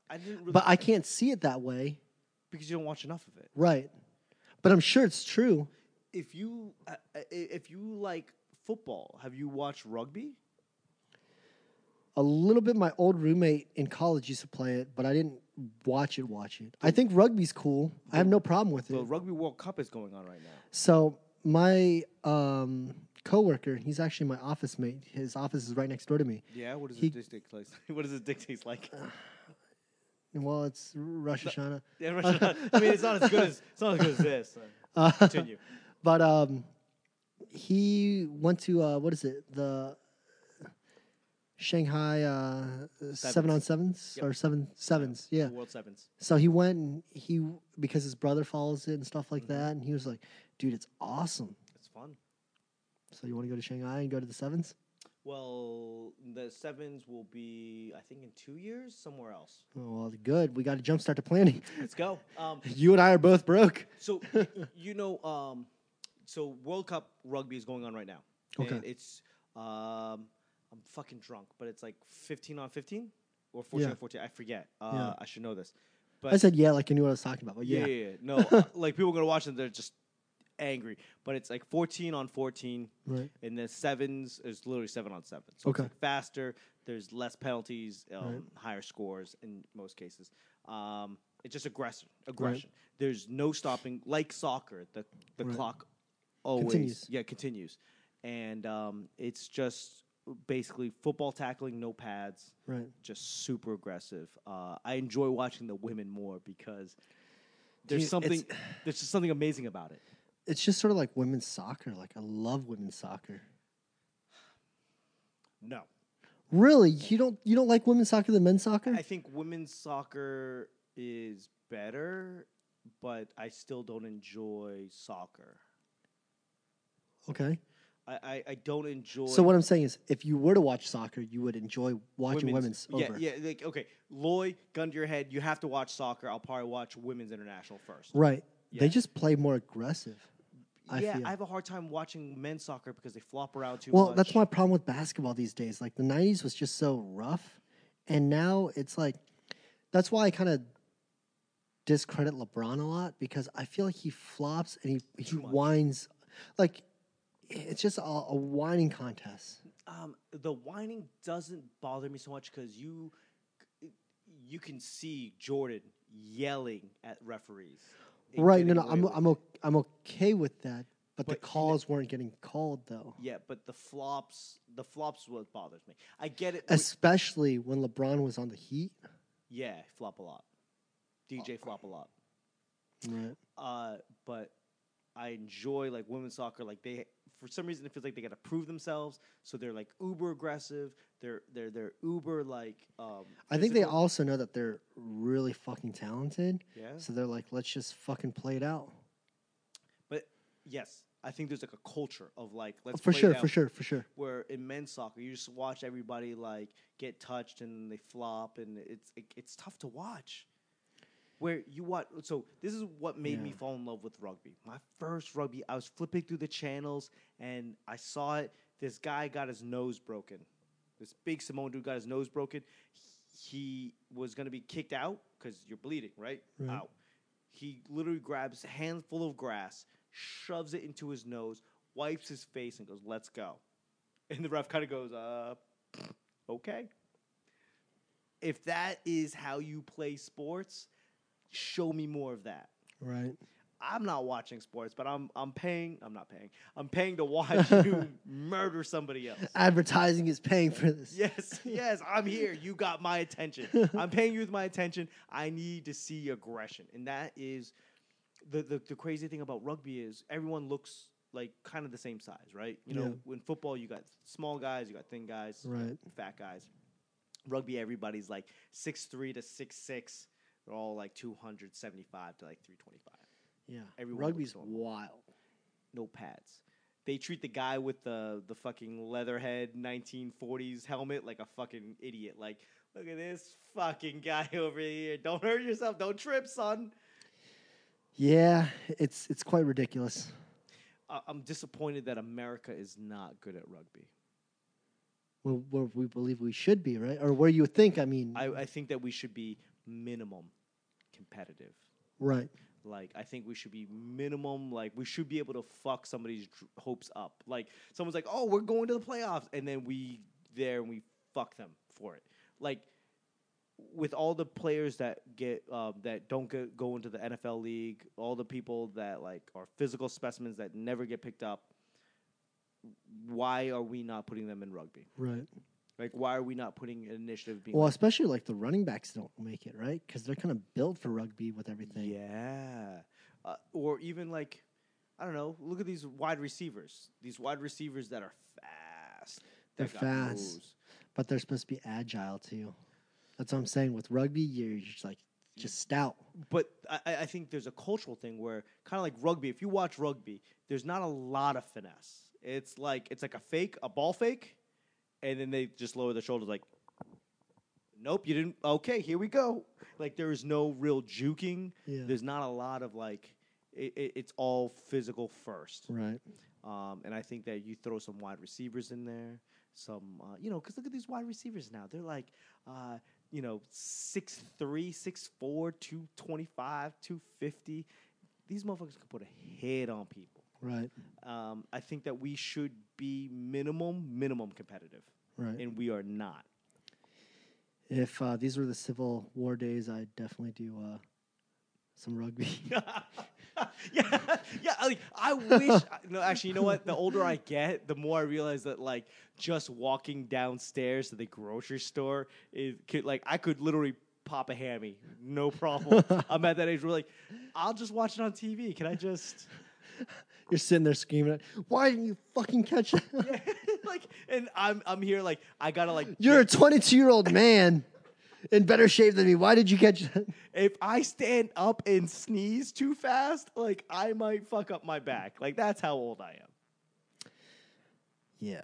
S1: I didn't really
S2: But I can't see it that way,
S1: because you don't watch enough of it.
S2: right? But I'm sure it's true.
S1: If you uh, uh, if you like football, have you watched rugby?
S2: A little bit. My old roommate in college used to play it, but I didn't watch it. Watch it. I think rugby's cool. I have no problem with it.
S1: The Rugby World Cup is going on right now.
S2: So my um, coworker, he's actually my office mate. His office is right next door to me.
S1: Yeah, what does
S2: He-
S1: it dictate like? what does it dictate like?
S2: And while it's R- Rosh Hashanah,
S1: Yeah, Russia- I mean, it's not as good as it's not as good as this. Uh,
S2: uh,
S1: Continue.
S2: but um, he went to uh, what is it? The Shanghai uh, seven on sevens
S1: Yep.
S2: or seven sevens. Yeah.
S1: World Sevens.
S2: So he went and he because his brother follows it and stuff
S1: Mm-hmm.
S2: like that, and he was like, "Dude, it's awesome."
S1: It's fun.
S2: So you want to go to Shanghai and go to the sevens?
S1: Well, the sevens will be, I think, in two years somewhere else.
S2: Oh, well, good. We got to jumpstart the planning.
S1: Let's go. Um,
S2: you and I are both broke.
S1: so y- you know, um, so World Cup rugby is going on right now.
S2: Okay.
S1: And it's um, I'm fucking drunk, but it's like 15 on 15 or 14
S2: Yeah.
S1: on 14. I forget. Uh,
S2: Yeah.
S1: I should know this.
S2: I
S1: But
S2: said yeah, like I knew what I was talking about. But Oh, yeah,
S1: yeah, yeah, yeah. no, uh, like people are gonna watch it, they're just angry. But it's like 14 on 14.
S2: right.
S1: And then sevens is literally seven on seven. So
S2: Okay.
S1: it's like faster. There's less penalties, um,
S2: Right.
S1: higher scores in most cases. Um, it's just aggression. Aggression. There's no stopping. Like soccer, the the
S2: Right.
S1: clock always
S2: Continues.
S1: yeah continues, and um, it's just basically football tackling, no pads,
S2: Right.
S1: just super aggressive. Uh, I enjoy watching the women more because there's
S2: Dude, it's-
S1: something there's just something amazing about it.
S2: It's just sort of like women's soccer. Like I love women's soccer.
S1: No.
S2: Really, you don't you don't like women's soccer than men's soccer?
S1: I think women's soccer is better, but I still don't enjoy soccer.
S2: okay.
S1: I, I, I don't enjoy.
S2: So what I'm saying is, if you were to watch soccer, you would enjoy watching women's,
S1: yeah,
S2: over.
S1: yeah. Like, okay, Loy, gun to your head. You have to watch soccer. I'll probably watch women's international first.
S2: Right.
S1: Yeah.
S2: They just play more aggressive. I
S1: yeah,
S2: feel.
S1: I have a hard time watching men's soccer because they flop around too
S2: well,
S1: much.
S2: that's my problem with basketball these days. Like the '90s was just so rough, and now it's like that's why I kind of discredit LeBron a lot because I feel like he flops and he he
S1: Too much.
S2: whines, like it's just a, a whining contest.
S1: um, the whining doesn't bother me so much because you you can see Jordan yelling at referees. and
S2: Right? No,
S1: getting
S2: no,
S1: away
S2: I'm
S1: with
S2: I'm
S1: it.
S2: o- I'm okay with that, but, the
S1: But he-
S2: calls weren't getting called though.
S1: Yeah, but the flops, the flops, what bothers me. I get it. we-
S2: Especially when LeBron was on the Heat.
S1: yeah, flop a lot. DJ
S2: Oh.
S1: flop a lot.
S2: Right.
S1: Uh, but I enjoy like women's soccer. Like they, for some reason, it feels like they got to prove themselves. So they're like uber aggressive. They're they're they're uber like. Um,
S2: I think they
S1: physical.
S2: also know that they're really fucking talented.
S1: Yeah.
S2: So they're like, let's just fucking play it out.
S1: But yes, I think there's like a culture of like let's
S2: Oh, for
S1: play it
S2: sure,
S1: out.
S2: for sure, for sure.
S1: Where in men's soccer, you just watch everybody like get touched and they flop, and it's it, it's tough to watch. Where you watch, so this is what made me
S2: Yeah.
S1: fall in love with rugby. My first rugby, I was flipping through the channels and I saw it. This guy got his nose broken. This big Samoan dude got his nose broken. He was going to be kicked out because you're bleeding, right?
S2: Right.
S1: Out. He literally grabs a handful of grass, shoves it into his nose, wipes his face, and goes, "Let's go." And the ref kind of goes, uh, okay. If that is how you play sports, show me more of that.
S2: Right.
S1: I'm not watching sports, but I'm I'm paying. I'm not paying. I'm paying to watch you murder somebody else.
S2: Advertising is paying for this.
S1: Yes, yes, I'm here. You got my attention. I'm paying you with my attention. I need to see aggression. And that is the, the, the crazy thing about rugby is everyone looks like kind of the same size, right? You know,
S2: Yeah.
S1: in football you got small guys, you got thin guys, you got
S2: Right.
S1: fat guys. Rugby everybody's like six three to six six. They're all like 275 to like 325.
S2: Yeah.
S1: Everyone
S2: Rugby's
S1: looks
S2: wild.
S1: No pads. They treat the guy with the the fucking leatherhead 1940s helmet like a fucking idiot. Like, look at this fucking guy over here. Don't hurt yourself. Don't trip, son.
S2: Yeah, it's it's quite ridiculous.
S1: I- I'm disappointed that America is not good at rugby.
S2: Where, where we believe we should be, right? Or where you think, I mean.
S1: I, I think that we should be minimum competitive.
S2: right.
S1: Like, I think we should be minimum, like, we should be able to fuck somebody's dr- hopes up. Like, someone's like, oh, we're going to the playoffs. And then we there and we fuck them for it. Like, with all the players that get um, that don't get, go into the NFL league, all the people that like are physical specimens that never get picked up, why are we not putting them in rugby?
S2: Right.
S1: Like, why are we not putting an initiative? Being
S2: Well,
S1: like,
S2: especially like the running backs don't make it, right? Because they're kind of built for rugby with everything.
S1: Yeah. Uh, or even like, I don't know. Look at these wide receivers. These wide receivers that are fast.
S2: They're
S1: They got
S2: fast.
S1: moves.
S2: but they're supposed to be agile too. That's what I'm saying. With rugby, you're just like just stout.
S1: But I, I I think there's a cultural thing where kind of like rugby. If you watch rugby, there's not a lot of finesse. It's like it's like a fake, a ball fake, and then they just lower their shoulders like, nope, you didn't. Okay, here we go. Like there is no real juking.
S2: Yeah.
S1: There's not a lot of like. It, it, it's all physical first.
S2: Right.
S1: Um, and I think that you throw some wide receivers in there, some uh, you know, because look at these wide receivers now. They're like, uh, you know, 6'3", 6'4", 225, 250. These motherfuckers can put a head on people.
S2: Right.
S1: Um, I think that we should be minimum minimum competitive,
S2: Right.
S1: and we are not.
S2: If uh, these were the Civil War days, I'd definitely do uh, some rugby.
S1: yeah, yeah. Like I wish. No, actually, you know what? The older I get, the more I realize that like just walking downstairs to the grocery store is could, like I could literally pop a hammy, no problem. I'm at that age where like I'll just watch it on TV. Can I just?
S2: You're sitting there screaming, "Why didn't you fucking catch that?
S1: like, and I'm I'm here like I gotta like
S2: You're a 22 year old man in better shape than me. Why did you catch that?"
S1: if I stand up and sneeze too fast, like I might fuck up my back. Like that's how old I am.
S2: Yeah,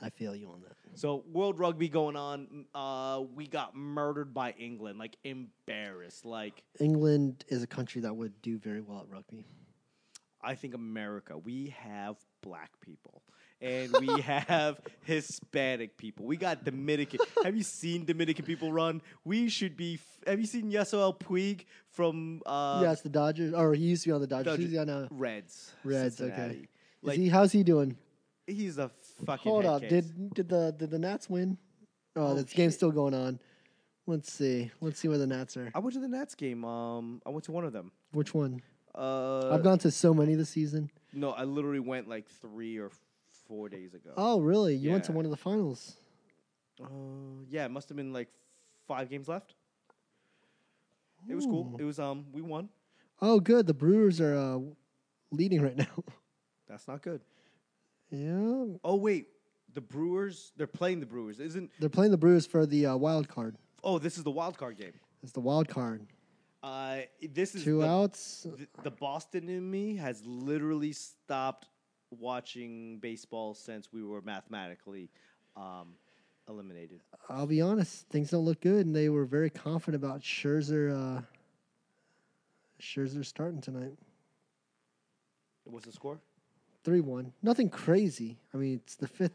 S2: I feel you on that.
S1: So World Rugby going on. Uh, we got murdered by England, like embarrassed. Like
S2: England is a country that would do very well at rugby.
S1: I think America, we have black people and we have Hispanic people. We got Dominican. have you seen Dominican people run? We should be. F- have you seen Yasiel Puig from uh,
S2: yeah, it's the Dodgers, or he used to be on the Dodgers.
S1: Dodgers-
S2: He's on a,
S1: Reds?
S2: Reds, okay.
S1: Cincinnati.
S2: Is
S1: Like
S2: is he? How's he doing?
S1: he's a fucking.
S2: Hold
S1: head
S2: up.
S1: case.
S2: Did did the did the Nats win? Oh,
S1: Oh,
S2: this
S1: shit.
S2: game's still going on. Let's see. Let's see where the Nats are.
S1: I went to the Nats game. Um, I went to one of them.
S2: Which one?
S1: Uh,
S2: I've gone to so many this season.
S1: No, I literally went like three or four days ago.
S2: Oh, really? You went to
S1: yeah.
S2: one of the finals.
S1: Uh, yeah, it must have been like five games left. It was cool.
S2: Ooh.
S1: It was um, we won.
S2: Oh, good. The Brewers are uh, leading right now.
S1: That's not good.
S2: yeah,
S1: Oh wait, the Brewers. They're playing the Brewers. Isn't
S2: they're playing the Brewers for the uh, wild card.
S1: oh, this is the wild card game.
S2: It's the wild card.
S1: Uh, this is
S2: Two
S1: the,
S2: outs.
S1: th- the Boston in me has literally stopped watching baseball since we were mathematically um, eliminated.
S2: I'll be honest. Things don't look good, and they were very confident about Scherzer. Uh, Scherzer starting tonight.
S1: What's the score?
S2: Three one. Nothing crazy. I mean, it's the fifth.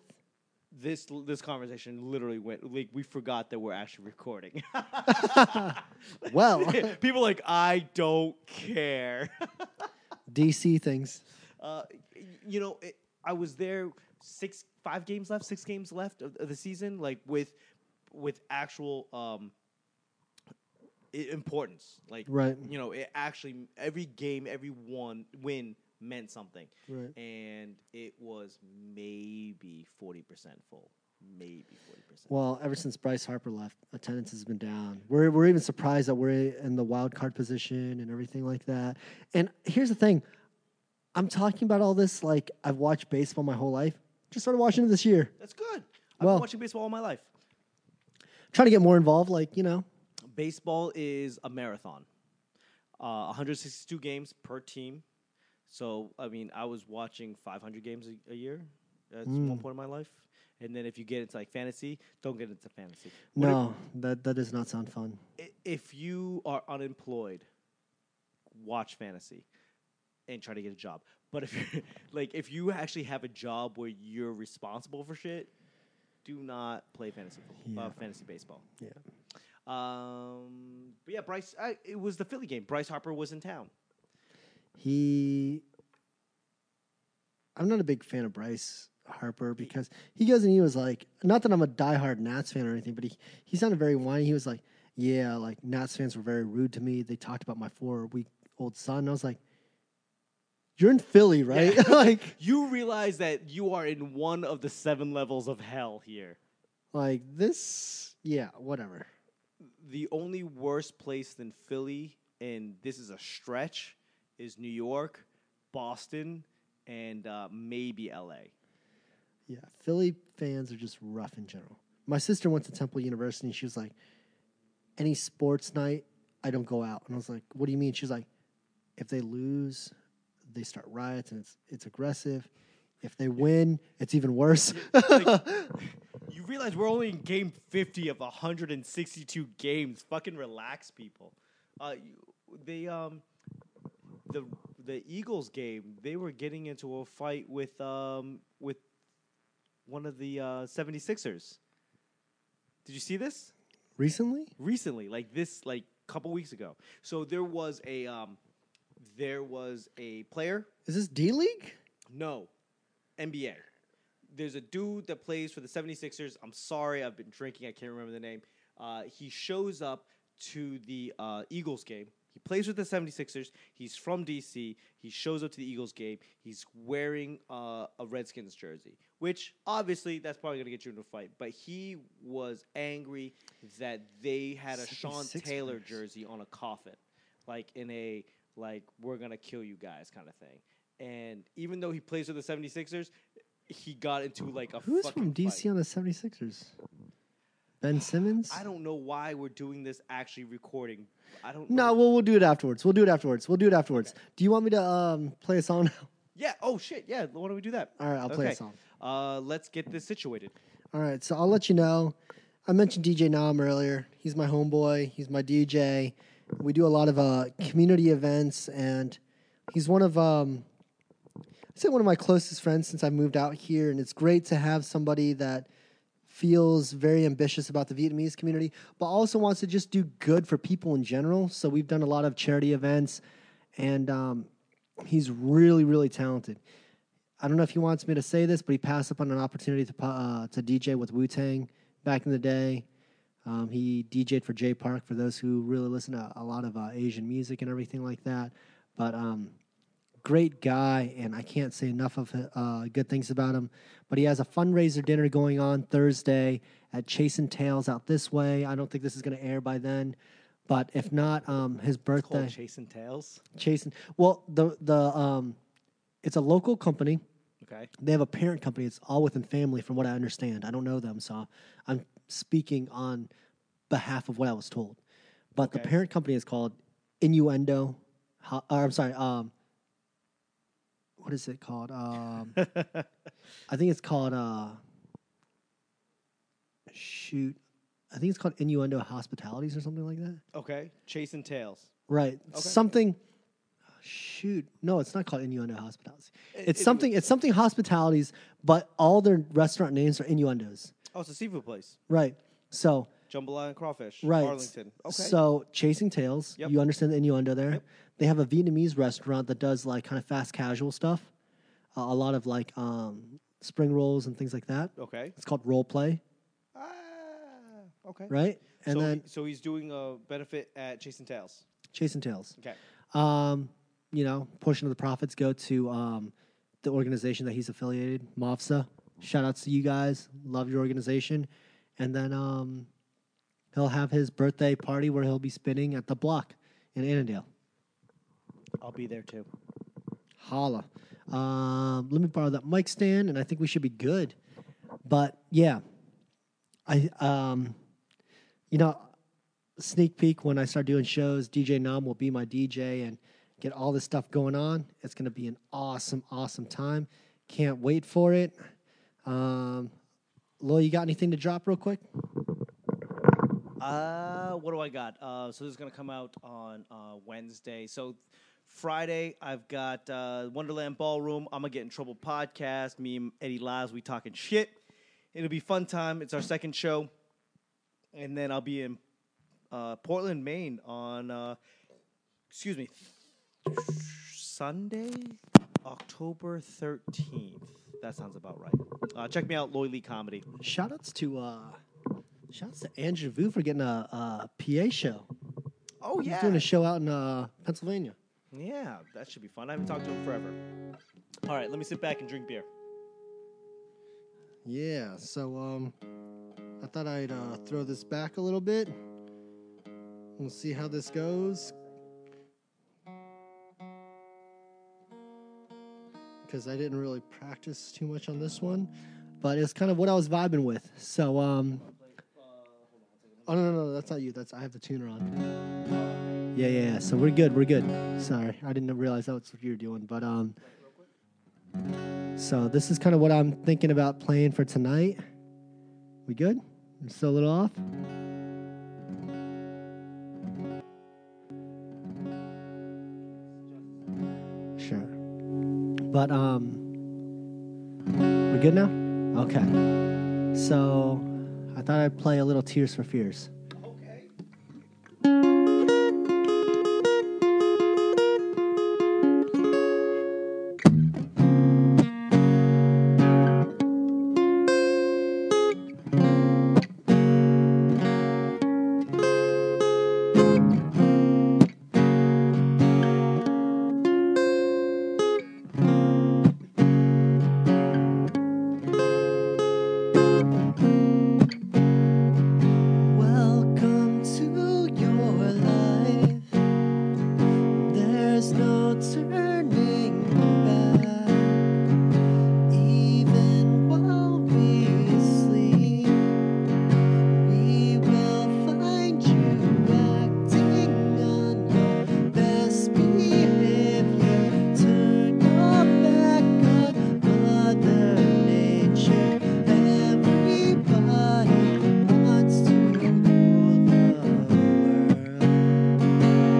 S1: This this conversation literally went like we forgot that we're actually recording.
S2: Well,
S1: People like I don't care.
S2: DC things.
S1: uh, y- you know, it, I was there six, five games left, six games left of, of the season, like with with actual um, i- importance. Like
S2: Right.
S1: you know, it actually every game, every one win meant something,
S2: Right.
S1: and it was maybe forty percent full, maybe forty percent.
S2: Well, ever since Bryce Harper left, attendance has been down. We're, we're even surprised that we're in the wild card position and everything like that. And here's the thing I'm talking about all this like I've watched baseball my whole life, just started watching it this year.
S1: That's good. I've
S2: Well-
S1: been watching baseball all my life.
S2: Trying to get more involved, like, you know,
S1: baseball is a marathon uh, 162 games per team so i mean i was watching 500 games a, a year at one point in my life and then if you get into like fantasy don't get into fantasy What if-
S2: no, that, that does not sound fun.
S1: i- if you are unemployed watch fantasy and try to get a job but if you're like if you actually have a job where you're responsible for shit do not play fantasy fo- uh,
S2: Yeah.
S1: fantasy baseball
S2: Yeah.
S1: um, but yeah, Bryce. I, it was the Philly game. Bryce Harper was in town.
S2: He, I'm not a big fan of Bryce Harper because he goes and he was like, not that I'm a diehard Nats fan or anything, but he, he sounded very whiny. He was like, yeah, like Nats fans were very rude to me. They talked about my four week old son. And I was like, you're in Philly, right?
S1: Yeah.
S2: like,
S1: You realize that you are in one of the seven levels of hell here.
S2: like this, yeah, whatever.
S1: The only worse place than Philly, and this is a stretch, is New York Boston, and uh, maybe LA.
S2: Yeah, Philly fans are just rough in general. My sister went to Temple University and she was like, any sports night, I don't go out. And I was like, what do you mean? She's like, if they lose, they start riots and it's, it's aggressive. If they win, it's even worse.
S1: You realize we're only in game 50 of 162 games. Fucking relax, people. Uh, you- they um the the Eagles game, they were getting into a fight with um with one of the uh 76ers. Did you see this?
S2: Recently?
S1: recently, like this, like couple weeks ago. So there was a um, there was a player.
S2: Is this D League?
S1: No, NBA. There's a dude that plays for the 76ers. I'm sorry, I've been drinking. I can't remember the name. Uh, he shows up to the uh, Eagles game. He plays with the 76ers. He's from DC. He shows up to the Eagles game. He's wearing uh, a Redskins jersey, which obviously that's probably going to get you into a fight. But he was angry that they had a Sean
S2: 76ers.
S1: Taylor jersey on a coffin, like in a like we're gonna kill you guys kind of thing. And even though he plays for the 76ers, he got into like a
S2: Who's
S1: fucking
S2: from DC
S1: fight.
S2: on the 76ers? Ben Simmons?
S1: I don't know why we're doing this actually recording. I don't
S2: No,
S1: know.
S2: we'll, we'll do it afterwards. We'll do it afterwards. We'll do it afterwards. Do you want me to um, play a song now?
S1: Yeah. Oh shit. Yeah. Why don't we do that?
S2: All right, I'll play a
S1: Okay.
S2: song.
S1: Uh, let's get this situated.
S2: All right, so I'll let you know. I mentioned DJ Nam earlier. He's my homeboy. He's my DJ. We do a lot of uh, community events, and he's one of um, I'd say one of my closest friends since I moved out here. And it's great to have somebody that feels very ambitious about the Vietnamese community, but also wants to just do good for people in general. So we've done a lot of charity events, and um, he's really, really talented. I don't know if he wants me to say this, but he passed up on an opportunity to pu- uh, to DJ with Wu Tang back in the day. Um, he DJ'd for J Park for those who really listen to a lot of uh, Asian music and everything like that. But um, great guy, and I can't say enough of uh, good things about him. But he has a fundraiser dinner going on Thursday at Chasing Tails out this way. I don't think this is going to air by then. But if not, um, his birthday
S1: Called Chasing Tails.
S2: chasing. Well, the the um, it's a local company.
S1: Okay.
S2: They have a parent company. It's all within family, from what I understand. I don't know them, so I'm speaking on behalf of what I was told. But the
S1: Okay.
S2: parent company is called Innuendo. Ho- or, I'm sorry. Um, what is it called? Um, I think it's called. Uh, shoot, I think it's called Innuendo Hospitalities or something like that.
S1: okay. Chasing Tails.
S2: Right.
S1: Okay.
S2: Something. Shoot, no, it's not called innuendo hospitalities. It's
S1: it-
S2: something. It's something hospitalities, but all their restaurant names are innuendos.
S1: Oh, it's a seafood place.
S2: Right. So
S1: Jambalaya and crawfish.
S2: right.
S1: Arlington. Okay.
S2: So chasing tails.
S1: Yep.
S2: You understand the innuendo there. They have a Vietnamese restaurant that does like kind of fast casual stuff, uh, a lot of like um, spring rolls and things like that.
S1: okay.
S2: It's called role play,
S1: Ah, okay.
S2: right? And
S1: so, he-
S2: then
S1: so he's doing a benefit at Chasing Tails.
S2: chasing tails.
S1: Okay.
S2: Um, you know, portion of the profits go to um, the organization that he's affiliated, MOFSA. Shout outs to you guys. Love your organization. And then um, he'll have his birthday party where he'll be spinning at the block in Annandale.
S1: I'll be there too.
S2: Holla. Um, let me borrow that mic stand, and I think we should be good. But yeah, I um, you know, sneak peek when I start doing shows, DJ Nam will be my DJ and get all this stuff going on. It's gonna be an awesome, awesome time. Can't wait for it. Um, Lo, you got anything to drop real quick?
S1: Uh, what do I got? Uh, so this is gonna come out on uh, Wednesday. So Friday, I've got uh, Wonderland Ballroom. I'm gonna get in trouble podcast. Me and Eddie Lives, we talking shit. It'll be fun time. It's our second show, and then I'll be in uh, Portland, Maine on uh, excuse me Sunday, October 13th. That sounds about right. Uh, check me out, Loy Lee Comedy.
S2: Shoutouts to uh, shoutouts to Andrew Vu for getting a, a PA show.
S1: Oh
S2: He's doing a show out in uh, Pennsylvania.
S1: Yeah, that should be fun. I haven't talked to him forever. All right, let me sit back and drink beer.
S2: Yeah, so um, I thought I'd uh, throw this back a little bit. We'll see how this goes. because I didn't really practice too much on this one, but it's kind of what I was vibing with. So, um, oh no, no, no, that's not you. That's I have the tuner on. Yeah, yeah. yeah. So we're good. We're good. Sorry, I didn't realize that's what you were doing, but um. So this is kind of what I'm thinking about playing for tonight. We good? I'm still a little off. Sure. But um we good now? Okay. So I thought I'd play a little Tears for Fears. Welcome to your life. There's no turning back. Even while we sleep, we will find you acting on your best behavior. Turn your back on Mother Nature. Everybody wants to rule the world.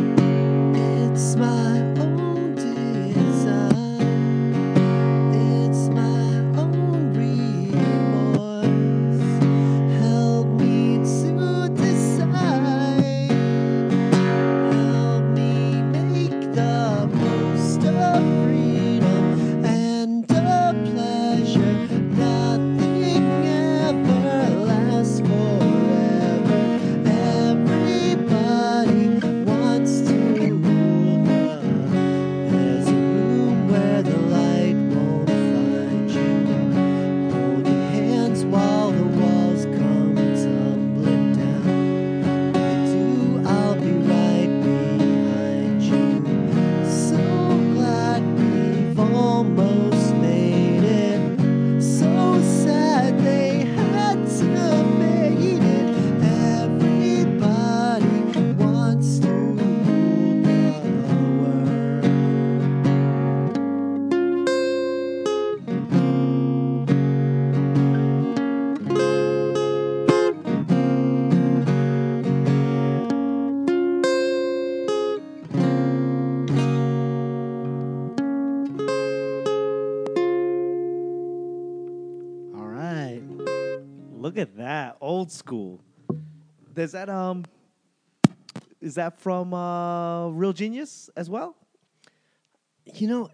S2: It's my own design. It's my own remorse. Help me to decide. Help me make the most of freedom and of pleasure. Nothing ever lasts forever. Everybody wants to rule the. There's a room where the light won't find you. Holding hands while the walls come tumbling down. Do I'll be right behind you. So glad we've almost made it. So sad they had to make it. Everybody wants to rule the world. All right.
S1: Look at that, old school. Does that um, is that from uh, Real Genius as well?
S2: You know,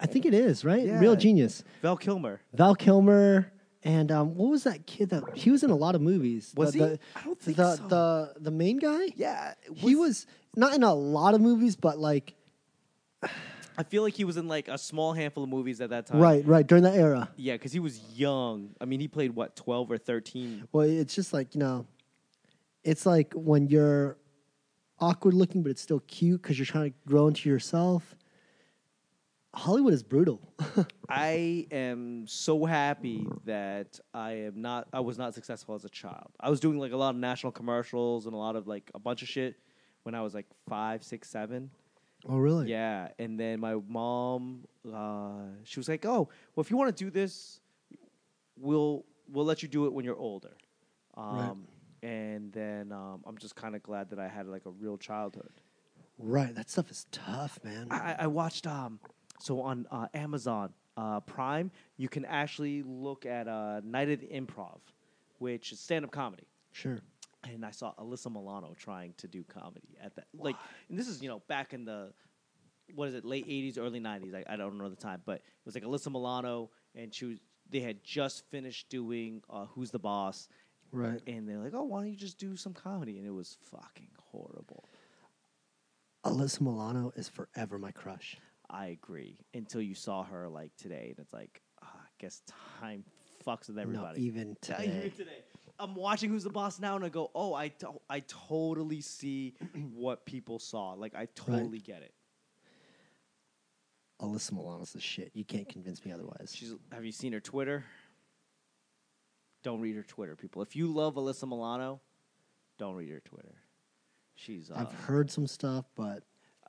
S2: I think it is, right? Real
S1: Yeah.
S2: genius.
S1: Val Kilmer.
S2: Val Kilmer and um, what was that kid that he was in a lot of movies?
S1: Was
S2: the,
S1: he?
S2: The,
S1: I don't think
S2: the,
S1: so.
S2: the the main guy?
S1: Yeah,
S2: He was not in a lot of movies, but like
S1: I feel like he was in like a small handful of movies at that time.
S2: right, right, during that era.
S1: Yeah, because he was young. I mean, he played what twelve or thirteen.
S2: Well, it's just like, you know, it's like when you're awkward looking, but it's still cute because you're trying to grow into yourself. Hollywood is brutal.
S1: I am so happy that I am not. I was not successful as a child. I was doing like a lot of national commercials and a lot of like a bunch of shit when I was like five, six, seven.
S2: oh, really?
S1: Yeah, and then my mom, uh, she was like, "Oh, well, if you want to do this, we'll we'll let you do it when you're older." Um, And then um, I'm just kind of glad that I had like a real childhood.
S2: Right. That stuff is tough, man.
S1: I, I- I watched um, so on uh, Amazon uh, Prime, you can actually look at uh, Night of the Improv, which is stand-up comedy
S2: Sure.
S1: and I saw Alyssa Milano trying to do comedy at that. Like, and this is you know back in the what is it, late '80s, early '90s? I, I don't know the time, but it was like Alyssa Milano, and she was. They had just finished doing uh, "Who's the Boss,"
S2: Right.
S1: and they're like, "Oh, why don't you just do some comedy?" And it was fucking horrible.
S2: Alyssa Milano is forever my crush.
S1: I agree. Until you saw her like today, and it's like, ah, I guess time fucks with
S2: Not
S1: everybody.
S2: even
S1: Not
S2: today.
S1: even today. I'm watching Who's the Boss now, and I go, oh, I to- I totally see what people saw. Like I totally get it.
S2: Alyssa Milano's the shit. You can't convince me otherwise.
S1: She's. Have you seen her Twitter? Don't read her Twitter, people. If you love Alyssa Milano, don't read her Twitter. She's. Uh,
S2: I've heard some stuff, but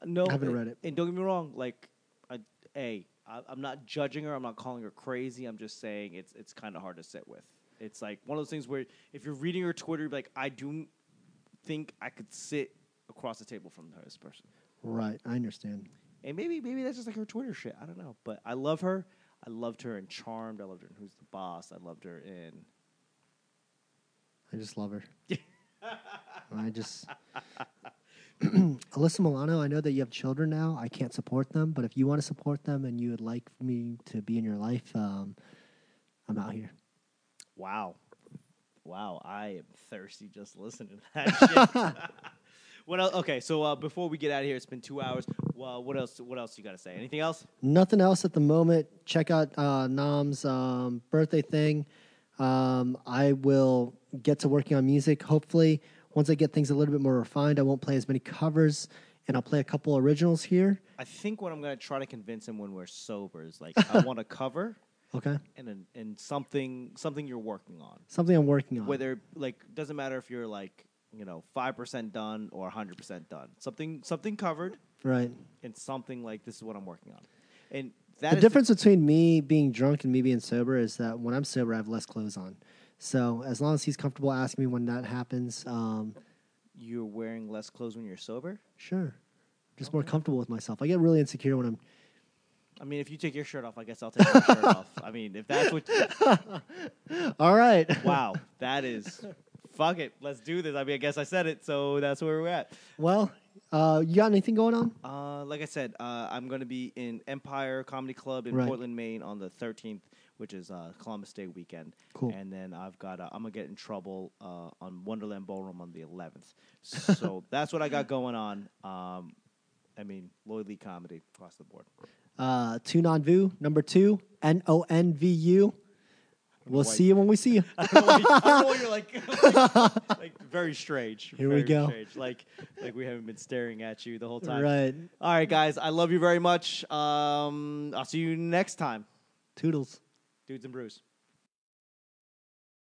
S1: No,
S2: I haven't
S1: and-
S2: read it.
S1: And don't get me wrong, like, I, hey, I, I'm not judging her. I'm not calling her crazy. I'm just saying it's it's kind of hard to sit with. It's like one of those things where if you're reading her Twitter, you're like, I do think I could sit across the table from this person.
S2: right, I understand.
S1: And maybe maybe that's just like her Twitter shit. I don't know. But I love her. I loved her in Charmed. I loved her in Who's the Boss. I loved her in.
S2: I just love her. I just Alyssa Milano. I know that you have children now. I can't support them, but if you want to support them and you would like me to be in your life, um, I'm out here.
S1: Wow. Wow, I am thirsty just listening to that shit. what else? Okay, so uh, before we get out of here, it's been two hours. Well, what else? What else you got to say? Anything else?
S2: Nothing else at the moment. Check out uh, Nam's um, birthday thing. Um, I will get to working on music. Hopefully, once I get things a little bit more refined, I won't play as many covers, and I'll play a couple originals here.
S1: I think what I'm gonna try to convince him when we're sober is like I want a cover
S2: Okay,
S1: and an, and something something you're working on.
S2: something I'm working on.
S1: Whether like doesn't matter if you're like you know five percent done or hundred percent done. Something something covered
S2: right.
S1: and something like this is what I'm working on. And that
S2: The
S1: is
S2: difference between me being drunk and me being sober is that when I'm sober, I have less clothes on. So as long as he's comfortable asking me when that happens, um,
S1: you're wearing less clothes when you're sober.
S2: sure, just more comfortable with myself. I get really insecure when I'm.
S1: I mean, if you take your shirt off, I guess I'll take my shirt off. I mean, if that's what.
S2: All right.
S1: Wow, that is. Fuck it, let's do this. I mean, I guess I said it, so that's where we're at.
S2: Well, uh, you got anything going on?
S1: Uh, like I said, uh, I'm going to be in Empire Comedy Club in
S2: Right.
S1: Portland, Maine, on the 13th, which is uh, Columbus Day weekend.
S2: Cool.
S1: And then I've got uh, I'm gonna get in trouble uh, on Wonderland Ballroom on the 11th. So that's what I got going on. Um, I mean, Lloyd Lee comedy across the board.
S2: Uh, two non vu number two N O N V U. We'll
S1: White.
S2: see you when we see you.
S1: I don't know why you- I don't know why you're like, like, very strange.
S2: Here we
S1: very
S2: go.
S1: Strange. Like, like we haven't been staring at you the whole time.
S2: right.
S1: All right, guys. I love you very much. Um, I'll see you next time,
S2: Toodles.
S1: dudes and brews.